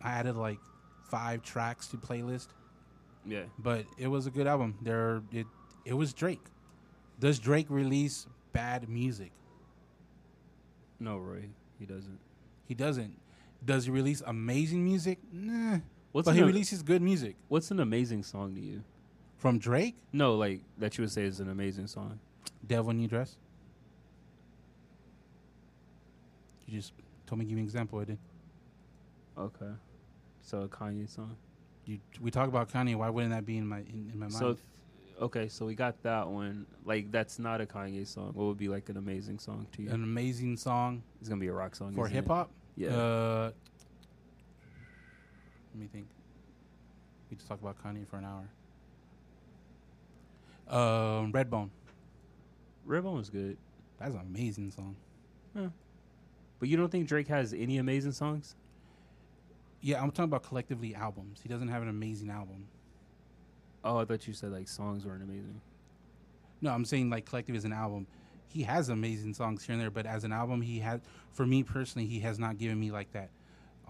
[SPEAKER 2] I added like five tracks to playlist,
[SPEAKER 1] Yeah.
[SPEAKER 2] but it was a good album. There, it it was Drake. Does Drake release bad music?
[SPEAKER 1] No, Roy. He doesn't.
[SPEAKER 2] He doesn't. Does he release amazing music? Nah.
[SPEAKER 1] What's
[SPEAKER 2] but
[SPEAKER 1] an,
[SPEAKER 2] he
[SPEAKER 1] a-
[SPEAKER 2] releases good music
[SPEAKER 1] what's an amazing song to you?
[SPEAKER 2] from Drake.
[SPEAKER 1] No, like that you would say is an amazing song.
[SPEAKER 2] Devil in New Dress. You just told me give me an example. I did.
[SPEAKER 1] Okay. So a Kanye song.
[SPEAKER 2] You we talk about Kanye. Why wouldn't that be in my in, in my
[SPEAKER 1] So
[SPEAKER 2] mind?
[SPEAKER 1] if- okay, so we got that one. Like that's not a Kanye song. What would be like an amazing song to you?
[SPEAKER 2] An amazing song
[SPEAKER 1] It's going to be a rock song
[SPEAKER 2] for
[SPEAKER 1] isn't it?
[SPEAKER 2] hip hop.
[SPEAKER 1] Yeah.
[SPEAKER 2] Uh, let me think. We just talked about Kanye for an hour. Um, Redbone.
[SPEAKER 1] Redbone was good.
[SPEAKER 2] That's an amazing song.
[SPEAKER 1] But you don't think Drake has any amazing songs?
[SPEAKER 2] Yeah, I'm talking about collectively albums. He doesn't have an amazing album.
[SPEAKER 1] Oh, I thought you said like songs weren't amazing.
[SPEAKER 2] No, I'm saying like collective is an album. He has amazing songs here and there, but as an album, he had for me personally, he has not given me like that.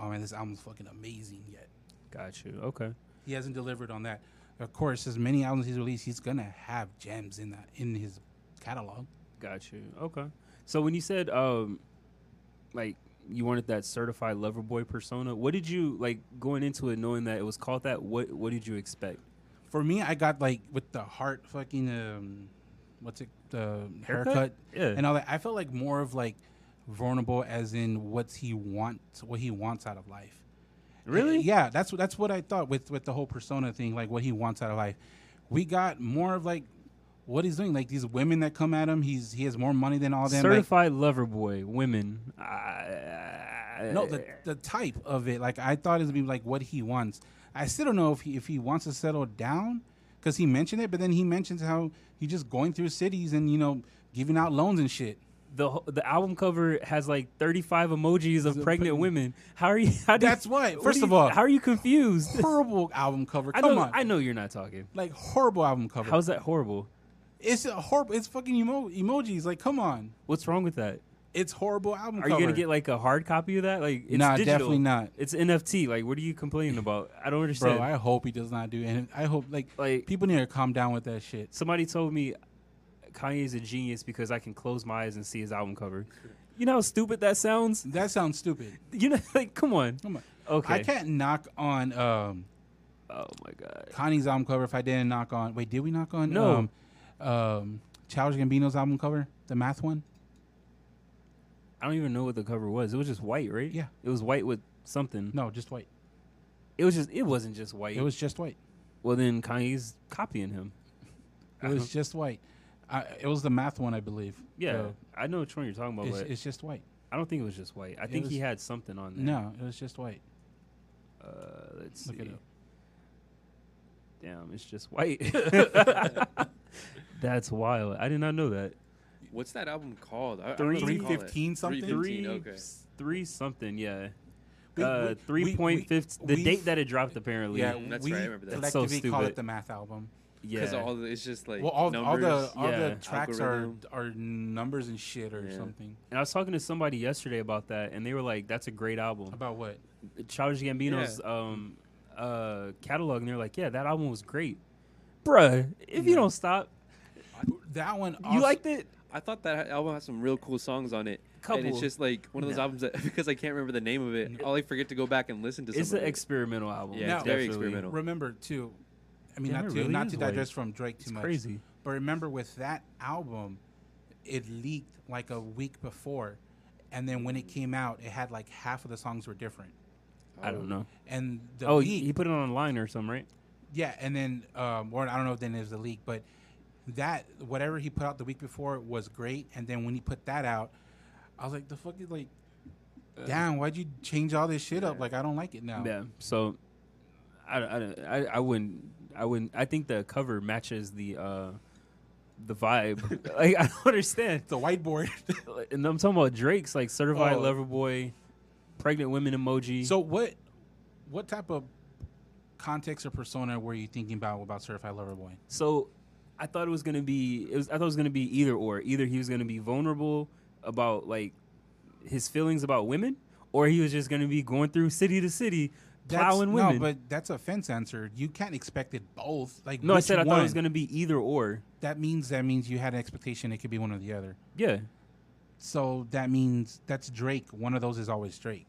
[SPEAKER 2] Oh man, this album's fucking amazing yet.
[SPEAKER 1] Got you. Okay.
[SPEAKER 2] He hasn't delivered on that. of course, as many albums he's released, he's gonna have gems in that in his catalog.
[SPEAKER 1] Got you. Okay. So when you said um, like you wanted that certified lover boy persona, what did you like going into it knowing that it was called that? What what did you expect?
[SPEAKER 2] For me, I got like with the heart fucking um, what's it the haircut,
[SPEAKER 1] Yeah.
[SPEAKER 2] and all that. I felt like more of like vulnerable, as in what's he wants, what he wants out of life.
[SPEAKER 1] really?
[SPEAKER 2] Yeah, that's what that's what I thought with with the whole persona thing, like what he wants out of life. We got more of like what he's doing, like these women that come at him. He's he has more money than all them. like,
[SPEAKER 1] certified lover boy women. I,
[SPEAKER 2] no, the the type of it, like I thought it would be like what he wants. I still don't know if he if he wants to settle down because he mentioned it, but then he mentions how he's just going through cities and you know giving out loans
[SPEAKER 1] [laughs]
[SPEAKER 2] and shit.
[SPEAKER 1] the whole- the album cover has like 35 emojis of pregnant women. How are you? [laughs] How do
[SPEAKER 2] That's what.
[SPEAKER 1] do
[SPEAKER 2] First
[SPEAKER 1] you-
[SPEAKER 2] of all-
[SPEAKER 1] how are you confused? [laughs]
[SPEAKER 2] Horrible album cover.
[SPEAKER 1] I
[SPEAKER 2] Come
[SPEAKER 1] know.
[SPEAKER 2] on,
[SPEAKER 1] I know you're not talking.
[SPEAKER 2] like horrible album cover.
[SPEAKER 1] How's that horrible?
[SPEAKER 2] it's a horrible. It's fucking emo- emojis. Like come on,
[SPEAKER 1] What's wrong with that?
[SPEAKER 2] it's horrible album.
[SPEAKER 1] Are you
[SPEAKER 2] cover.
[SPEAKER 1] gonna get like a hard copy of that? Like, it's
[SPEAKER 2] nah,
[SPEAKER 1] digital.
[SPEAKER 2] definitely not.
[SPEAKER 1] It's NFT. Like, what are you complaining about? I don't
[SPEAKER 2] Bro,
[SPEAKER 1] understand.
[SPEAKER 2] I hope he does not do and I hope like
[SPEAKER 1] like,
[SPEAKER 2] people need to calm down with that shit.
[SPEAKER 1] somebody told me Kanye's a genius because I can close my eyes and see his album cover. You know how stupid that sounds?
[SPEAKER 2] That sounds stupid.
[SPEAKER 1] You know, [laughs] like, come on.
[SPEAKER 2] Come on.
[SPEAKER 1] Okay.
[SPEAKER 2] I can't knock on um
[SPEAKER 1] Oh my god.
[SPEAKER 2] Connie's album cover if I didn't knock on wait, did we knock on
[SPEAKER 1] No.
[SPEAKER 2] um um Childish Gambino's album cover? The math one?
[SPEAKER 1] I don't even know what the cover was. It was just white, right?
[SPEAKER 2] Yeah.
[SPEAKER 1] It was white with something.
[SPEAKER 2] No, just white.
[SPEAKER 1] It was just. It wasn't just white.
[SPEAKER 2] It was just white.
[SPEAKER 1] Well, then Kanye's copying him.
[SPEAKER 2] It was just white. I, it was the math one, I believe.
[SPEAKER 1] Uh-huh. Yeah,
[SPEAKER 2] Uh,
[SPEAKER 1] I know which one you're talking about,
[SPEAKER 2] it's,
[SPEAKER 1] but
[SPEAKER 2] it's just white.
[SPEAKER 1] I don't think it was just white. I think he
[SPEAKER 2] was-
[SPEAKER 1] had something on there.
[SPEAKER 2] No, it was just white.
[SPEAKER 1] Uh, let's
[SPEAKER 2] Look
[SPEAKER 1] see.
[SPEAKER 2] it up.
[SPEAKER 1] Damn, it's just white.
[SPEAKER 2] [laughs]
[SPEAKER 1] [laughs] That's wild. I did not know that.
[SPEAKER 3] What's that album called? I, I don't know what
[SPEAKER 2] Three
[SPEAKER 3] to call it.
[SPEAKER 2] fifteen something.
[SPEAKER 3] 315,
[SPEAKER 1] Three,
[SPEAKER 3] okay.
[SPEAKER 1] three something. Yeah.
[SPEAKER 2] We-
[SPEAKER 1] uh,
[SPEAKER 2] we-
[SPEAKER 1] three
[SPEAKER 2] we-
[SPEAKER 1] point fifty. The
[SPEAKER 2] we-
[SPEAKER 1] date that it dropped, apparently.
[SPEAKER 2] Yeah,
[SPEAKER 3] That's
[SPEAKER 2] we
[SPEAKER 3] right, I remember that.
[SPEAKER 1] That's so
[SPEAKER 2] collectively call
[SPEAKER 1] stupid.
[SPEAKER 2] it the math album.
[SPEAKER 3] Because
[SPEAKER 1] yeah.
[SPEAKER 3] all the, it's just like
[SPEAKER 2] well, all, all
[SPEAKER 3] numbers.
[SPEAKER 2] the uh, all
[SPEAKER 1] yeah,
[SPEAKER 2] the tracks
[SPEAKER 3] algorithm.
[SPEAKER 2] are are numbers and shit or
[SPEAKER 3] Yeah.
[SPEAKER 2] something.
[SPEAKER 1] And I was talking to somebody yesterday about that, and they were like, "That's a great album."
[SPEAKER 2] About what?
[SPEAKER 1] Childish Gambino's um, uh, catalog, and they're like, "Yeah, that album was great, bruh. If you don't stop,
[SPEAKER 2] That one.
[SPEAKER 1] you
[SPEAKER 2] also-
[SPEAKER 1] liked it.
[SPEAKER 3] I thought that album had some real cool songs on it. And
[SPEAKER 1] Couple.
[SPEAKER 3] it's just like one of those
[SPEAKER 1] No.
[SPEAKER 3] albums that [laughs] because I can't remember the name of it, I'll like forget to go back and listen to.
[SPEAKER 1] It's
[SPEAKER 3] some
[SPEAKER 1] an
[SPEAKER 3] of it.
[SPEAKER 1] experimental album.
[SPEAKER 3] Yeah,
[SPEAKER 2] it's
[SPEAKER 1] definitely.
[SPEAKER 3] very experimental.
[SPEAKER 2] Remember too. I mean,
[SPEAKER 1] Damn,
[SPEAKER 2] not
[SPEAKER 1] it
[SPEAKER 2] to
[SPEAKER 1] really
[SPEAKER 2] not
[SPEAKER 1] is
[SPEAKER 2] to
[SPEAKER 1] white.
[SPEAKER 2] digress from Drake too
[SPEAKER 1] It's
[SPEAKER 2] much.
[SPEAKER 1] crazy.
[SPEAKER 2] But remember, with that album, it leaked like a week before, and then when it came out, it had like half of the songs were different.
[SPEAKER 3] Oh.
[SPEAKER 1] I don't know.
[SPEAKER 2] And the
[SPEAKER 1] oh, he,
[SPEAKER 2] leak,
[SPEAKER 1] he put it online or something, right?
[SPEAKER 2] yeah, and then um, or I don't know if then there's the leak, but that whatever he put out the week before was great, and then when he put that out, I was like, the fuck is like. Damn, why'd you change all this shit up? Like, I don't like it now.
[SPEAKER 1] Uh, Yeah. So, I, I, I, I wouldn't. I wouldn't. I think the cover matches the uh, the [laughs] vibe. like I don't understand. [laughs]
[SPEAKER 2] The whiteboard. [laughs]
[SPEAKER 1] And I'm talking about Drake's like certified
[SPEAKER 2] Oh.
[SPEAKER 1] lover boy, pregnant women emoji.
[SPEAKER 2] So what what type of context or persona were you thinking about about Certified Lover Boy?
[SPEAKER 1] So I thought it was gonna be it was I thought it was gonna be either or. Either he was gonna be vulnerable about like his feelings about women, or he was just gonna be going through city to city plowing
[SPEAKER 2] That's-
[SPEAKER 1] women.
[SPEAKER 2] No, but that's a fence answer. You can't expect it both. Like
[SPEAKER 1] No, I
[SPEAKER 2] which
[SPEAKER 1] said I thought it was
[SPEAKER 2] one?
[SPEAKER 1] gonna be either or.
[SPEAKER 2] That means that means you had an expectation it could be one or the other.
[SPEAKER 1] Yeah.
[SPEAKER 2] So that means that's Drake. One of those is always Drake.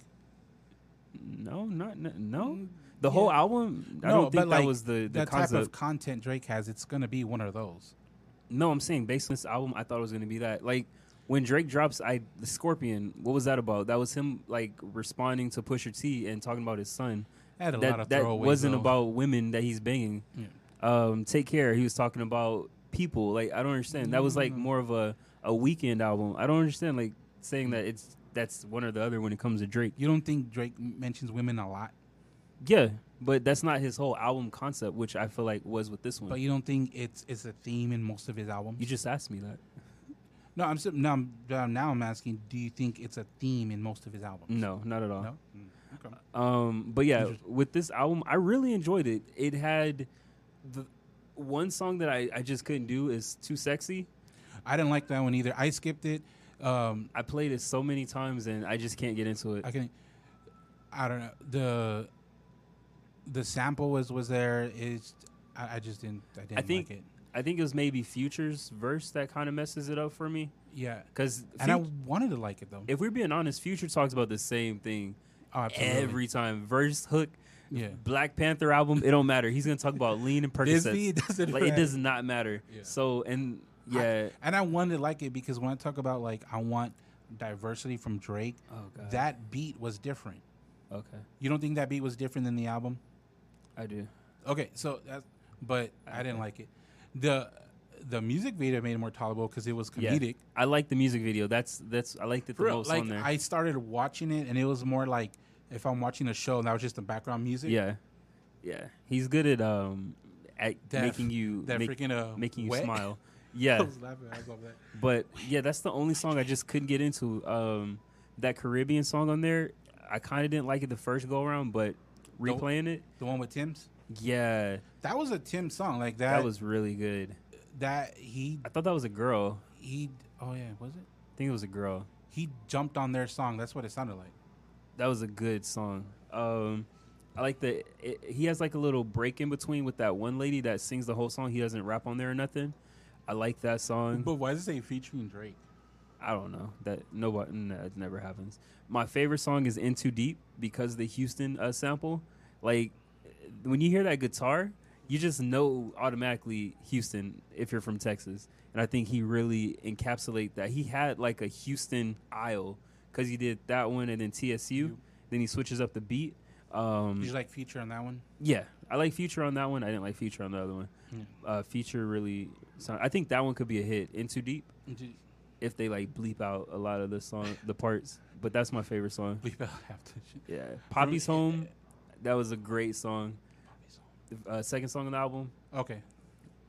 [SPEAKER 1] No, not n- no. The whole album. I
[SPEAKER 2] Mm, no,
[SPEAKER 1] don't think
[SPEAKER 2] but
[SPEAKER 1] that
[SPEAKER 2] like,
[SPEAKER 1] was the the
[SPEAKER 2] that type of
[SPEAKER 1] concept.
[SPEAKER 2] content Drake has, it's gonna be one of those.
[SPEAKER 1] no, I'm saying based on this album, I thought it was gonna be that. Like when Drake drops, I the Scorpion. What was that about? That was him like responding to Pusher T and talking about his son.
[SPEAKER 2] I had a lot
[SPEAKER 1] that
[SPEAKER 2] of
[SPEAKER 1] that
[SPEAKER 2] throwaways,
[SPEAKER 1] wasn't
[SPEAKER 2] though.
[SPEAKER 1] about women that he's banging.
[SPEAKER 2] Yeah.
[SPEAKER 1] Um, Take care. He was talking about people. Like I don't understand. That was
[SPEAKER 2] Mm.
[SPEAKER 1] like more of a a weekend album. I don't understand. Like saying
[SPEAKER 2] Mm.
[SPEAKER 1] that it's that's one or the other when it comes to Drake.
[SPEAKER 2] You don't think Drake m- mentions women a lot,
[SPEAKER 1] Yeah, but that's not his whole album concept, which I feel like was with this one.
[SPEAKER 2] but you don't think it's it's a theme in most of his albums.
[SPEAKER 1] Mm. you just asked me that.
[SPEAKER 2] No, I'm sim- no, I'm, uh, now I'm asking. Do you think it's a theme in most of his albums?
[SPEAKER 1] No, not at all.
[SPEAKER 2] No. Mm, Okay.
[SPEAKER 1] Um, but yeah, with this album, I really enjoyed it. It had the one song that I, I just couldn't do is too sexy.
[SPEAKER 2] I didn't like that one either. I skipped it. Um,
[SPEAKER 1] I played it so many times and I just can't get into it.
[SPEAKER 2] I can. I don't know the. The sample was was there. Is I, I just didn't. I didn't
[SPEAKER 1] think-
[SPEAKER 2] like it.
[SPEAKER 1] I think it was maybe Future's verse that kind of messes it up for me.
[SPEAKER 2] Yeah,
[SPEAKER 1] Because
[SPEAKER 2] and I wanted to like it though.
[SPEAKER 1] if we're being honest, Future talks about the same thing
[SPEAKER 2] oh, absolutely.
[SPEAKER 1] every time. Verse, hook,
[SPEAKER 2] yeah.
[SPEAKER 1] Black Panther album, it don't matter. He's gonna talk about lean
[SPEAKER 2] [laughs]
[SPEAKER 1] and
[SPEAKER 2] Disney
[SPEAKER 1] Percocets.
[SPEAKER 2] it doesn't
[SPEAKER 1] Like it
[SPEAKER 2] matter.
[SPEAKER 1] does not matter.
[SPEAKER 2] Yeah.
[SPEAKER 1] So and yeah,
[SPEAKER 2] and I wanted to like it because when I talk about like I want diversity from Drake,
[SPEAKER 1] oh god,
[SPEAKER 2] that beat was different.
[SPEAKER 1] okay,
[SPEAKER 2] You don't think that beat was different than the album?
[SPEAKER 1] I do.
[SPEAKER 2] Okay, so that's but I didn't like it. The the music video made it more tolerable because it was
[SPEAKER 1] Yeah.
[SPEAKER 2] comedic.
[SPEAKER 1] I like the music video. That's that's I liked it the
[SPEAKER 2] For real,
[SPEAKER 1] most
[SPEAKER 2] like
[SPEAKER 1] on there.
[SPEAKER 2] I started watching it and it was more like if I'm watching a show and that was just the background music.
[SPEAKER 1] yeah, yeah. He's good at um at
[SPEAKER 2] That-
[SPEAKER 1] making you
[SPEAKER 2] that
[SPEAKER 1] make,
[SPEAKER 2] freaking uh,
[SPEAKER 1] making you
[SPEAKER 2] wet.
[SPEAKER 1] smile.
[SPEAKER 2] [laughs] I
[SPEAKER 1] Yeah,
[SPEAKER 2] was laughing. I love that.
[SPEAKER 1] but yeah, that's the only song I just couldn't get into. Um, that Caribbean song on there, I kind of didn't like it the first go around, but
[SPEAKER 2] Don't-
[SPEAKER 1] replaying it,
[SPEAKER 2] The one with Tim's.
[SPEAKER 1] yeah,
[SPEAKER 2] That was a Tim song. Like that,
[SPEAKER 1] that was really good.
[SPEAKER 2] that he
[SPEAKER 1] I thought that was a girl.
[SPEAKER 2] he. Oh yeah, was it?
[SPEAKER 1] I think it was a girl.
[SPEAKER 2] He jumped on their song. That's what it sounded like.
[SPEAKER 1] That was a good song. Um, I like the. It, he has like a little break in between with that one lady that sings the whole song. He doesn't rap on there or nothing. I like that song.
[SPEAKER 2] But why does it say featuring Drake?
[SPEAKER 1] I don't know that nobody no, it never happens. My favorite song is "In Too Deep" because of the Houston uh, sample. Like when you hear that guitar, you just know automatically Houston if you're from Texas. And I think he really encapsulate that. He had like a Houston aisle because he did that one and then TSU.
[SPEAKER 2] You-
[SPEAKER 1] Then he switches up the beat. Um,
[SPEAKER 2] Did you like feature on that one?
[SPEAKER 1] yeah, I like Future on that one. I didn't like Future on the other one.
[SPEAKER 2] Yeah.
[SPEAKER 1] Uh, Future really, sound, I think that one could be a hit. In Too Deep
[SPEAKER 2] Did you
[SPEAKER 1] if they like bleep out a lot of the song the parts. But that's my favorite song.
[SPEAKER 2] [laughs] bleep out half the shit?
[SPEAKER 1] Yeah, Poppy's Home, that was a great song.
[SPEAKER 2] Poppy's
[SPEAKER 1] Uh, second song on the album.
[SPEAKER 2] Okay.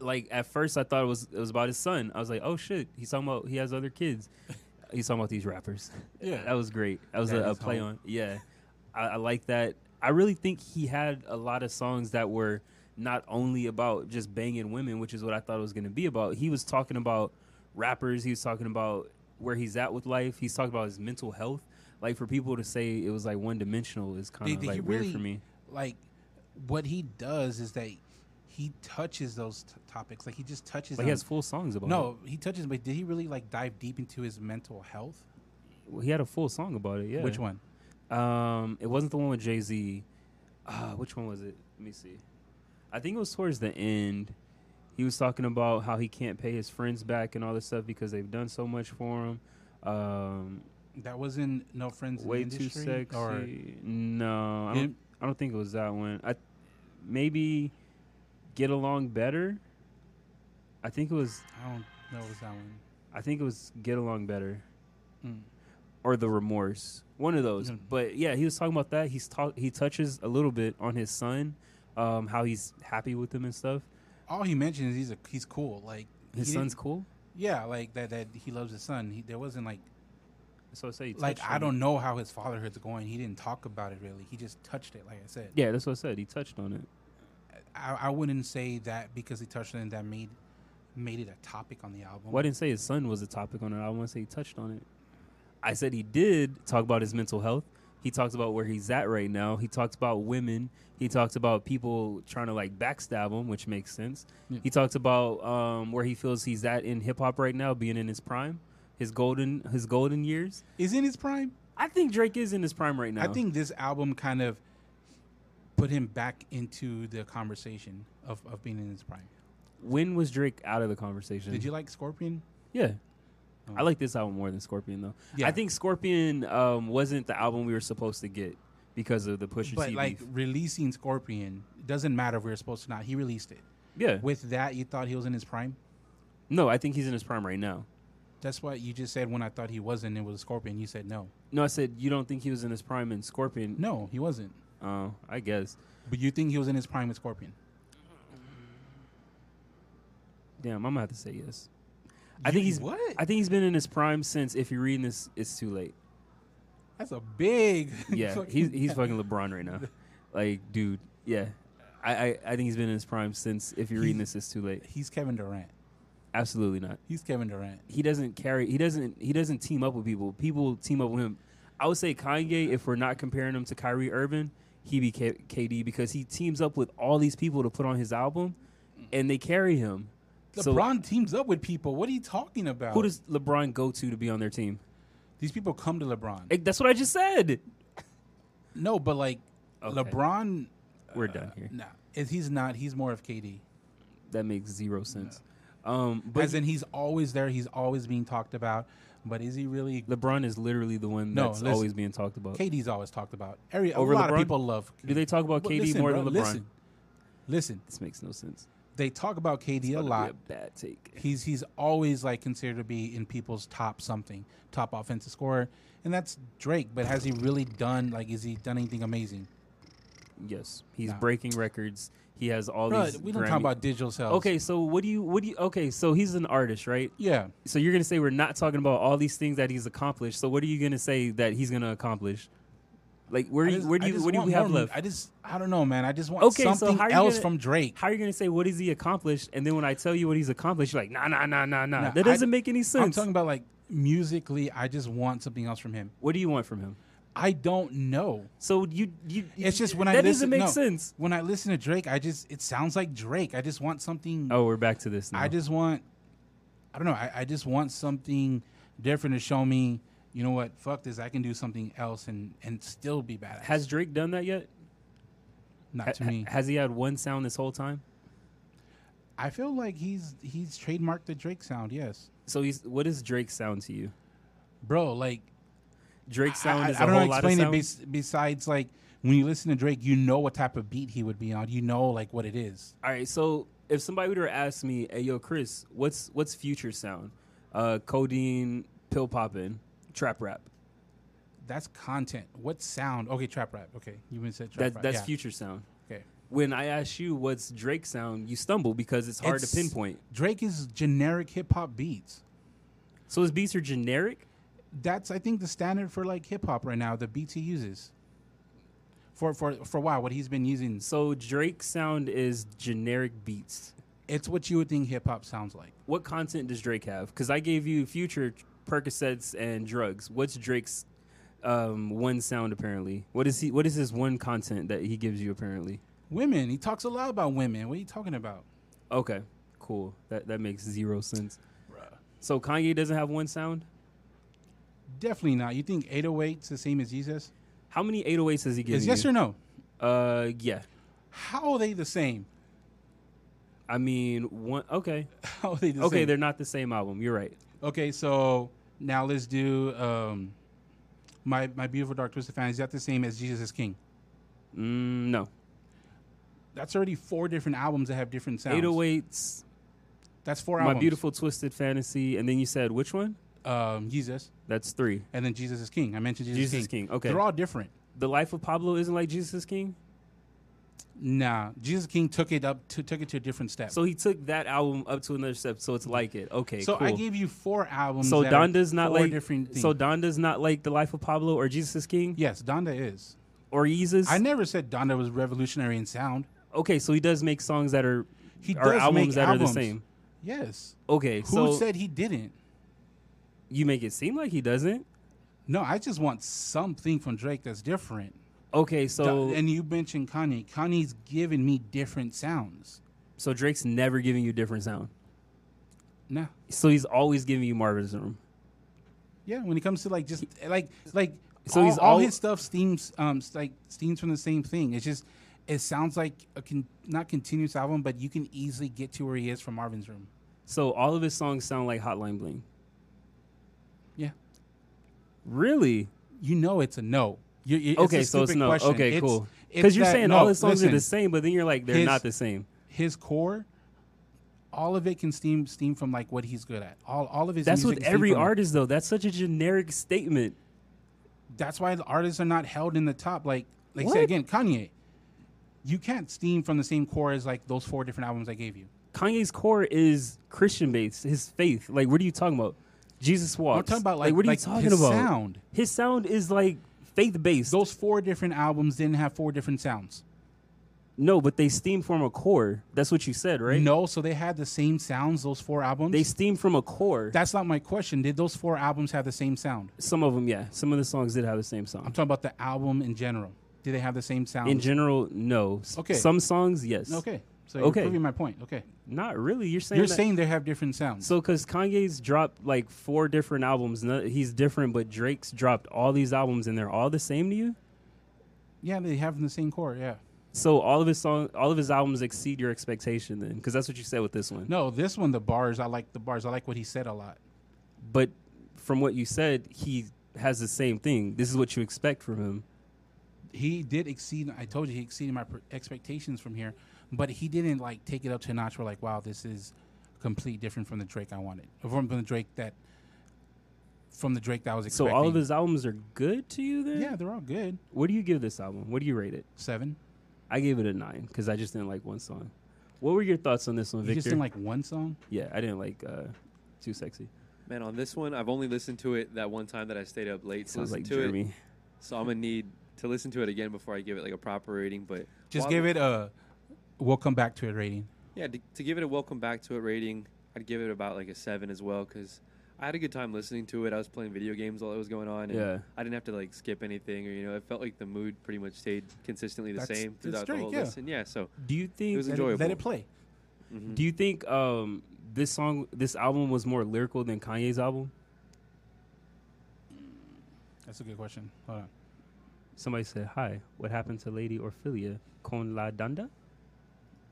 [SPEAKER 1] Like at first, I thought it was it was about his son. I was like, oh shit, he's talking about he has other kids. He's talking about these rappers.
[SPEAKER 2] [laughs] Yeah.
[SPEAKER 1] that was great. That was
[SPEAKER 2] That
[SPEAKER 1] a, a
[SPEAKER 2] is
[SPEAKER 1] play
[SPEAKER 2] home.
[SPEAKER 1] on. Yeah, I, I like that. I really think he had a lot of songs that were not only about just banging women, which is what I thought it was going to be about. He was talking about rappers. He was talking about where he's at with life. He's talking about his mental health. Like for people to say it was like one dimensional is kind
[SPEAKER 2] Did-
[SPEAKER 1] of
[SPEAKER 2] did he
[SPEAKER 1] like
[SPEAKER 2] really-
[SPEAKER 1] weird for me.
[SPEAKER 2] Like, what he does is that he touches those t- topics. Like he just touches.
[SPEAKER 1] Like he
[SPEAKER 2] on-
[SPEAKER 1] has full songs about it.
[SPEAKER 2] no, he touches. But did he really like dive deep into his mental health?
[SPEAKER 1] Well, he had a full song about it. Yeah,
[SPEAKER 2] Which one?
[SPEAKER 1] Um, it wasn't the one with Jay Z. Uh, which one was it? Let me see. I think it was towards the end. He was talking about how he can't pay his friends back and all this stuff because they've done so much for him. Um,
[SPEAKER 2] That was in No Friends. in
[SPEAKER 1] way
[SPEAKER 2] the
[SPEAKER 1] too
[SPEAKER 2] Industry?
[SPEAKER 1] sexy.
[SPEAKER 2] Or
[SPEAKER 1] no, I
[SPEAKER 2] Him?
[SPEAKER 1] don't. I don't think it was that one. I maybe get along better. I think it was.
[SPEAKER 2] I don't know. It was that one?
[SPEAKER 1] I think it was get along better.
[SPEAKER 2] Mm.
[SPEAKER 1] or the remorse, one of those.
[SPEAKER 2] No.
[SPEAKER 1] But yeah, he was talking about that. He's talk. He touches a little bit on his son, um, how he's happy with him and stuff.
[SPEAKER 2] All he mentions is he's a, he's cool. Like
[SPEAKER 1] His
[SPEAKER 2] he didn't-
[SPEAKER 1] son's cool.
[SPEAKER 2] Yeah, like that. That he loves his son. He, there wasn't like
[SPEAKER 1] So I say, he
[SPEAKER 2] like
[SPEAKER 1] touched
[SPEAKER 2] I
[SPEAKER 1] on
[SPEAKER 2] don't
[SPEAKER 1] It.
[SPEAKER 2] know how his fatherhood's going. He didn't talk about it really. He just touched it. Like I said,
[SPEAKER 1] Yeah, that's what I said. He touched on it.
[SPEAKER 2] I, I wouldn't say that because he touched on it that made made it a topic on the album.
[SPEAKER 1] Well, I didn't say his son was a topic on it. I want to say he touched on it. I said he did talk about his mental health. He talks about where he's at right now. He talks about women. He talks about people trying to like backstab him, which makes sense.
[SPEAKER 2] Yeah.
[SPEAKER 1] He talks about um, where he feels he's at in hip hop right now, being in his prime, his golden his golden years.
[SPEAKER 2] is in his prime.
[SPEAKER 1] I think Drake is in his prime right now.
[SPEAKER 2] I think this album kind of put him back into the conversation of, of being in his prime.
[SPEAKER 1] When was Drake out of the conversation?
[SPEAKER 2] Did you like Scorpion?
[SPEAKER 1] Yeah.
[SPEAKER 2] Oh.
[SPEAKER 1] I like this album more than Scorpion though.
[SPEAKER 2] Yeah.
[SPEAKER 1] I think Scorpion um, wasn't the album we were supposed to get because of the Pusha
[SPEAKER 2] But
[SPEAKER 1] T
[SPEAKER 2] like
[SPEAKER 1] beef.
[SPEAKER 2] releasing Scorpion doesn't matter if we were supposed to not. He released it.
[SPEAKER 1] Yeah.
[SPEAKER 2] With that, you thought he was in his prime.
[SPEAKER 1] No, I think he's in his prime right now.
[SPEAKER 2] That's what you just said when I thought he wasn't. It was Scorpion. You said no.
[SPEAKER 1] No, I said you don't think he was in his prime in Scorpion.
[SPEAKER 2] No, he wasn't.
[SPEAKER 1] Oh, I guess.
[SPEAKER 2] But you think he was in his prime with Scorpion?
[SPEAKER 1] Damn, I'm gonna have to say yes. I think he's
[SPEAKER 2] what?
[SPEAKER 1] I think he's been in his prime since. If you're reading this, it's too
[SPEAKER 2] [laughs]
[SPEAKER 1] late.
[SPEAKER 2] That's a big. [laughs]
[SPEAKER 1] Yeah,
[SPEAKER 2] fucking-
[SPEAKER 1] he's he's fucking LeBron right now. Like, dude, yeah. I, I, I think he's been in his prime since. If you're reading
[SPEAKER 2] He's-
[SPEAKER 1] this, it's too late.
[SPEAKER 2] [laughs] he's Kevin Durant.
[SPEAKER 1] Absolutely not.
[SPEAKER 2] He's Kevin Durant.
[SPEAKER 1] He doesn't carry. He doesn't. He doesn't team up with people. People team up with him. I would say Kanye. If we're not comparing him to Kyrie Irving, he be K- KD because he teams up with all these people to put on his album, and they carry him. So
[SPEAKER 2] LeBron teams up with people. What are you talking about?
[SPEAKER 1] who does LeBron go to to be on their team?
[SPEAKER 2] these people come to LeBron?
[SPEAKER 1] Like, that's what I just said.
[SPEAKER 2] no, but like
[SPEAKER 1] Okay.
[SPEAKER 2] LeBron,
[SPEAKER 1] We're done here.
[SPEAKER 2] nah, if he's not. He's more of KD.
[SPEAKER 1] That makes zero sense. Um, but
[SPEAKER 2] As in, he's always there. He's always being talked about. But is he really?
[SPEAKER 1] LeBron is literally the one
[SPEAKER 2] No,
[SPEAKER 1] that's
[SPEAKER 2] listen.
[SPEAKER 1] always being talked about.
[SPEAKER 2] KD's always talked about. Every, a
[SPEAKER 1] Over
[SPEAKER 2] lot
[SPEAKER 1] LeBron?
[SPEAKER 2] of people love.
[SPEAKER 1] Do they talk about
[SPEAKER 2] But
[SPEAKER 1] KD
[SPEAKER 2] listen,
[SPEAKER 1] more
[SPEAKER 2] bro,
[SPEAKER 1] than LeBron?
[SPEAKER 2] Listen, listen.
[SPEAKER 1] This makes no sense.
[SPEAKER 2] They talk about KD a
[SPEAKER 1] That'd be
[SPEAKER 2] lot.
[SPEAKER 1] bad take.
[SPEAKER 2] He's he's always like considered to be in people's top something, top offensive scorer, and that's Drake. But has he really done like? Is he done anything amazing?
[SPEAKER 1] Yes, he's
[SPEAKER 2] Nah.
[SPEAKER 1] breaking records. He has all
[SPEAKER 2] Bro,
[SPEAKER 1] these.
[SPEAKER 2] we don't
[SPEAKER 1] Grammy-
[SPEAKER 2] talk about digital sales.
[SPEAKER 1] Okay, so what do you? What do you? Okay, so he's an artist, right?
[SPEAKER 2] Yeah.
[SPEAKER 1] So you're gonna say we're not talking about all these things that he's accomplished. So what are you gonna say that he's gonna accomplish? Like where?
[SPEAKER 2] I
[SPEAKER 1] you
[SPEAKER 2] just-
[SPEAKER 1] where do
[SPEAKER 2] I
[SPEAKER 1] you?
[SPEAKER 2] just
[SPEAKER 1] What do
[SPEAKER 2] want
[SPEAKER 1] we have
[SPEAKER 2] more-
[SPEAKER 1] left?
[SPEAKER 2] I just I don't know, man. I just want
[SPEAKER 1] Okay, so
[SPEAKER 2] something
[SPEAKER 1] how are you
[SPEAKER 2] else
[SPEAKER 1] gonna-
[SPEAKER 2] from Drake.
[SPEAKER 1] How are you gonna say what is he accomplished? And then when I tell you what he's accomplished, you're like, nah, nah, nah, nah, nah.
[SPEAKER 2] Nah,
[SPEAKER 1] that
[SPEAKER 2] I-
[SPEAKER 1] doesn't make any
[SPEAKER 2] I'm
[SPEAKER 1] sense.
[SPEAKER 2] talking about like musically. I just want something else from him.
[SPEAKER 1] what do you want from him?
[SPEAKER 2] I don't know.
[SPEAKER 1] So you, you.
[SPEAKER 2] It's just when I
[SPEAKER 1] that doesn't
[SPEAKER 2] listen,
[SPEAKER 1] make
[SPEAKER 2] no.
[SPEAKER 1] sense.
[SPEAKER 2] When I listen to Drake, I just it sounds like Drake. I just want something.
[SPEAKER 1] Oh, we're back to this now.
[SPEAKER 2] I just want, I don't know. I, I just want something different to show me. You know what? Fuck this. I can do something else and and still be badass.
[SPEAKER 1] has Drake done that yet?
[SPEAKER 2] not to
[SPEAKER 1] Ha-
[SPEAKER 2] me.
[SPEAKER 1] Has he had one sound this whole time?
[SPEAKER 2] I feel like he's he's trademarked the Drake sound. Yes,
[SPEAKER 1] So he's what does Drake sound to you?
[SPEAKER 2] bro. Like
[SPEAKER 1] Drake sound
[SPEAKER 2] I, I,
[SPEAKER 1] is a
[SPEAKER 2] I don't
[SPEAKER 1] whole
[SPEAKER 2] know. how to
[SPEAKER 1] lot of
[SPEAKER 2] Explain it.
[SPEAKER 1] sound.
[SPEAKER 2] Bes- besides, like when you listen to Drake, you know what type of beat he would be on. You know, like what it is.
[SPEAKER 1] All right, so if somebody were to ask me, "Hey, yo, Chris, what's what's future sound? Uh, codeine, pill poppin', trap rap.
[SPEAKER 2] That's content. What sound? Okay, trap rap. Okay, you even said trap
[SPEAKER 1] That,
[SPEAKER 2] rap.
[SPEAKER 1] that's
[SPEAKER 2] yeah.
[SPEAKER 1] future sound."
[SPEAKER 2] Okay.
[SPEAKER 1] When I ask you what's Drake sound, you stumble because it's hard
[SPEAKER 2] It's-
[SPEAKER 1] to pinpoint.
[SPEAKER 2] Drake is generic hip hop beats.
[SPEAKER 1] So his beats are generic.
[SPEAKER 2] That's I think the standard for like hip hop right now. The beats he uses. For for for a while, what he's been using,
[SPEAKER 1] So Drake sound is generic beats.
[SPEAKER 2] it's what you would think hip hop sounds like.
[SPEAKER 1] What content does Drake have? Because I gave you future Percocets and drugs. What's Drake's um, one sound apparently? What is he? What is his one content that he gives you apparently?
[SPEAKER 2] Women. He talks a lot about women. What are you talking about?
[SPEAKER 1] Okay, cool. That that makes zero sense. So Kanye doesn't have one sound.
[SPEAKER 2] Definitely not. You think 808's the same as Jesus?
[SPEAKER 1] How many 808s has he given
[SPEAKER 2] Is yes
[SPEAKER 1] you?
[SPEAKER 2] or no?
[SPEAKER 1] uh, yeah.
[SPEAKER 2] How are they the same? [laughs]
[SPEAKER 1] I mean, one. Okay,
[SPEAKER 2] How are they the
[SPEAKER 1] okay.
[SPEAKER 2] same?
[SPEAKER 1] They're not the same album. You're right.
[SPEAKER 2] Okay, so now let's do um, my my beautiful dark twisted fan. Is that the same as Jesus is King?
[SPEAKER 1] Mm, no,
[SPEAKER 2] That's already four different albums that have different sounds.
[SPEAKER 1] 808s.
[SPEAKER 2] That's four
[SPEAKER 1] My
[SPEAKER 2] albums.
[SPEAKER 1] beautiful twisted fantasy, and then you said which one?
[SPEAKER 2] um, Jesus,
[SPEAKER 1] That's three.
[SPEAKER 2] and then Jesus is King. I mentioned Jesus,
[SPEAKER 1] Jesus
[SPEAKER 2] is
[SPEAKER 1] is
[SPEAKER 2] King.
[SPEAKER 1] King. Okay.
[SPEAKER 2] They're all different.
[SPEAKER 1] The life of Pablo isn't like Jesus is King.
[SPEAKER 2] Nah, Jesus King took it up to took it to a different step.
[SPEAKER 1] So he took that album up to another step. So it's like it. Okay.
[SPEAKER 2] So
[SPEAKER 1] cool.
[SPEAKER 2] I gave you four albums.
[SPEAKER 1] so
[SPEAKER 2] that are
[SPEAKER 1] Donda's not
[SPEAKER 2] four
[SPEAKER 1] like
[SPEAKER 2] different. Things.
[SPEAKER 1] so Donda's not like the life of Pablo or Jesus is King
[SPEAKER 2] yes, Donda is.
[SPEAKER 1] or Jesus.
[SPEAKER 2] I never said Donda was revolutionary in sound.
[SPEAKER 1] Okay, so he does make songs that are
[SPEAKER 2] He
[SPEAKER 1] or
[SPEAKER 2] does
[SPEAKER 1] albums
[SPEAKER 2] make
[SPEAKER 1] that
[SPEAKER 2] albums.
[SPEAKER 1] are the same.
[SPEAKER 2] Yes.
[SPEAKER 1] Okay,
[SPEAKER 2] Who
[SPEAKER 1] so
[SPEAKER 2] said he didn't?
[SPEAKER 1] you make it seem like he doesn't.
[SPEAKER 2] No, I just want something from Drake that's different.
[SPEAKER 1] Okay, so
[SPEAKER 2] and you mentioned Kanye. Kanye's given me different sounds.
[SPEAKER 1] so Drake's never giving you different sound.
[SPEAKER 2] No.
[SPEAKER 1] So he's always giving you Marvin's Room.
[SPEAKER 2] Yeah, when it comes to like just eh, like like
[SPEAKER 1] So
[SPEAKER 2] all,
[SPEAKER 1] he's
[SPEAKER 2] all
[SPEAKER 1] al-
[SPEAKER 2] his stuff steams um s- like steams from the same thing. It's just it sounds like a con- not continuous album, but you can easily get to where he is from Marvin's room.
[SPEAKER 1] So all of his songs sound like Hotline Bling.
[SPEAKER 2] Yeah.
[SPEAKER 1] Really?
[SPEAKER 2] You know it's a no. You, you,
[SPEAKER 1] Okay,
[SPEAKER 2] it's a
[SPEAKER 1] so it's
[SPEAKER 2] stupid
[SPEAKER 1] no.
[SPEAKER 2] question.
[SPEAKER 1] Okay,
[SPEAKER 2] It's-
[SPEAKER 1] cool.
[SPEAKER 2] it's
[SPEAKER 1] Because you're
[SPEAKER 2] that-
[SPEAKER 1] saying
[SPEAKER 2] no,
[SPEAKER 1] all his songs are
[SPEAKER 2] listen,
[SPEAKER 1] the same, but then you're like they're
[SPEAKER 2] His-
[SPEAKER 1] not the same.
[SPEAKER 2] His core, all of it can steam steam from like what he's good at. All all of his
[SPEAKER 1] That's
[SPEAKER 2] music
[SPEAKER 1] with
[SPEAKER 2] can steam
[SPEAKER 1] every
[SPEAKER 2] from-
[SPEAKER 1] artist though. That's such a generic statement.
[SPEAKER 2] that's why the artists are not held in the top. Like like
[SPEAKER 1] What?
[SPEAKER 2] say again, Kanye. You can't steam from the same core as like those four different albums I gave you.
[SPEAKER 1] Kanye's core is Christian based, his faith. Like, what are you talking about? Jesus walks.
[SPEAKER 2] I'm talking about like,
[SPEAKER 1] what are
[SPEAKER 2] like
[SPEAKER 1] you talking
[SPEAKER 2] his
[SPEAKER 1] about?
[SPEAKER 2] sound.
[SPEAKER 1] His sound is like faith based.
[SPEAKER 2] Those four different albums didn't have four different sounds.
[SPEAKER 1] No, but they steam from a core. That's what you said, right?
[SPEAKER 2] No, so they had the same sounds. Those four albums.
[SPEAKER 1] They steam from a core.
[SPEAKER 2] that's not my question. Did those four albums have the same sound?
[SPEAKER 1] some of them, yeah. Some of the songs did have the same
[SPEAKER 2] I'm
[SPEAKER 1] song.
[SPEAKER 2] talking about the album in general. Did they have the same sound?
[SPEAKER 1] In general, no. S-
[SPEAKER 2] Okay.
[SPEAKER 1] Some songs, yes.
[SPEAKER 2] okay, So you're
[SPEAKER 1] Okay.
[SPEAKER 2] proving my point. Okay.
[SPEAKER 1] Not really. You're saying
[SPEAKER 2] you're
[SPEAKER 1] that-
[SPEAKER 2] saying they have different sounds.
[SPEAKER 1] so because Kanye's dropped like four different albums. no- He's different, but Drake's dropped all these albums and they're all the same to you.
[SPEAKER 2] yeah, they have the same core. Yeah.
[SPEAKER 1] So all of his song, all of his albums exceed your expectation then, because that's what you said with this one.
[SPEAKER 2] No, this one the bars. I like the bars. I like what he said a lot.
[SPEAKER 1] But from what you said, he has the same thing. This is what you expect from him.
[SPEAKER 2] He did exceed. I told you he exceeded my per- expectations from here, but he didn't like take it up to a notch. Where like, wow, this is complete different from the Drake I wanted, or from the Drake that, from the Drake that I was
[SPEAKER 1] So
[SPEAKER 2] expecting.
[SPEAKER 1] all of his albums are good to you then.
[SPEAKER 2] Yeah, they're all good.
[SPEAKER 1] What do you give this album? What do you rate it?
[SPEAKER 2] Seven.
[SPEAKER 1] I gave it a nine because I just didn't like one song. What were your thoughts on this one,
[SPEAKER 2] You
[SPEAKER 1] Victor?
[SPEAKER 2] just didn't like one song.
[SPEAKER 1] yeah, I didn't like uh, Too Sexy.
[SPEAKER 3] Man, on this one, I've only listened to it that one time that I stayed up late to
[SPEAKER 1] Sounds
[SPEAKER 3] listen
[SPEAKER 1] like
[SPEAKER 3] to it.
[SPEAKER 1] Jeremy.
[SPEAKER 3] So I'm gonna need to listen to it again before I give it like a proper rating. But
[SPEAKER 2] Just
[SPEAKER 3] while-
[SPEAKER 2] give it a. We'll come back to it rating.
[SPEAKER 3] yeah, to, to give it a welcome back to it rating, I'd give it about like a seven as well because I had a good time listening to it. I was playing video games while it was going on. And
[SPEAKER 1] Yeah.
[SPEAKER 3] I didn't have to like skip anything or you know, it felt like the mood pretty much stayed consistently the
[SPEAKER 2] That's-
[SPEAKER 3] same
[SPEAKER 2] that's
[SPEAKER 3] throughout
[SPEAKER 2] Drake,
[SPEAKER 3] the whole
[SPEAKER 2] yeah.
[SPEAKER 3] listen. Yeah, so
[SPEAKER 1] Do you think?
[SPEAKER 3] It was
[SPEAKER 2] Let it,
[SPEAKER 3] enjoyable.
[SPEAKER 2] let it play.
[SPEAKER 3] mhm.
[SPEAKER 1] do you think um, this song, this album, was more lyrical than Kanye's album?
[SPEAKER 2] That's a good question. Hold on.
[SPEAKER 1] Somebody said, "Hi, what happened to Lady Orphelia con la danda?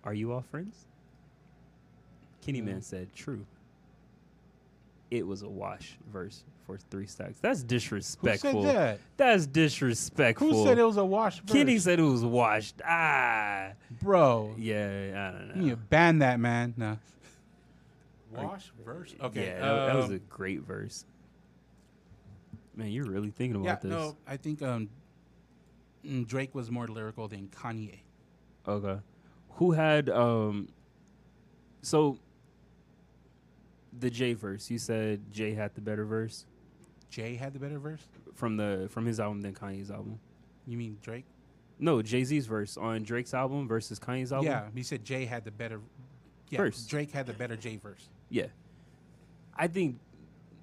[SPEAKER 1] Are you all friends?"
[SPEAKER 2] Mm.
[SPEAKER 1] Kenny Man said, "True." It was a wash verse for three stacks. That's
[SPEAKER 2] Who
[SPEAKER 1] disrespectful.
[SPEAKER 2] said that?
[SPEAKER 1] That's
[SPEAKER 2] Who
[SPEAKER 1] disrespectful.
[SPEAKER 2] said it was a wash? Verse?
[SPEAKER 1] Kenny said it was washed. Ah,
[SPEAKER 2] bro.
[SPEAKER 1] yeah, I don't know.
[SPEAKER 2] You need to ban that man. No.
[SPEAKER 1] Like-
[SPEAKER 2] Wash verse. Okay.
[SPEAKER 1] yeah, that, that was
[SPEAKER 2] um,
[SPEAKER 1] a great verse. Man, you're really thinking
[SPEAKER 2] yeah.
[SPEAKER 1] about this.
[SPEAKER 2] No, I think um, mm, Drake was more lyrical than Kanye.
[SPEAKER 1] Okay. Who had um so the J verse. You said Jay had the better verse
[SPEAKER 2] Jay had the better verse.
[SPEAKER 1] from the from his album than Kanye's album.
[SPEAKER 2] You mean Drake?
[SPEAKER 1] No, Jay-Z's verse on Drake's album versus Kanye's album.
[SPEAKER 2] Yeah. He said Jay had the better. Yeah,
[SPEAKER 1] Verse.
[SPEAKER 2] Drake had the better Jay verse.
[SPEAKER 1] Yeah. I think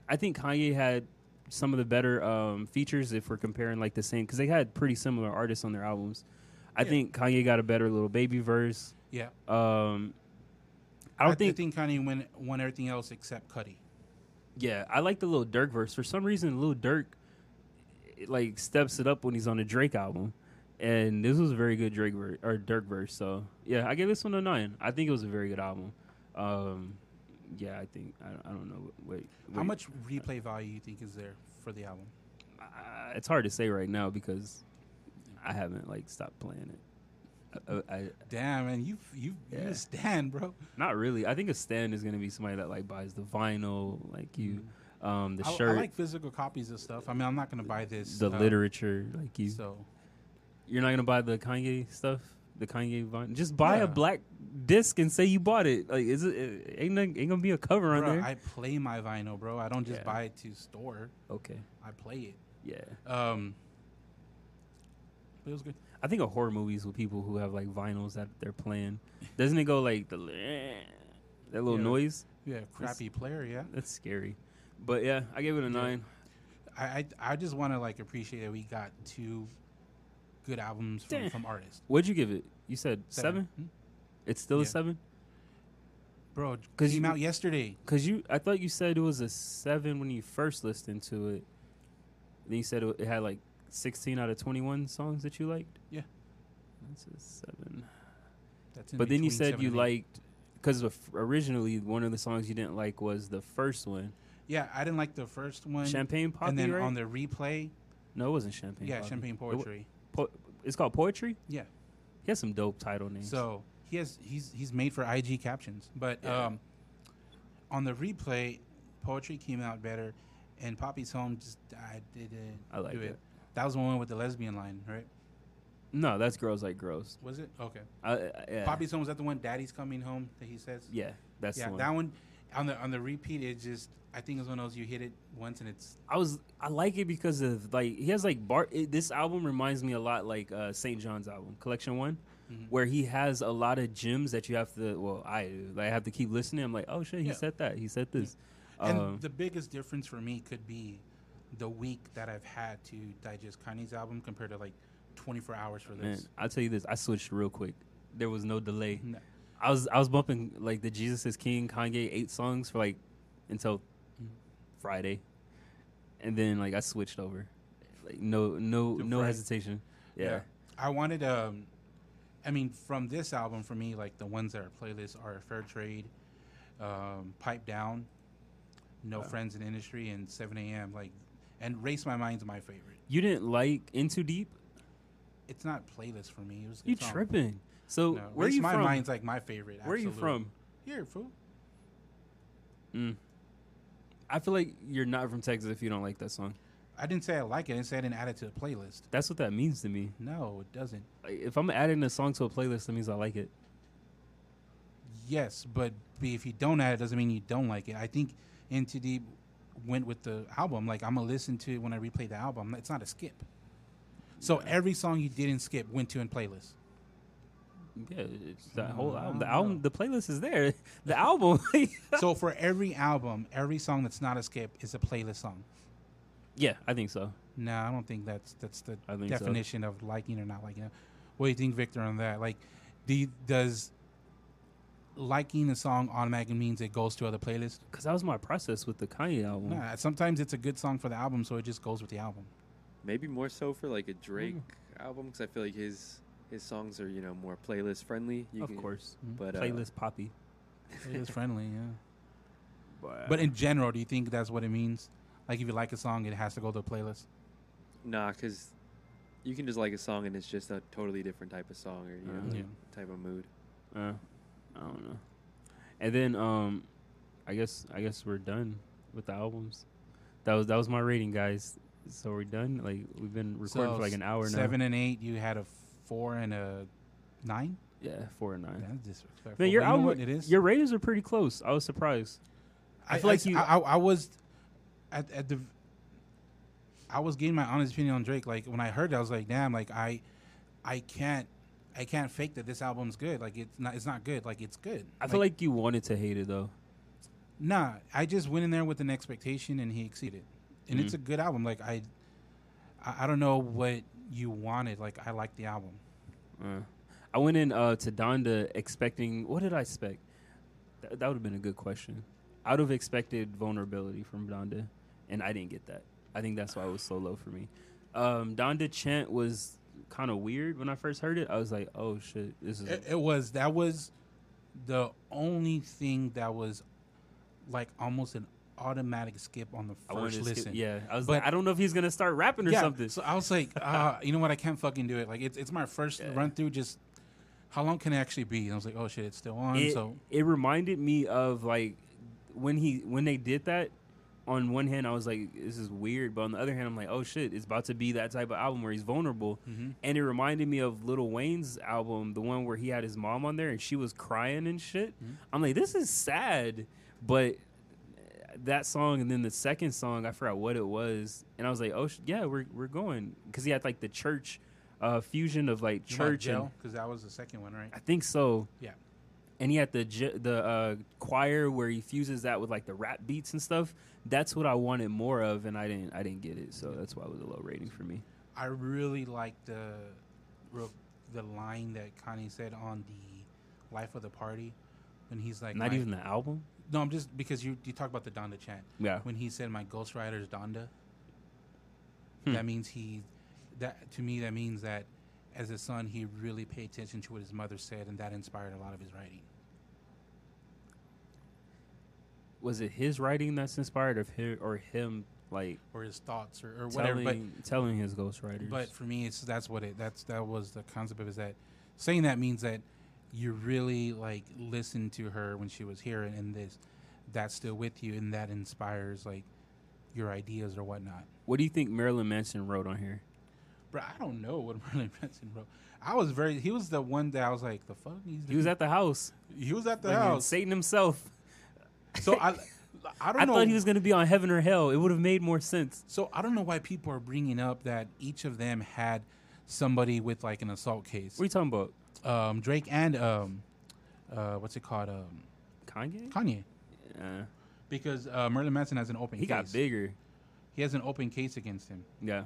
[SPEAKER 1] I think Kanye had some of the better um, features if we're comparing like the same because they had pretty similar artists on their albums. I
[SPEAKER 2] Yeah.
[SPEAKER 1] think Kanye got a better little baby verse.
[SPEAKER 2] Yeah.
[SPEAKER 1] Um, I don't think
[SPEAKER 2] think Kanye won, won everything else except Cudi.
[SPEAKER 1] Yeah, I like the little Dirk verse. For some reason, Lil Dirk it, like steps it up when he's on the Drake album, and this was a very good Drake ver- or Dirk verse. So yeah, I gave this one a nine. I think it was a very good album. Um, yeah, I think I, I don't know. Wait,
[SPEAKER 2] How
[SPEAKER 1] wait.
[SPEAKER 2] much replay value you think is there for the album?
[SPEAKER 1] Uh, it's hard to say right now because I haven't like stopped playing it. I, I, I-
[SPEAKER 2] Damn, man, you you you
[SPEAKER 1] Yeah.
[SPEAKER 2] a stand, bro.
[SPEAKER 1] not really. I think a stand is gonna be somebody that like buys the vinyl, like you, um, the
[SPEAKER 2] Mm-hmm. I,
[SPEAKER 1] shirt,
[SPEAKER 2] I like physical copies of stuff. I mean, I'm not gonna buy this.
[SPEAKER 1] the
[SPEAKER 2] uh,
[SPEAKER 1] literature, like you.
[SPEAKER 2] So
[SPEAKER 1] You're not gonna buy the Kanye stuff, the Kanye vinyl. Just buy
[SPEAKER 2] Yeah.
[SPEAKER 1] a black disc and say you bought it. Like, is it, it ain't nothing- ain't gonna be a cover on
[SPEAKER 2] Bro,
[SPEAKER 1] there?
[SPEAKER 2] I play my vinyl, bro. I don't just
[SPEAKER 1] Yeah.
[SPEAKER 2] buy it to store.
[SPEAKER 1] okay,
[SPEAKER 2] I play
[SPEAKER 1] yeah.
[SPEAKER 2] it. Um, but it was good.
[SPEAKER 1] I think of horror movies with people who have like vinyls that they're playing. Doesn't it go like the that little
[SPEAKER 2] Yeah.
[SPEAKER 1] noise?
[SPEAKER 2] Yeah, crappy player. Yeah,
[SPEAKER 1] That's scary. But yeah, I gave it a nine.
[SPEAKER 2] I I, I just want to like appreciate that we got two good albums from,
[SPEAKER 1] Damn.
[SPEAKER 2] from artists.
[SPEAKER 1] What'd you give it? You said seven.
[SPEAKER 2] Hmm?
[SPEAKER 1] It's still a
[SPEAKER 2] Yeah.
[SPEAKER 1] seven.
[SPEAKER 2] bro. it
[SPEAKER 1] 'Cause
[SPEAKER 2] came
[SPEAKER 1] you-
[SPEAKER 2] out yesterday.
[SPEAKER 1] Cause you, I thought you said it was a seven when you first listened to it. Then you said it it had like sixteen out of twenty-one songs that you liked.
[SPEAKER 2] Yeah.
[SPEAKER 1] that's a seven.
[SPEAKER 2] That's in
[SPEAKER 1] But then you
[SPEAKER 2] between
[SPEAKER 1] said
[SPEAKER 2] seven
[SPEAKER 1] you
[SPEAKER 2] and eight.
[SPEAKER 1] liked because originally one of the songs you didn't like was the first one,
[SPEAKER 2] Yeah, I didn't like the first one.
[SPEAKER 1] Champagne Poppy.
[SPEAKER 2] and then
[SPEAKER 1] right?
[SPEAKER 2] on the replay,
[SPEAKER 1] no, it wasn't Champagne.
[SPEAKER 2] yeah,
[SPEAKER 1] Poppy.
[SPEAKER 2] champagne
[SPEAKER 1] It wa-
[SPEAKER 2] poetry.
[SPEAKER 1] po- it's called Poetry.
[SPEAKER 2] Yeah.
[SPEAKER 1] he has some dope title names.
[SPEAKER 2] So he has he's he's made for IG captions, but
[SPEAKER 1] Yeah.
[SPEAKER 2] um, on the replay, poetry came out better, and Poppy's home just I didn't
[SPEAKER 1] I like
[SPEAKER 2] do
[SPEAKER 1] it.
[SPEAKER 2] That was the one with the lesbian line, right?
[SPEAKER 1] No, that's girls like girls.
[SPEAKER 2] Was it okay?
[SPEAKER 1] I, I, yeah.
[SPEAKER 2] Poppy's home was that the one Daddy's coming home that he says?
[SPEAKER 1] Yeah, that's
[SPEAKER 2] yeah,
[SPEAKER 1] the one.
[SPEAKER 2] that one on the on the repeat it just I think it's one of those you hit it once and it's
[SPEAKER 1] I was I like it because of like he has like bar. It, this album reminds me a lot like uh, St. John's album Collection One,
[SPEAKER 2] Mhm.
[SPEAKER 1] where he has a lot of gems that you have to. Well, I do. Like, I have to keep listening. I'm like, oh shit, he
[SPEAKER 2] Yeah.
[SPEAKER 1] said that. He said this.
[SPEAKER 2] and
[SPEAKER 1] Um,
[SPEAKER 2] the biggest difference for me could be the week that I've had to digest Kanye's album compared to like 24 hours for
[SPEAKER 1] man,
[SPEAKER 2] this.
[SPEAKER 1] I'll tell you this. I switched real quick. There was no delay.
[SPEAKER 2] No.
[SPEAKER 1] I was I was bumping like the Jesus is King Kanye eight songs for like until
[SPEAKER 2] Mm-hmm.
[SPEAKER 1] Friday, and then like I switched over, like no no
[SPEAKER 2] To
[SPEAKER 1] no
[SPEAKER 2] Friday.
[SPEAKER 1] hesitation. Yeah.
[SPEAKER 2] I wanted um I mean from this album for me like the ones that are playlists are Fair Trade, um, Pipe Down, No
[SPEAKER 1] Wow.
[SPEAKER 2] Friends in Industry and 7 a.m. like and Race My Mind's my favorite.
[SPEAKER 1] you didn't like Into Deep?
[SPEAKER 2] It's not playlist for me. It was
[SPEAKER 1] You
[SPEAKER 2] it's on-
[SPEAKER 1] tripping? So
[SPEAKER 2] No,
[SPEAKER 1] where are
[SPEAKER 2] Race
[SPEAKER 1] you
[SPEAKER 2] My
[SPEAKER 1] from?
[SPEAKER 2] Mind's like my favorite.
[SPEAKER 1] where are you
[SPEAKER 2] absolute.
[SPEAKER 1] from?
[SPEAKER 2] Here, fool.
[SPEAKER 1] I feel like you're not from Texas if you don't like that song.
[SPEAKER 2] I didn't say I like it. I didn't say I didn't add it to the playlist.
[SPEAKER 1] That's what that means to me.
[SPEAKER 2] No, it doesn't.
[SPEAKER 1] Like, if I'm adding a song to a playlist, that means I like it.
[SPEAKER 2] Yes, but B, if you don't add it, doesn't mean you don't like it. I think Into Deep went with the album. Like I'm gonna listen to it when I replay the album. It's not a skip. So every song you didn't skip went to
[SPEAKER 1] [laughs]
[SPEAKER 2] in playlist.
[SPEAKER 1] Yeah, it's that
[SPEAKER 2] No,
[SPEAKER 1] whole
[SPEAKER 2] I
[SPEAKER 1] album.
[SPEAKER 2] don't
[SPEAKER 1] The album,
[SPEAKER 2] know.
[SPEAKER 1] the playlist is there. [laughs] The album.
[SPEAKER 2] so for every album, every song that's not a skip is a playlist song.
[SPEAKER 1] yeah, I think so.
[SPEAKER 2] No, I don't think that's that's the
[SPEAKER 1] I think so.
[SPEAKER 2] definition of liking or not liking. it. What do you think, Victor, on that? Like, do you, does liking a song automatically means it goes to other playlists?
[SPEAKER 1] Because that was my process with the Kanye album.
[SPEAKER 2] Nah, sometimes it's a good song for the album, so it just goes with the album.
[SPEAKER 3] Maybe more so for like a Drake album
[SPEAKER 2] Mm-hmm.
[SPEAKER 3] 'cause album because I feel like his his songs are you know more playlist friendly. You
[SPEAKER 1] of
[SPEAKER 3] can-
[SPEAKER 1] course,
[SPEAKER 3] but uh,
[SPEAKER 1] playlist poppy. [laughs]
[SPEAKER 2] It's friendly, yeah.
[SPEAKER 1] But,
[SPEAKER 2] But in general, do you think that's what it means? Like, if you like a song, it has to go to a playlist.
[SPEAKER 3] Nah, because you can just like a song and it's just a totally different type of song or you know
[SPEAKER 1] Uh,
[SPEAKER 2] yeah.
[SPEAKER 3] type of mood.
[SPEAKER 1] uh, I don't know. And then, um, I guess I guess we're done with the albums. That was that was my rating, guys. So we're done. Like we've been recording for like an hour
[SPEAKER 2] Seven and eight, you had a four and a nine.
[SPEAKER 1] now. Yeah, four and nine.
[SPEAKER 2] That's disrespectful.
[SPEAKER 1] Uh-huh. Man, your
[SPEAKER 2] But you know
[SPEAKER 1] album,
[SPEAKER 2] what it is.
[SPEAKER 1] your ratings are pretty close. I was surprised. I feel like
[SPEAKER 2] s-
[SPEAKER 1] you-
[SPEAKER 2] I, I, I was at, at the. I was getting my honest opinion on Drake. Like when I heard it, I was like, "Damn! Like I, I can't, I can't fake that this album's good. Like it's not, it's not good. Like it's good.
[SPEAKER 1] I feel like you wanted to hate it though.
[SPEAKER 2] Nah, I just went in there with an expectation and he exceeded. And it's
[SPEAKER 1] Mhm.
[SPEAKER 2] a good album. Like I, I, I don't know what you wanted. Like I like the album.
[SPEAKER 1] Uh, I went in uh, to Donda expecting. What did I expect? Th- that would have been a good question. I would have expected vulnerability from Donda, and I didn't get that. I think that's why it was so low for me. Um, Donda chant was kind of weird when I first heard it. I was like, "Oh shit, this is."
[SPEAKER 2] It, it was that was the only thing that was like almost an automatic skip on the
[SPEAKER 1] I wanted
[SPEAKER 2] first
[SPEAKER 1] to skip-
[SPEAKER 2] listen.
[SPEAKER 1] Yeah, I was
[SPEAKER 2] But-
[SPEAKER 1] like, I don't know if he's gonna start rapping or
[SPEAKER 2] Yeah,
[SPEAKER 1] something.
[SPEAKER 2] So I was like, uh, you know what? I can't fucking do it. Like it's it's my first
[SPEAKER 1] Yeah.
[SPEAKER 2] run through. Just how long can it actually be? And I was like, oh shit, it's still on.
[SPEAKER 1] it,
[SPEAKER 2] so
[SPEAKER 1] it reminded me of like when he when they did that on one hand i was like this is weird but on the other hand i'm like oh shit it's about to be that type of album where he's vulnerable
[SPEAKER 2] Mhm.
[SPEAKER 1] and it reminded me of Lil wayne's album the one where he had his mom on there and she was crying and shit i'm like this is sad but that song and then the second song i forgot what it was and i was like oh sh- yeah we're, we're going because he had like the church uh, fusion of like church and
[SPEAKER 2] because that was the second one, right?
[SPEAKER 1] I think so.
[SPEAKER 2] Yeah.
[SPEAKER 1] And he had the j- the uh, choir where he fuses that with like the rap beats and stuff. That's what I wanted more of, and I didn't. I didn't get it, so that's why it was a low rating for me.
[SPEAKER 2] I really like the re- the line that Connie said on the life of the party when he's like,
[SPEAKER 1] Not
[SPEAKER 2] my-
[SPEAKER 1] even the album.
[SPEAKER 2] No, I'm just because you you talk about the Donda chant
[SPEAKER 1] Yeah.
[SPEAKER 2] when he said my Ghost Rider's Donda.
[SPEAKER 1] Hmm.
[SPEAKER 2] That means he, that to me that means that as a son he really paid attention to what his mother said and that inspired a lot of his writing.
[SPEAKER 1] Was it his writing that's inspired of him or him like
[SPEAKER 2] or his thoughts or, or whatever. But
[SPEAKER 1] telling telling his ghostwriters?
[SPEAKER 2] but for me, it's that's what it that's that was the concept of is that saying that means that you really like listened to her when she was here and, and this that's still with you and that inspires like your ideas or whatnot.
[SPEAKER 1] what do you think Marilyn Manson wrote on here?
[SPEAKER 2] Bro, I don't know what [laughs] Marilyn Manson wrote. I was very he was the one that I was like the fuck he's
[SPEAKER 1] He was at the house.
[SPEAKER 2] he was at [laughs] the
[SPEAKER 1] Like,
[SPEAKER 2] house.
[SPEAKER 1] Satan himself.
[SPEAKER 2] So
[SPEAKER 1] [laughs]
[SPEAKER 2] I I don't
[SPEAKER 1] I
[SPEAKER 2] know.
[SPEAKER 1] thought he was going to be on heaven or hell. It would have made more sense.
[SPEAKER 2] So I don't know why people are bringing up that each of them had somebody with like an assault case.
[SPEAKER 1] What are you talking about?
[SPEAKER 2] um, Drake and um, uh, what's it called? Um,
[SPEAKER 1] Kanye?
[SPEAKER 2] Kanye.
[SPEAKER 1] Uh,
[SPEAKER 2] Because uh, Merlin Manson has an open
[SPEAKER 1] he
[SPEAKER 2] case.
[SPEAKER 1] got bigger.
[SPEAKER 2] He has an open case against him.
[SPEAKER 1] Yeah.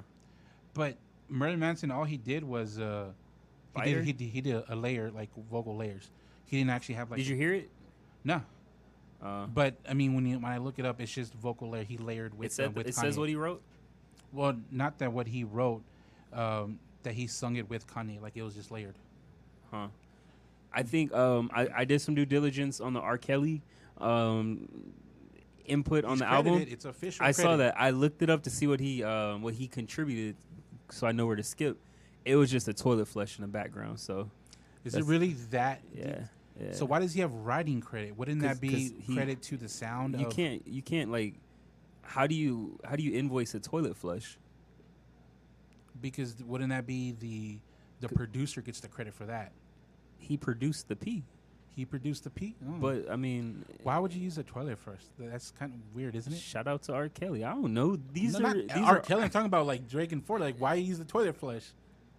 [SPEAKER 2] But Merlin Manson, all he did was uh, he,
[SPEAKER 1] Fire?
[SPEAKER 2] did, he did he did a layer like vocal layers. He didn't actually have like
[SPEAKER 1] Did you hear it?
[SPEAKER 2] no.
[SPEAKER 1] Uh,
[SPEAKER 2] But I mean, when you, when I look it up, it's just vocal layer he layered with.
[SPEAKER 1] it said
[SPEAKER 2] uh, with
[SPEAKER 1] it says
[SPEAKER 2] Kanye.
[SPEAKER 1] what he wrote.
[SPEAKER 2] Well, not that what he wrote, um, that he sung it with Kanye. Like it was just layered.
[SPEAKER 1] Huh. I think um, I, I did some due diligence on the R. Kelly um, input on
[SPEAKER 2] He's
[SPEAKER 1] the
[SPEAKER 2] credited,
[SPEAKER 1] album.
[SPEAKER 2] it's official.
[SPEAKER 1] I saw
[SPEAKER 2] credit.
[SPEAKER 1] that. I looked it up to see what he um, what he contributed, so I know where to skip. It was just a toilet flush in the background. So
[SPEAKER 2] Is it
[SPEAKER 1] That's-
[SPEAKER 2] really that?
[SPEAKER 1] yeah, yeah.
[SPEAKER 2] So why does he have writing credit? Wouldn't
[SPEAKER 1] 'Cause-
[SPEAKER 2] that be
[SPEAKER 1] 'cause he-
[SPEAKER 2] credit to the sound?
[SPEAKER 1] you
[SPEAKER 2] of,
[SPEAKER 1] can't you can't like how do you how do you invoice a toilet flush?
[SPEAKER 2] because wouldn't that be the the producer gets the credit for that?
[SPEAKER 1] He produced the pee,
[SPEAKER 2] He produced the P. Oh.
[SPEAKER 1] but I mean,
[SPEAKER 2] why would you use a toilet first? That's kind of weird, isn't it?
[SPEAKER 1] shout out to R. Kelly. I don't know. These
[SPEAKER 2] No,
[SPEAKER 1] are
[SPEAKER 2] not
[SPEAKER 1] these
[SPEAKER 2] R.
[SPEAKER 1] are
[SPEAKER 2] Kelly. I'm talking about like Drake and Ford. Like why use the toilet flush?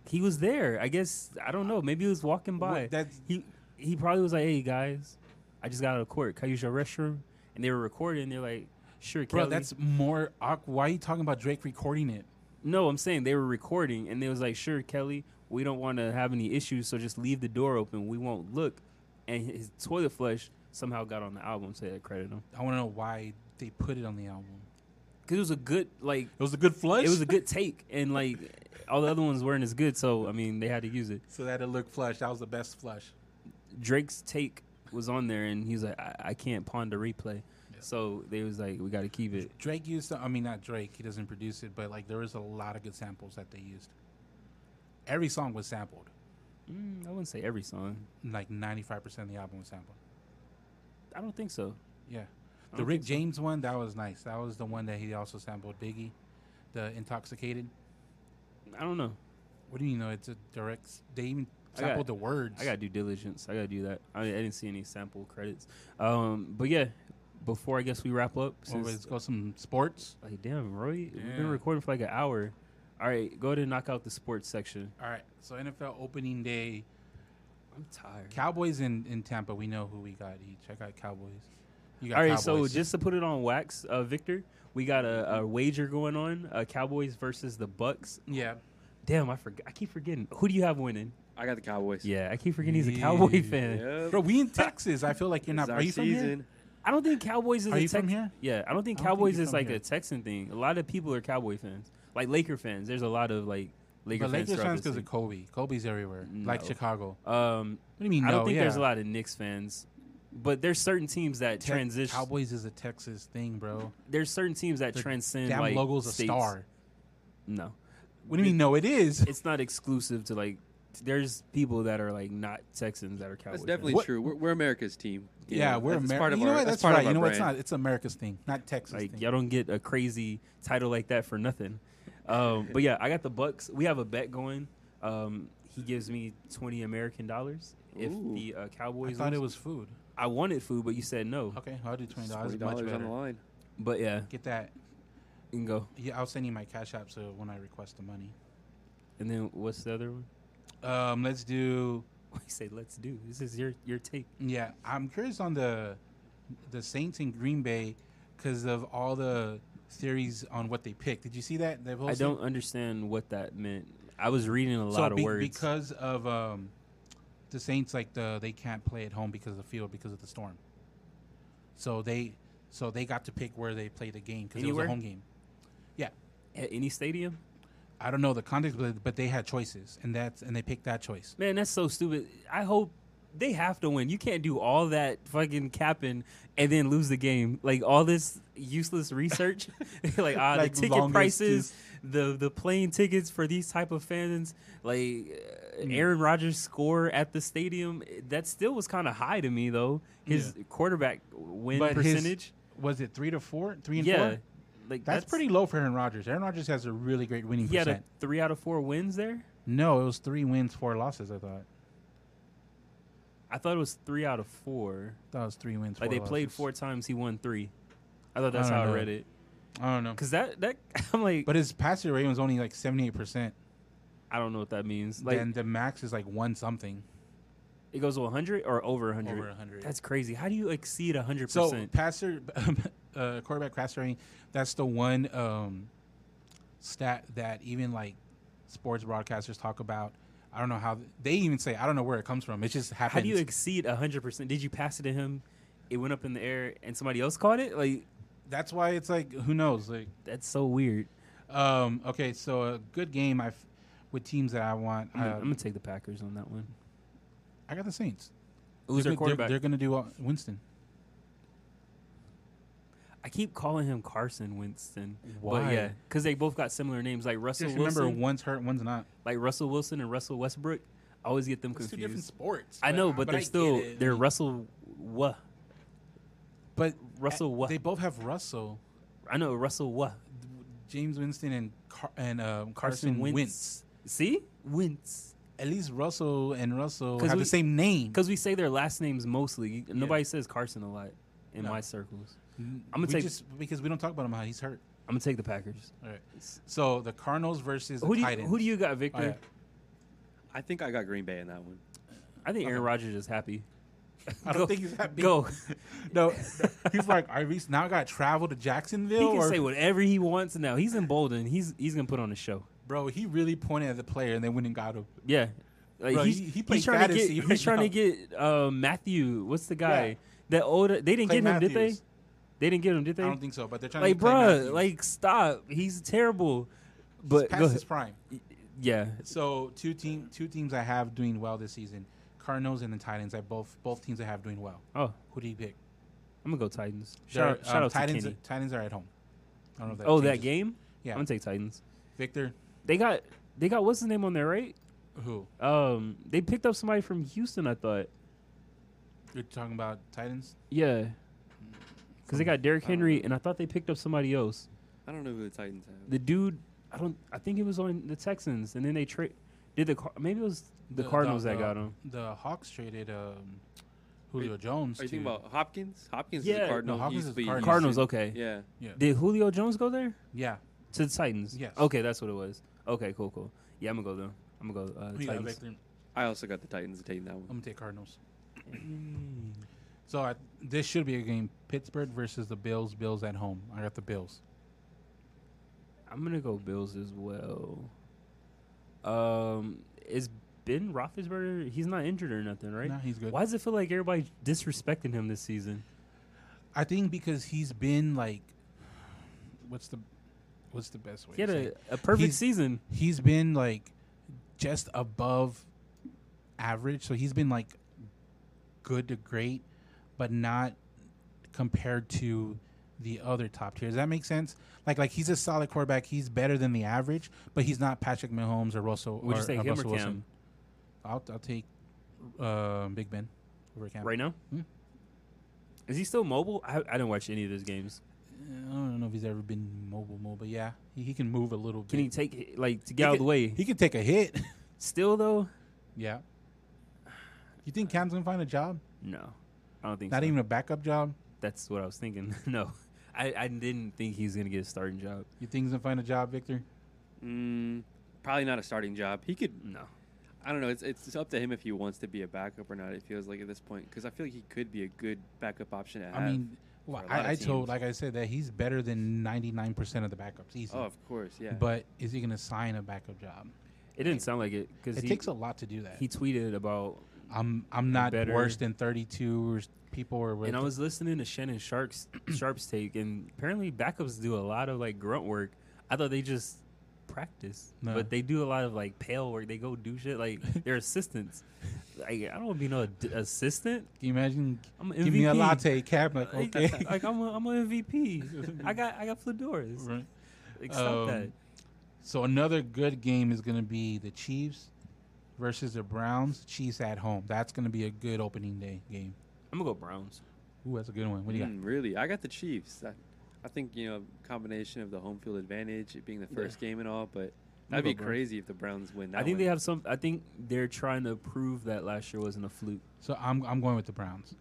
[SPEAKER 1] He was there. I guess I don't know. Maybe he was walking by.
[SPEAKER 2] What- that's-
[SPEAKER 1] he he probably was like, "Hey guys, I just got out of court. Can I use your restroom?" And they were recording. They're like, "Sure,
[SPEAKER 2] Bro,
[SPEAKER 1] Kelly."
[SPEAKER 2] that's more awkward. Why are you talking about Drake recording it?
[SPEAKER 1] no. I'm saying they were recording, and they was like, "Sure, Kelly. We don't want to have any issues, so just leave the door open. We won't look." And his toilet flush somehow got on the album, so they credit him
[SPEAKER 2] I want to know why they put it on the album.
[SPEAKER 1] because it was a good like
[SPEAKER 2] It was a good flush.
[SPEAKER 1] it was a good take, and like all the other ones weren't as good. So I mean, they had to use it.
[SPEAKER 2] [laughs] so that it looked flush. That was the best flush.
[SPEAKER 1] Drake's take was on there, and he's like, I, I can't pawn the replay. So they was like, we got to keep it.
[SPEAKER 2] Drake used. Some, I mean, not Drake. He doesn't produce it, but like there was a lot of good samples that they used. Every song was sampled.
[SPEAKER 1] Mm, I wouldn't say every song.
[SPEAKER 2] Like 95% of the album was sampled.
[SPEAKER 1] I don't think so.
[SPEAKER 2] Yeah.
[SPEAKER 1] I
[SPEAKER 2] The
[SPEAKER 1] don't
[SPEAKER 2] Rick
[SPEAKER 1] think so.
[SPEAKER 2] James one, that was nice. That was the one that he also sampled Biggie, the Intoxicated.
[SPEAKER 1] I don't know.
[SPEAKER 2] What do you know? It's a direct. They even
[SPEAKER 1] I got-
[SPEAKER 2] sampled the words.
[SPEAKER 1] I got due diligence. I got to do that. I, I didn't see any sample credits. Um, but yeah, before I guess we wrap up,
[SPEAKER 2] Or
[SPEAKER 1] since
[SPEAKER 2] let's go some sports.
[SPEAKER 1] like damn, Roy, we've
[SPEAKER 2] Yeah.
[SPEAKER 1] been recording for like an hour. All right, go ahead and knock out the sports section.
[SPEAKER 2] All right. So NFL opening day,
[SPEAKER 1] I'm tired.
[SPEAKER 2] Cowboys in in Tampa. We know who we got. You check out Cowboys. You got
[SPEAKER 1] All right, so
[SPEAKER 2] Cowboys.
[SPEAKER 1] just to put it on wax, uh, Victor, we got a, a wager going on: uh, Cowboys versus the Bucks.
[SPEAKER 2] yeah.
[SPEAKER 1] Damn, I forgot. I keep forgetting. Who do you have winning?
[SPEAKER 3] I got the Cowboys.
[SPEAKER 1] Yeah, I keep forgetting he's a Cowboy
[SPEAKER 2] Yeah.
[SPEAKER 1] fan.
[SPEAKER 3] Yep.
[SPEAKER 2] Bro, we in Texas. I feel like you're
[SPEAKER 3] This
[SPEAKER 2] not.
[SPEAKER 3] is our
[SPEAKER 2] Are you from here?
[SPEAKER 3] season.
[SPEAKER 1] I don't think Cowboys is.
[SPEAKER 2] Are
[SPEAKER 1] a
[SPEAKER 2] you from
[SPEAKER 1] Tex-
[SPEAKER 2] here?
[SPEAKER 1] Yeah, I don't think
[SPEAKER 2] I don't think
[SPEAKER 1] Cowboys
[SPEAKER 2] you're
[SPEAKER 1] is
[SPEAKER 2] from
[SPEAKER 1] like
[SPEAKER 2] here.
[SPEAKER 1] a Texan thing. A lot of people are Cowboy fans, like Laker fans. There's a lot of like Laker
[SPEAKER 2] But Lakers
[SPEAKER 1] fans.
[SPEAKER 2] fans
[SPEAKER 1] because
[SPEAKER 2] because of Kobe. Kobe's everywhere, like
[SPEAKER 1] No.
[SPEAKER 2] Chicago.
[SPEAKER 1] um,
[SPEAKER 2] What do you mean?
[SPEAKER 1] I don't
[SPEAKER 2] no?
[SPEAKER 1] think there's
[SPEAKER 2] Yeah.
[SPEAKER 1] a lot of Knicks fans, but there's certain teams that
[SPEAKER 2] Te-
[SPEAKER 1] transition.
[SPEAKER 2] Cowboys is a Texas thing, bro.
[SPEAKER 1] there's certain teams that
[SPEAKER 2] The
[SPEAKER 1] transcend.
[SPEAKER 2] Damn
[SPEAKER 1] like,
[SPEAKER 2] logo's a
[SPEAKER 1] states.
[SPEAKER 2] star.
[SPEAKER 1] No,
[SPEAKER 2] What do you mean? No, it is.
[SPEAKER 1] it's not exclusive to like. There's people that are like not Texans that are Cowboys.
[SPEAKER 3] That's definitely
[SPEAKER 2] What-
[SPEAKER 3] true. We're, we're America's team.
[SPEAKER 2] [laughs]
[SPEAKER 3] You
[SPEAKER 2] Yeah,
[SPEAKER 3] know,
[SPEAKER 2] we're
[SPEAKER 3] that's
[SPEAKER 2] American.
[SPEAKER 3] part of
[SPEAKER 2] you know
[SPEAKER 3] our-
[SPEAKER 2] what?
[SPEAKER 3] That's
[SPEAKER 2] That's,
[SPEAKER 3] part
[SPEAKER 2] right.
[SPEAKER 3] of
[SPEAKER 2] You
[SPEAKER 3] our
[SPEAKER 2] know what? It's
[SPEAKER 3] brand.
[SPEAKER 2] not. It's America's thing, not Texas
[SPEAKER 1] Like
[SPEAKER 2] thing.
[SPEAKER 1] y'all don't get a crazy title like that for nothing. Um, but yeah, I got the Bucks. We have a bet going. Um, he gives me twenty American dollars if
[SPEAKER 3] Ooh.
[SPEAKER 1] the uh,
[SPEAKER 2] I
[SPEAKER 1] Cowboys.
[SPEAKER 2] thought
[SPEAKER 1] lose.
[SPEAKER 2] it was food.
[SPEAKER 1] I wanted food, but you said no.
[SPEAKER 2] Okay, I'll do twenty dollars.
[SPEAKER 3] Forty
[SPEAKER 2] Much
[SPEAKER 3] dollars on the
[SPEAKER 2] better.
[SPEAKER 3] line.
[SPEAKER 1] But yeah,
[SPEAKER 2] Get that.
[SPEAKER 1] you can go.
[SPEAKER 2] Yeah, I'll send you my cash app. So when I request the money,
[SPEAKER 1] And then what's the other one? [laughs]
[SPEAKER 2] um, let's do.
[SPEAKER 1] We say let's do. This is your your take.
[SPEAKER 2] Yeah, I'm curious on the the Saints in Green Bay because of all the theories on what they picked. Did you see that? They've
[SPEAKER 1] I
[SPEAKER 2] hosted-
[SPEAKER 1] don't understand what that meant. I was reading a
[SPEAKER 2] So
[SPEAKER 1] lot of
[SPEAKER 2] be-
[SPEAKER 1] words.
[SPEAKER 2] because of um, the Saints, like the they can't play at home because of the field because of the storm. So they so they got to pick where they play the game because it was a
[SPEAKER 1] Anywhere?
[SPEAKER 2] home game.
[SPEAKER 1] At any stadium,
[SPEAKER 2] I don't know the context, but, but they had choices, and that's and they picked that choice.
[SPEAKER 1] man, that's so stupid. I hope they have to win. You can't do all that fucking capping and then lose the game. Like all this useless research, [laughs] like ah,
[SPEAKER 2] Like
[SPEAKER 1] the ticket
[SPEAKER 2] longest
[SPEAKER 1] prices, the the plane tickets for these type of fans. Like
[SPEAKER 2] Hmm.
[SPEAKER 1] uh, Aaron Rodgers' score at the stadium, that still was kind of high to me though. His quarterback win
[SPEAKER 2] But his-
[SPEAKER 1] percentage,
[SPEAKER 2] Was it three to four? Three and
[SPEAKER 1] yeah,
[SPEAKER 2] four.
[SPEAKER 1] like
[SPEAKER 2] That's, pretty low for Aaron Rodgers. Aaron Rodgers has a really great winning
[SPEAKER 1] He had a
[SPEAKER 2] percent.
[SPEAKER 1] three out of four wins there.
[SPEAKER 2] No, it was three wins, four losses. I thought
[SPEAKER 1] I thought it was three out of four.
[SPEAKER 2] that was three wins.
[SPEAKER 1] Like
[SPEAKER 2] four
[SPEAKER 1] they played
[SPEAKER 2] losses.
[SPEAKER 1] four times, he won three. I thought that's
[SPEAKER 2] I don't
[SPEAKER 1] how
[SPEAKER 2] know.
[SPEAKER 1] I read it.
[SPEAKER 2] I don't know,
[SPEAKER 1] Cause that that [laughs] I'm like
[SPEAKER 2] but his passer rating was only like seventy eight percent.
[SPEAKER 1] I don't know what that means. Like
[SPEAKER 2] Then the max is like one something
[SPEAKER 1] it goes to 100 or over 100.
[SPEAKER 2] over hundred.
[SPEAKER 1] That's crazy. How do you exceed 100
[SPEAKER 2] So
[SPEAKER 1] percent?
[SPEAKER 2] passer, [laughs] uh, quarterback passer rating. That's the one um, stat that even like sports broadcasters talk about. I don't know how they even say. I don't know where it comes from. It just happens.
[SPEAKER 1] How do you exceed hundred percent? Did you pass it to him? It went up in the air, and somebody else caught it. Like
[SPEAKER 2] That's why it's like who knows. Like
[SPEAKER 1] that's so weird.
[SPEAKER 2] um, okay, so a good game. I have with teams that I want.
[SPEAKER 1] I'm, gonna,
[SPEAKER 2] uh,
[SPEAKER 1] I'm gonna take the Packers on that one.
[SPEAKER 2] I got the Saints.
[SPEAKER 1] Who's their
[SPEAKER 2] they're, go- they're-
[SPEAKER 1] quarterback?
[SPEAKER 2] They're, going to do uh, Winston.
[SPEAKER 1] I keep calling him Carson Winston. But
[SPEAKER 2] Why?
[SPEAKER 1] yeah, because they both got similar names, like Russell
[SPEAKER 2] Just
[SPEAKER 1] Wilson,
[SPEAKER 2] remember, one's hurt, one's not.
[SPEAKER 1] like Russell Wilson and Russell Westbrook. I always get them confused.
[SPEAKER 2] sports.
[SPEAKER 1] I know, but, they're still they're Russell. What?
[SPEAKER 2] but
[SPEAKER 1] Russell what?
[SPEAKER 2] They both have Russell,
[SPEAKER 1] I know Russell what?
[SPEAKER 2] James Winston, and Car- and um,
[SPEAKER 1] Carson
[SPEAKER 2] Carson Wentz.
[SPEAKER 1] See, Wentz.
[SPEAKER 2] At least Russell and Russell
[SPEAKER 1] 'Cause
[SPEAKER 2] have
[SPEAKER 1] we-
[SPEAKER 2] the same name.
[SPEAKER 1] Because we say their last names mostly. Nobody says Carson a lot in
[SPEAKER 2] No.
[SPEAKER 1] my circles.
[SPEAKER 2] I'm
[SPEAKER 1] gonna take-
[SPEAKER 2] just because we don't talk about him. How he's hurt.
[SPEAKER 1] I'm gonna take the Packers.
[SPEAKER 2] All right. So the Cardinals versus the
[SPEAKER 1] who do you,
[SPEAKER 2] Titans.
[SPEAKER 1] who do you got,
[SPEAKER 2] Oh,
[SPEAKER 1] Victor?
[SPEAKER 2] yeah.
[SPEAKER 3] I think I got Green Bay in that one.
[SPEAKER 1] I think Aaron Rodgers is happy.
[SPEAKER 2] [laughs] I don't
[SPEAKER 1] Go-
[SPEAKER 2] think he's happy. [laughs]
[SPEAKER 1] Go. [laughs]
[SPEAKER 2] No, he's like, I least now got to travel to Jacksonville.
[SPEAKER 1] he can
[SPEAKER 2] or,
[SPEAKER 1] say whatever he wants now. He's emboldened. He's he's gonna put on a show.
[SPEAKER 2] bro, he really pointed at the player and they went and got him.
[SPEAKER 1] Yeah. Like
[SPEAKER 2] Bro,
[SPEAKER 1] he's,
[SPEAKER 2] he- he
[SPEAKER 1] he's
[SPEAKER 2] plays
[SPEAKER 1] trying to get
[SPEAKER 2] fantasy
[SPEAKER 1] he's
[SPEAKER 2] right
[SPEAKER 1] trying to
[SPEAKER 2] now.
[SPEAKER 1] get uh, Matthew. What's the guy
[SPEAKER 2] Yeah.
[SPEAKER 1] that old? They didn't
[SPEAKER 2] Clay
[SPEAKER 1] get him, did they?
[SPEAKER 2] Matthews.
[SPEAKER 1] They didn't get him, did
[SPEAKER 2] I
[SPEAKER 1] they?
[SPEAKER 2] don't think so, but they're trying
[SPEAKER 1] Like,
[SPEAKER 2] to. get Clay
[SPEAKER 1] bruh,
[SPEAKER 2] Matthews.
[SPEAKER 1] like stop. He's terrible.
[SPEAKER 2] He's
[SPEAKER 1] But
[SPEAKER 2] past
[SPEAKER 1] go
[SPEAKER 2] his
[SPEAKER 1] ahead.
[SPEAKER 2] prime.
[SPEAKER 1] yeah,
[SPEAKER 2] So two team, two teams I have doing well this season, Cardinals and the Titans. I both both teams I have doing well.
[SPEAKER 1] Oh,
[SPEAKER 2] Who do you pick?
[SPEAKER 1] I'm gonna go Titans.
[SPEAKER 2] They're,
[SPEAKER 1] Shout, out- shout
[SPEAKER 2] um,
[SPEAKER 1] out
[SPEAKER 2] Titans.
[SPEAKER 1] to Kenny.
[SPEAKER 2] Titans are at home. I don't know if that
[SPEAKER 1] oh, that
[SPEAKER 2] changes.
[SPEAKER 1] game.
[SPEAKER 2] Yeah.
[SPEAKER 1] I'm gonna take Titans.
[SPEAKER 2] Victor.
[SPEAKER 1] They got they got what's his name on there, right?
[SPEAKER 2] Who
[SPEAKER 1] Um, they picked up somebody from Houston. I thought.
[SPEAKER 2] you're talking about? Titans.
[SPEAKER 1] Yeah. Because they got Derrick Henry, and I thought they picked up somebody else.
[SPEAKER 3] I don't know who the Titans have.
[SPEAKER 1] The dude, I don't. I think it was on the Texans, and then they trade. Did the Car- maybe it was the, Cardinals that got him?
[SPEAKER 2] The Hawks traded um, Julio
[SPEAKER 3] Are you-
[SPEAKER 2] Jones.
[SPEAKER 3] Are you thinking
[SPEAKER 2] to-
[SPEAKER 3] about Hopkins? Hopkins
[SPEAKER 1] Yeah.
[SPEAKER 3] is
[SPEAKER 1] No,
[SPEAKER 3] a Cardinal.
[SPEAKER 2] Hopkins
[SPEAKER 3] used
[SPEAKER 2] is
[SPEAKER 3] to be-
[SPEAKER 2] a Cardinal.
[SPEAKER 1] Cardinals,
[SPEAKER 3] used
[SPEAKER 1] okay.
[SPEAKER 3] to- Yeah.
[SPEAKER 1] Did Julio Jones go there
[SPEAKER 2] Yeah.
[SPEAKER 1] to the Titans?
[SPEAKER 2] Yes.
[SPEAKER 1] Okay, that's what it was. Okay, cool, cool. Yeah, I'm gonna go though. I'm gonna go uh,
[SPEAKER 2] Who you got,
[SPEAKER 1] Titans.
[SPEAKER 2] Victor? I'm
[SPEAKER 3] I also got the Titans taking that one.
[SPEAKER 2] gonna take Cardinals.
[SPEAKER 1] Mm,
[SPEAKER 2] So I, this should be a game: Pittsburgh versus the Bills. Bills at home. I got the Bills.
[SPEAKER 1] I'm gonna go Bills as well. Um, is Ben Roethlisberger? He's not injured or nothing, right?
[SPEAKER 2] Nah, he's good.
[SPEAKER 1] Why does it feel like everybody disrespecting him this season?
[SPEAKER 2] I think because he's been like, what's the, what's the best way?
[SPEAKER 1] He had
[SPEAKER 2] to say
[SPEAKER 1] a,
[SPEAKER 2] it?
[SPEAKER 1] a perfect
[SPEAKER 2] He's-
[SPEAKER 1] season.
[SPEAKER 2] He's been like, just above, average. So he's been like, good to great, but not compared to the other top tier. Does that make sense? Like, like he's a solid quarterback. He's better than the average, but he's not Patrick Mahomes or Russell.
[SPEAKER 1] Would
[SPEAKER 2] or,
[SPEAKER 1] you say
[SPEAKER 2] or
[SPEAKER 1] him or Cam
[SPEAKER 2] Russell Wilson. I'll I'll take, um, Big Ben over Cam.
[SPEAKER 1] right now?
[SPEAKER 2] Hmm.
[SPEAKER 1] Is he still mobile? I, I didn't watch any of those games.
[SPEAKER 2] I don't know if he's ever been mobile, mobile, but yeah, he, he can move a little bit.
[SPEAKER 1] Can he take like to get out of the way?
[SPEAKER 2] He can take a hit.
[SPEAKER 1] still though,
[SPEAKER 2] yeah. You think Cam's gonna find a job?
[SPEAKER 1] no, I don't think.
[SPEAKER 2] Not
[SPEAKER 1] so.
[SPEAKER 2] even a backup job.
[SPEAKER 1] That's what I was thinking. [laughs] no, I, I didn't think he's gonna get a starting job.
[SPEAKER 2] You think he's gonna find a job, Victor?
[SPEAKER 3] Mm, probably not a starting job. He could.
[SPEAKER 1] No,
[SPEAKER 3] I don't know. It's it's up to him if he wants to be a backup or not. It feels like at this point because I feel like he could be a good backup option. To have.
[SPEAKER 2] I mean, well,
[SPEAKER 3] for a lot of
[SPEAKER 2] I, I told,
[SPEAKER 3] teams.
[SPEAKER 2] like I said, that he's better than ninety nine percent of the backups. Easy.
[SPEAKER 3] oh, of course, yeah.
[SPEAKER 2] But is he gonna sign a backup job?
[SPEAKER 1] it didn't sound like it because
[SPEAKER 2] It
[SPEAKER 1] he
[SPEAKER 2] takes a lot to do that.
[SPEAKER 1] he tweeted about
[SPEAKER 2] I'm I'm not
[SPEAKER 1] better-
[SPEAKER 2] worse than thirty two or s- people or
[SPEAKER 1] and I
[SPEAKER 2] whatever.
[SPEAKER 1] was listening to Shannon Sharp's [coughs] Sharp's take, and apparently backups do a lot of like grunt work. I thought they just practice,
[SPEAKER 2] No.
[SPEAKER 1] but they do a lot of like pale work. They go do shit
[SPEAKER 2] [laughs]
[SPEAKER 1] like they're assistants. Like I don't want to be no d- assistant.
[SPEAKER 2] Can you imagine?
[SPEAKER 1] I'm an MVP.
[SPEAKER 2] Give me a latte, Cam.
[SPEAKER 1] [laughs]
[SPEAKER 2] Like,
[SPEAKER 1] Like,
[SPEAKER 2] okay.
[SPEAKER 1] like I'm a, I'm an MVP. I got I got fedoras.
[SPEAKER 2] [laughs] Right.
[SPEAKER 1] Like, stop
[SPEAKER 2] Um,
[SPEAKER 1] that.
[SPEAKER 2] So another good game is going to be the Chiefs versus the Browns. Chiefs at home. That's going to be a good opening day game.
[SPEAKER 1] I'm gonna go Browns.
[SPEAKER 2] Ooh, that's a good one. What do you got?
[SPEAKER 3] Mm, really, I got the Chiefs. I, I think you know combination of the home field advantage, it being the first game and all, but that'd
[SPEAKER 1] go
[SPEAKER 3] be
[SPEAKER 1] Browns.
[SPEAKER 3] crazy if the Browns win. That
[SPEAKER 1] I think
[SPEAKER 3] one.
[SPEAKER 1] they have some. I think they're trying to prove that last year wasn't a fluke.
[SPEAKER 2] So I'm I'm going with the Browns.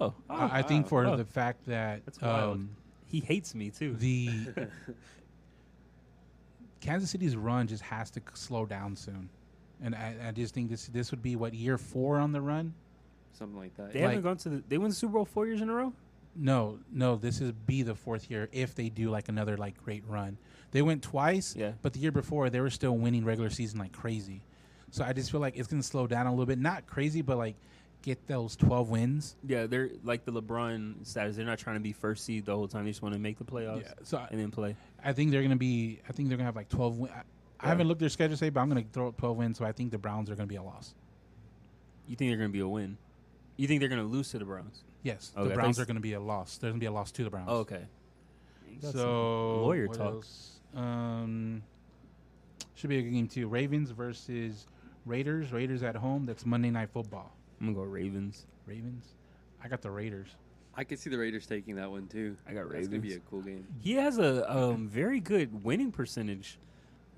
[SPEAKER 1] Oh,
[SPEAKER 2] I, I think
[SPEAKER 3] wow.
[SPEAKER 2] for
[SPEAKER 1] Oh.
[SPEAKER 2] the fact that
[SPEAKER 1] That's wild.
[SPEAKER 2] um,
[SPEAKER 1] he hates me too.
[SPEAKER 2] the [laughs]
[SPEAKER 3] [laughs]
[SPEAKER 1] [laughs]
[SPEAKER 2] Kansas City's run just has to c- slow down soon, and I, I just think this this would be what year four on the run.
[SPEAKER 3] something like that.
[SPEAKER 1] They
[SPEAKER 2] Like-
[SPEAKER 1] haven't gone to the. They won the Super Bowl four years in a row.
[SPEAKER 2] No, no, this is be the fourth year if they do like another like great run. They went twice,
[SPEAKER 1] Yeah.
[SPEAKER 2] but the year before they were still winning regular season like crazy. So I just feel like it's gonna slow down a little bit. Not crazy, but like get those twelve wins.
[SPEAKER 1] Yeah, they're like the LeBron status. They're not trying to be first seed the whole time. They just want to make the playoffs
[SPEAKER 2] Yeah. So I,
[SPEAKER 1] and then play.
[SPEAKER 2] I think they're gonna be. I think they're gonna have like twelve. Win- I, I haven't looked at their schedule today, but I'm gonna throw up twelve wins. So I think the Browns are gonna be a loss.
[SPEAKER 1] You think they're going to be a win? You think they're going to lose to the Browns?
[SPEAKER 2] Yes,
[SPEAKER 1] Okay,
[SPEAKER 2] the Browns
[SPEAKER 1] thanks.
[SPEAKER 2] are gonna be a loss. There's gonna be a loss to the Browns.
[SPEAKER 1] Oh, okay. That's
[SPEAKER 2] so
[SPEAKER 1] lawyer
[SPEAKER 2] what
[SPEAKER 1] talk.
[SPEAKER 2] else? Um, should be a good game too. Ravens versus Raiders. Raiders at home. That's Monday Night Football.
[SPEAKER 1] I'm gonna go Ravens.
[SPEAKER 2] Ravens. I got the Raiders.
[SPEAKER 3] I could see the Raiders taking that one too.
[SPEAKER 1] I got
[SPEAKER 3] That's gonna be
[SPEAKER 1] Ravens.
[SPEAKER 3] a cool game.
[SPEAKER 1] He has a um, very good winning percentage.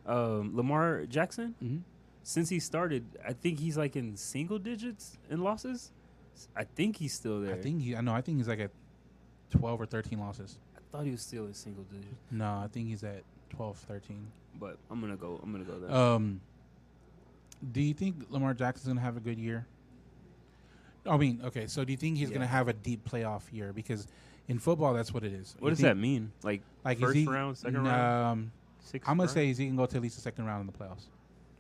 [SPEAKER 1] Um, Lamar Jackson,
[SPEAKER 2] Mhm.
[SPEAKER 1] since he started, I think he's like in single digits in losses. I think he's still there.
[SPEAKER 2] I think he. I know. I think he's like at twelve or thirteen losses.
[SPEAKER 1] I thought he was still in single digits,
[SPEAKER 2] No, I think he's at 12, 13.
[SPEAKER 1] but I'm gonna go. I'm gonna go there.
[SPEAKER 2] Um, do you think Lamar Jackson's gonna have a good year? I mean, okay. So do you think he's
[SPEAKER 1] Yeah.
[SPEAKER 2] gonna have a deep playoff year? Because in football, that's what it is.
[SPEAKER 1] what
[SPEAKER 2] You
[SPEAKER 1] does
[SPEAKER 2] think-
[SPEAKER 1] that mean? Like,
[SPEAKER 2] Like is
[SPEAKER 1] first
[SPEAKER 2] he-
[SPEAKER 1] round, second
[SPEAKER 2] um,
[SPEAKER 1] round, six?
[SPEAKER 2] I'm gonna say he's- he can go to at least the second round in the playoffs.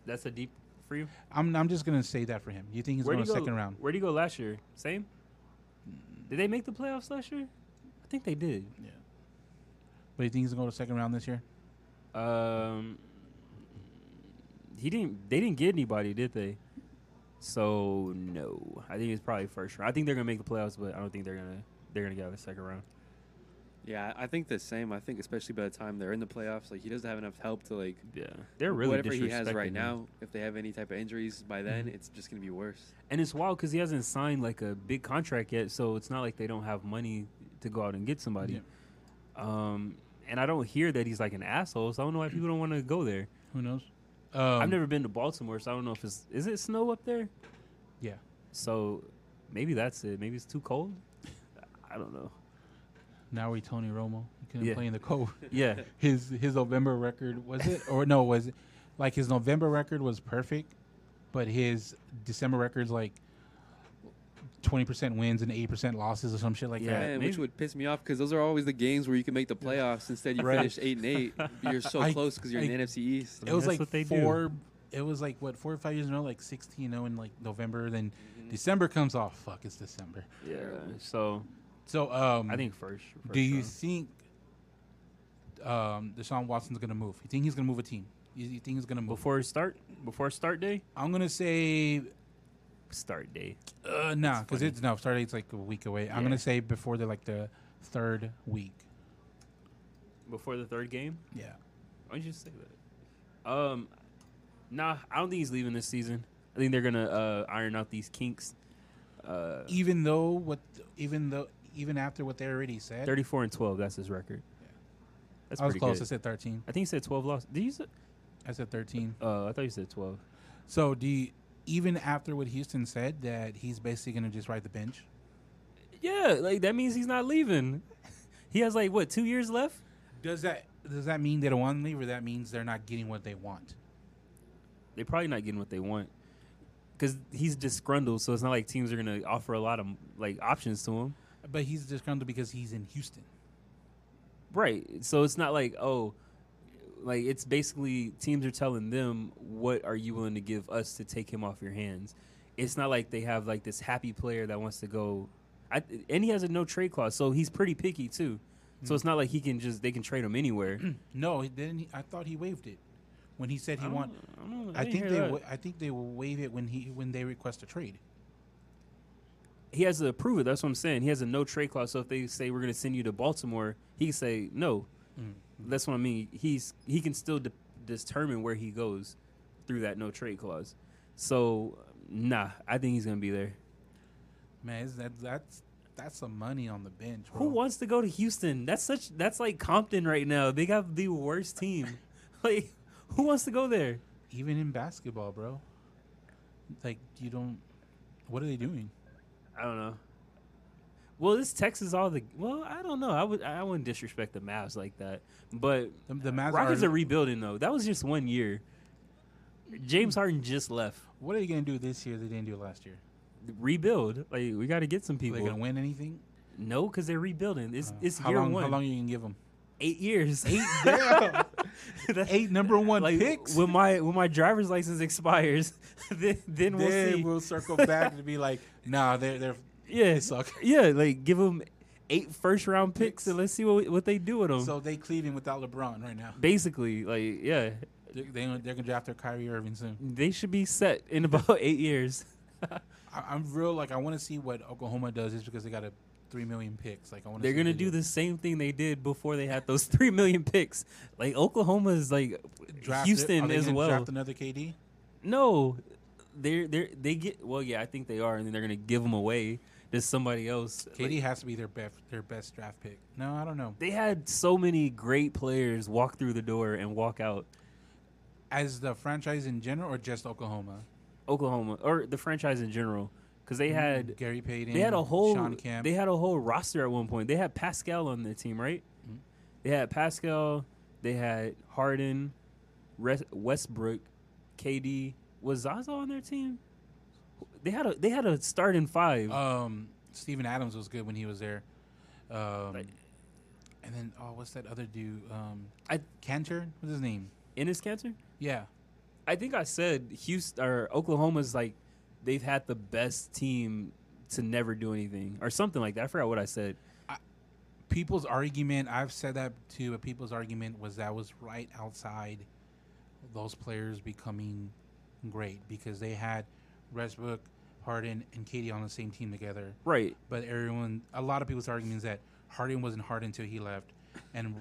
[SPEAKER 1] that's a deep for you.
[SPEAKER 2] I'm I'm just gonna say that for him. You think he's
[SPEAKER 1] Where'd
[SPEAKER 2] going
[SPEAKER 1] he
[SPEAKER 2] to
[SPEAKER 1] go-
[SPEAKER 2] second round?
[SPEAKER 1] Where'd he go last year? Same. Did they make the playoffs last year? I think they did.
[SPEAKER 2] But you think he's gonna go to second round this year?
[SPEAKER 1] Um, he didn't. They didn't get anybody, did they? So no, I think it's probably first round. I think they're gonna make the playoffs, but I don't think they're gonna they're gonna get out of the second round.
[SPEAKER 3] Yeah, I think the same. I think especially by the time they're in the playoffs, like he doesn't have enough help to like
[SPEAKER 1] Yeah, they're really
[SPEAKER 3] whatever he has
[SPEAKER 1] disrespecting Mm-hmm.
[SPEAKER 3] right
[SPEAKER 1] him.
[SPEAKER 3] now. If they have any type of injuries by then, it's just gonna be worse.
[SPEAKER 1] and it's wild because he hasn't signed like a big contract yet. So it's not like they don't have money to go out and get somebody. Um, and I don't hear that he's like an asshole, so I don't know why people don't want to go there.
[SPEAKER 2] Who knows? Um,
[SPEAKER 1] I've never been to Baltimore, so I don't know if it's is it snow up there.
[SPEAKER 2] Yeah.
[SPEAKER 1] So maybe that's it. Maybe it's too cold. I don't
[SPEAKER 2] [laughs]
[SPEAKER 1] know.
[SPEAKER 2] Now we Tony Romo. He couldn't
[SPEAKER 1] Yeah.
[SPEAKER 2] play in the cold. [laughs]
[SPEAKER 1] Yeah.
[SPEAKER 2] his his November record was it or no was it like his November record was perfect, but his December records like twenty percent wins and eight percent losses or some shit like
[SPEAKER 1] Yeah,
[SPEAKER 2] that.
[SPEAKER 3] Man, which
[SPEAKER 1] maybe-
[SPEAKER 3] would piss me off because those are always the games where you can make the playoffs. Instead, you
[SPEAKER 2] Right.
[SPEAKER 3] finish eight and eight.
[SPEAKER 1] [laughs]
[SPEAKER 3] You're so
[SPEAKER 2] I-
[SPEAKER 3] close because you're in
[SPEAKER 2] I-
[SPEAKER 3] the NFC
[SPEAKER 1] I
[SPEAKER 3] East.
[SPEAKER 2] It
[SPEAKER 1] mean,
[SPEAKER 2] was
[SPEAKER 1] that's
[SPEAKER 2] like
[SPEAKER 1] what they do.
[SPEAKER 2] four. It was like what four or five years in a row, like sixteen zero in like November. Then
[SPEAKER 1] Mm-hmm.
[SPEAKER 2] December comes off. Fuck, it's December.
[SPEAKER 1] Yeah. So
[SPEAKER 2] So um,
[SPEAKER 1] I think first. first
[SPEAKER 2] do you
[SPEAKER 1] round.
[SPEAKER 2] think um, Deshaun Watson's gonna move? You think he's gonna move a team? You, you think he's gonna move?
[SPEAKER 1] before start before start day?
[SPEAKER 2] I'm gonna say
[SPEAKER 1] Start day.
[SPEAKER 2] Uh, nah, because
[SPEAKER 1] funny.
[SPEAKER 2] it's no start date's like a week away. I'm
[SPEAKER 1] Yeah.
[SPEAKER 2] gonna say before the like the third week.
[SPEAKER 1] Before the third game?
[SPEAKER 2] Yeah,
[SPEAKER 1] Why did you say that? Um nah, I don't think he's leaving this season. I think they're gonna uh, iron out these kinks. Uh,
[SPEAKER 2] even though what, even though even after what they already said,
[SPEAKER 1] Thirty-four and twelve. That's his record. That's
[SPEAKER 2] I was
[SPEAKER 1] pretty
[SPEAKER 2] close. I
[SPEAKER 1] good.
[SPEAKER 2] said thirteen.
[SPEAKER 1] I think he said twelve losses. Did you say?
[SPEAKER 2] I said thirteen.
[SPEAKER 1] Uh, I thought you said twelve.
[SPEAKER 2] So do you, even after what Houston said that he's basically gonna just ride the bench.
[SPEAKER 1] Yeah, like that means he's not leaving. He has like what two years left?
[SPEAKER 2] Does that does that mean they don't want to leave, or that means they're not getting what they want?
[SPEAKER 1] They're probably not getting what they want because he's disgruntled. So it's not like teams are gonna offer a lot of like options to him,
[SPEAKER 2] But he's disgruntled because he's in Houston.
[SPEAKER 1] right? So it's not like oh, like it's basically teams are telling them what are you willing to give us to take him off your hands. It's not like they have like this happy player that wants to go, I, and he has a no trade clause, so he's pretty picky too. So it's not like he can just they can trade him [clears throat] anywhere.
[SPEAKER 2] No, he didn't. I thought he waived it when he said he
[SPEAKER 1] don't-
[SPEAKER 2] want.
[SPEAKER 1] Oh, I, don't know.
[SPEAKER 2] I
[SPEAKER 1] didn't
[SPEAKER 2] think
[SPEAKER 1] hear
[SPEAKER 2] they.
[SPEAKER 1] that.
[SPEAKER 2] Wa- I think they will waive it when he when they request a trade.
[SPEAKER 1] he has to approve it. That's what I'm saying. He has a no trade clause. So if they say we're going to send you to Baltimore, he can say no. That's what I mean. He's he can still de- determine where he goes through that no trade clause. So nah, I think he's going to be there.
[SPEAKER 2] Man, is that that's that's some money on the bench.
[SPEAKER 1] Who
[SPEAKER 2] bro.
[SPEAKER 1] wants to go to Houston? That's such that's like Compton right now. They got the worst [laughs] team. like who wants to go there?
[SPEAKER 2] Even in basketball, bro. Like you don't. What are they doing?
[SPEAKER 1] I don't know. Well, this Texas all the well, I don't know. I would I wouldn't disrespect the Mavs like that, but
[SPEAKER 2] The, the Mavs
[SPEAKER 1] Rockets
[SPEAKER 2] are-
[SPEAKER 1] are rebuilding though. That was just one year. James Harden just left.
[SPEAKER 2] what are they gonna do this year? They didn't do last year.
[SPEAKER 1] Rebuild. Like we got to get some
[SPEAKER 2] Are they
[SPEAKER 1] people.
[SPEAKER 2] gonna win anything?
[SPEAKER 1] no, because they're rebuilding. It's
[SPEAKER 2] Uh,
[SPEAKER 1] it's [laughs]
[SPEAKER 2] how
[SPEAKER 1] year
[SPEAKER 2] long,
[SPEAKER 1] one. [laughs]
[SPEAKER 2] [laughs] How long you can give them?
[SPEAKER 1] Eight years.
[SPEAKER 2] Damn.
[SPEAKER 1] That's-
[SPEAKER 2] eight number one
[SPEAKER 1] like
[SPEAKER 2] picks.
[SPEAKER 1] when my when my driver's license [laughs] expires, then, then we'll
[SPEAKER 2] then
[SPEAKER 1] see.
[SPEAKER 2] we'll circle back to be like, [laughs] nah,
[SPEAKER 1] [laughs]
[SPEAKER 2] they're they're
[SPEAKER 1] yeah,
[SPEAKER 2] they suck.
[SPEAKER 1] yeah, like give them eight first round picks and let's see what what they do with them.
[SPEAKER 2] So they Cleveland without LeBron right now.
[SPEAKER 1] Basically, like yeah,
[SPEAKER 2] They they they're gonna draft their Kyrie Irving soon.
[SPEAKER 1] they should be set in about [laughs] eight years.
[SPEAKER 2] I, I'm real like I want to see what Oklahoma does just because they got a three million picks. Like I want.
[SPEAKER 1] They're gonna do the same thing they did before they had those [laughs] three million picks. Like Oklahoma is like Houston as well.
[SPEAKER 2] Draft another KD.
[SPEAKER 1] No, they're they are they get well. Yeah, I think they are, and then they're gonna give them away to somebody else. Like,
[SPEAKER 2] KD has to be their best their best draft pick. No, I don't know.
[SPEAKER 1] they had so many great players walk through the door and walk out.
[SPEAKER 2] As the franchise in general, or just Oklahoma?
[SPEAKER 1] Oklahoma or the franchise in general, because
[SPEAKER 2] Mm-hmm.
[SPEAKER 1] they had
[SPEAKER 2] Gary Payton.
[SPEAKER 1] they had a whole
[SPEAKER 2] Sean Kemp.
[SPEAKER 1] they had a whole roster at one point. They had Pascal on the team, right? They had Pascal. They had Harden, Res- Westbrook, KD. Was Zaza on their team? They had a they had a starting five.
[SPEAKER 2] um, Steven Adams was good when he was there. Um,
[SPEAKER 1] Like-
[SPEAKER 2] and then oh, what's that other dude? Um,
[SPEAKER 1] I-
[SPEAKER 2] Cantor. What's his name?
[SPEAKER 1] Ennis Cancer.
[SPEAKER 2] Yeah.
[SPEAKER 1] I think I said Houston or Oklahoma's like they've had the best team to never do anything or something like that. I forgot what I said.
[SPEAKER 2] people's argument i've said that too but people's argument was that was right outside those players becoming great because they had Westbrook, Harden, and Katie on the same team together.
[SPEAKER 1] Right.
[SPEAKER 2] But everyone, a lot of people's argument is that Harden wasn't hard until he left, and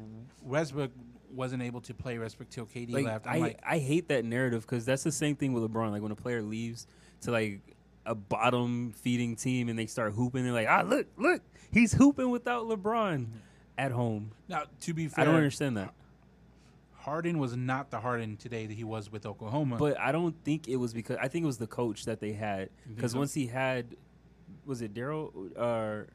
[SPEAKER 2] Westbrook wasn't able to play Westbrook till Katie
[SPEAKER 1] Like,
[SPEAKER 2] left. I'm
[SPEAKER 1] I
[SPEAKER 2] like,
[SPEAKER 1] I hate that narrative because that's the same thing with LeBron. Like when a player leaves to like a bottom feeding team and they start hooping, they're like, ah, look, look, he's hooping without LeBron at home.
[SPEAKER 2] now to be
[SPEAKER 1] I don't
[SPEAKER 2] fair,
[SPEAKER 1] understand that.
[SPEAKER 2] Harden was not the Harden today that he was with Oklahoma.
[SPEAKER 1] But I don't think it was because I think it was the coach that they had
[SPEAKER 2] You think
[SPEAKER 1] because
[SPEAKER 2] so?
[SPEAKER 1] once he had was it Daryl or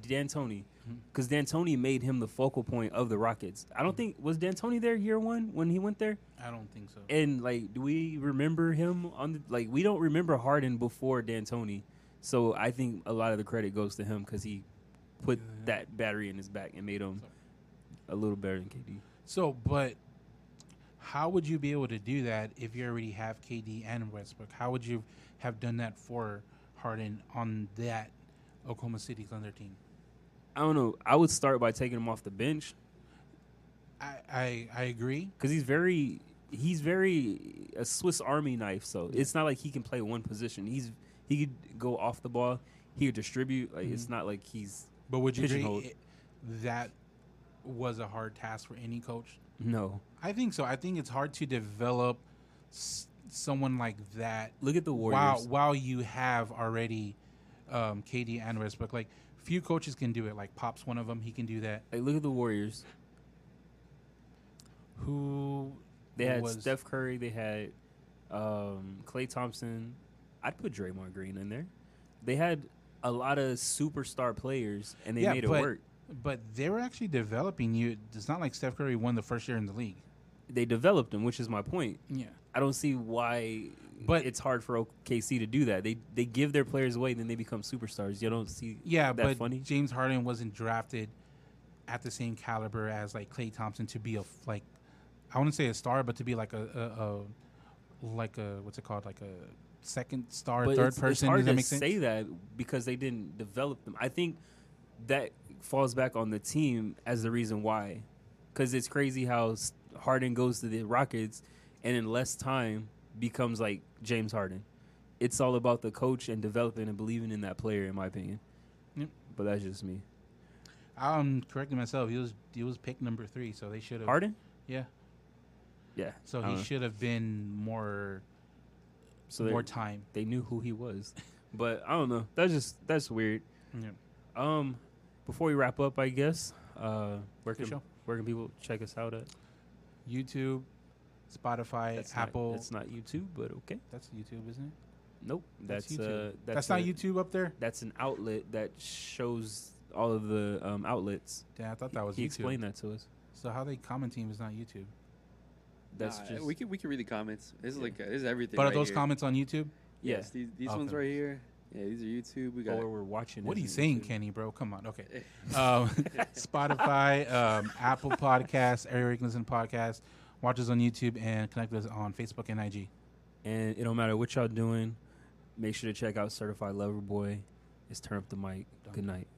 [SPEAKER 1] D'Antoni?
[SPEAKER 2] Mm-hmm.
[SPEAKER 1] Because D'Antoni made him the focal point of the Rockets. I
[SPEAKER 2] Mm-hmm.
[SPEAKER 1] don't think was D'Antoni there year one when he went there.
[SPEAKER 2] I don't think so.
[SPEAKER 1] And like, do we remember him on the like? We don't remember Harden before D'Antoni, so I think a lot of the credit goes to him because he put
[SPEAKER 2] Yeah.
[SPEAKER 1] that battery in his back and made him a little better than KD.
[SPEAKER 2] So, but how would you be able to do that if you already have KD and Westbrook? How would you have done that for Harden on that Oklahoma City Thunder team?
[SPEAKER 1] I don't know. I would start by taking him off the bench
[SPEAKER 2] I I, I agree.
[SPEAKER 1] because he's very he's very a Swiss Army knife. So it's not like he can play one position. He's he could go off the ball. He could distribute. Like it's not like he's
[SPEAKER 2] But would you agree
[SPEAKER 1] Pigeonholed.
[SPEAKER 2] it, that was a hard task for any coach?
[SPEAKER 1] no.
[SPEAKER 2] I think so. I think it's hard to develop s- someone like that
[SPEAKER 1] Look at the Warriors.
[SPEAKER 2] while while you have already um, KD and Westbrook. Like few coaches can do it. Like Pop's one of them. He can do that.
[SPEAKER 1] Like look at the Warriors.
[SPEAKER 2] Who
[SPEAKER 1] They had
[SPEAKER 2] was-
[SPEAKER 1] Steph Curry. They had um, Clay Thompson. I'd put Draymond Green in there. They had a lot of superstar players, and they
[SPEAKER 2] Yeah,
[SPEAKER 1] made it
[SPEAKER 2] but-
[SPEAKER 1] work.
[SPEAKER 2] But they were actually developing you. It's not like Steph Curry won the first year in the league.
[SPEAKER 1] They developed them, which is my point.
[SPEAKER 2] Yeah.
[SPEAKER 1] I don't see why,
[SPEAKER 2] But-
[SPEAKER 1] it's hard for OKC to do that. They they give their players away, then they become superstars. You don't see
[SPEAKER 2] Yeah,
[SPEAKER 1] that
[SPEAKER 2] but
[SPEAKER 1] funny.
[SPEAKER 2] James Harden wasn't drafted at the same caliber as like Klay Thompson to be a f- like I wouldn't say a star, but to be like a, a, a like a what's it called like a second star,
[SPEAKER 1] but
[SPEAKER 2] third
[SPEAKER 1] it's,
[SPEAKER 2] person.
[SPEAKER 1] it's hard
[SPEAKER 2] Does that
[SPEAKER 1] to
[SPEAKER 2] make sense?
[SPEAKER 1] say that because they didn't develop them. I think that falls back on the team as the reason why, because it's crazy how S- Harden goes to the Rockets and in less time becomes like James Harden. It's all about the coach and developing and believing in that player, in my opinion.
[SPEAKER 2] Yep.
[SPEAKER 1] But that's just me.
[SPEAKER 2] I'm correcting myself. He was he was pick number three, so they should have.
[SPEAKER 1] Harden,
[SPEAKER 2] Yeah.
[SPEAKER 1] yeah.
[SPEAKER 2] So
[SPEAKER 1] I
[SPEAKER 2] he
[SPEAKER 1] dunno.
[SPEAKER 2] should have been more
[SPEAKER 1] Uh-huh. so
[SPEAKER 2] more
[SPEAKER 1] they,
[SPEAKER 2] time.
[SPEAKER 1] they knew who he was, [laughs] but I don't know. That's just that's weird.
[SPEAKER 2] Yeah.
[SPEAKER 1] Um, before we wrap up, I guess, uh, where
[SPEAKER 2] Good
[SPEAKER 1] can
[SPEAKER 2] show.
[SPEAKER 1] where can people check us out at?
[SPEAKER 2] YouTube, Spotify,
[SPEAKER 1] That's
[SPEAKER 2] Apple.
[SPEAKER 1] Not, that's not YouTube, but okay.
[SPEAKER 2] that's YouTube, isn't it?
[SPEAKER 1] Nope. That's,
[SPEAKER 2] That's YouTube.
[SPEAKER 1] Uh,
[SPEAKER 2] That's,
[SPEAKER 1] that's
[SPEAKER 2] not
[SPEAKER 1] a-
[SPEAKER 2] YouTube up there.
[SPEAKER 1] That's an outlet that shows all of the um, outlets.
[SPEAKER 2] Yeah, I thought that was
[SPEAKER 1] he
[SPEAKER 2] YouTube.
[SPEAKER 1] explained that to us.
[SPEAKER 2] So how they commenting is not YouTube.
[SPEAKER 1] That's
[SPEAKER 3] Nah, eh,
[SPEAKER 1] just
[SPEAKER 3] we can we can read the comments. This is like this is everything.
[SPEAKER 2] But are
[SPEAKER 3] right
[SPEAKER 2] those
[SPEAKER 3] here.
[SPEAKER 2] comments on YouTube?
[SPEAKER 1] yeah.
[SPEAKER 3] Yes, these, these ones
[SPEAKER 2] Okay.
[SPEAKER 3] right here. Yeah, these are YouTube. We got
[SPEAKER 1] Or we're watching.
[SPEAKER 2] What are
[SPEAKER 1] it
[SPEAKER 2] you
[SPEAKER 1] on
[SPEAKER 2] saying,
[SPEAKER 1] YouTube.
[SPEAKER 2] Kenny, bro? Come on.
[SPEAKER 1] [laughs]
[SPEAKER 2] Okay.
[SPEAKER 3] [laughs]
[SPEAKER 2] [laughs] Um, Spotify, um, Apple Podcasts, everywhere you can listen to podcasts. Watch us on YouTube and connect with us on Facebook and IG.
[SPEAKER 1] And it don't matter what y'all doing, make sure to check out Certified Lover Boy. It's Turn Up the Mic. Good night.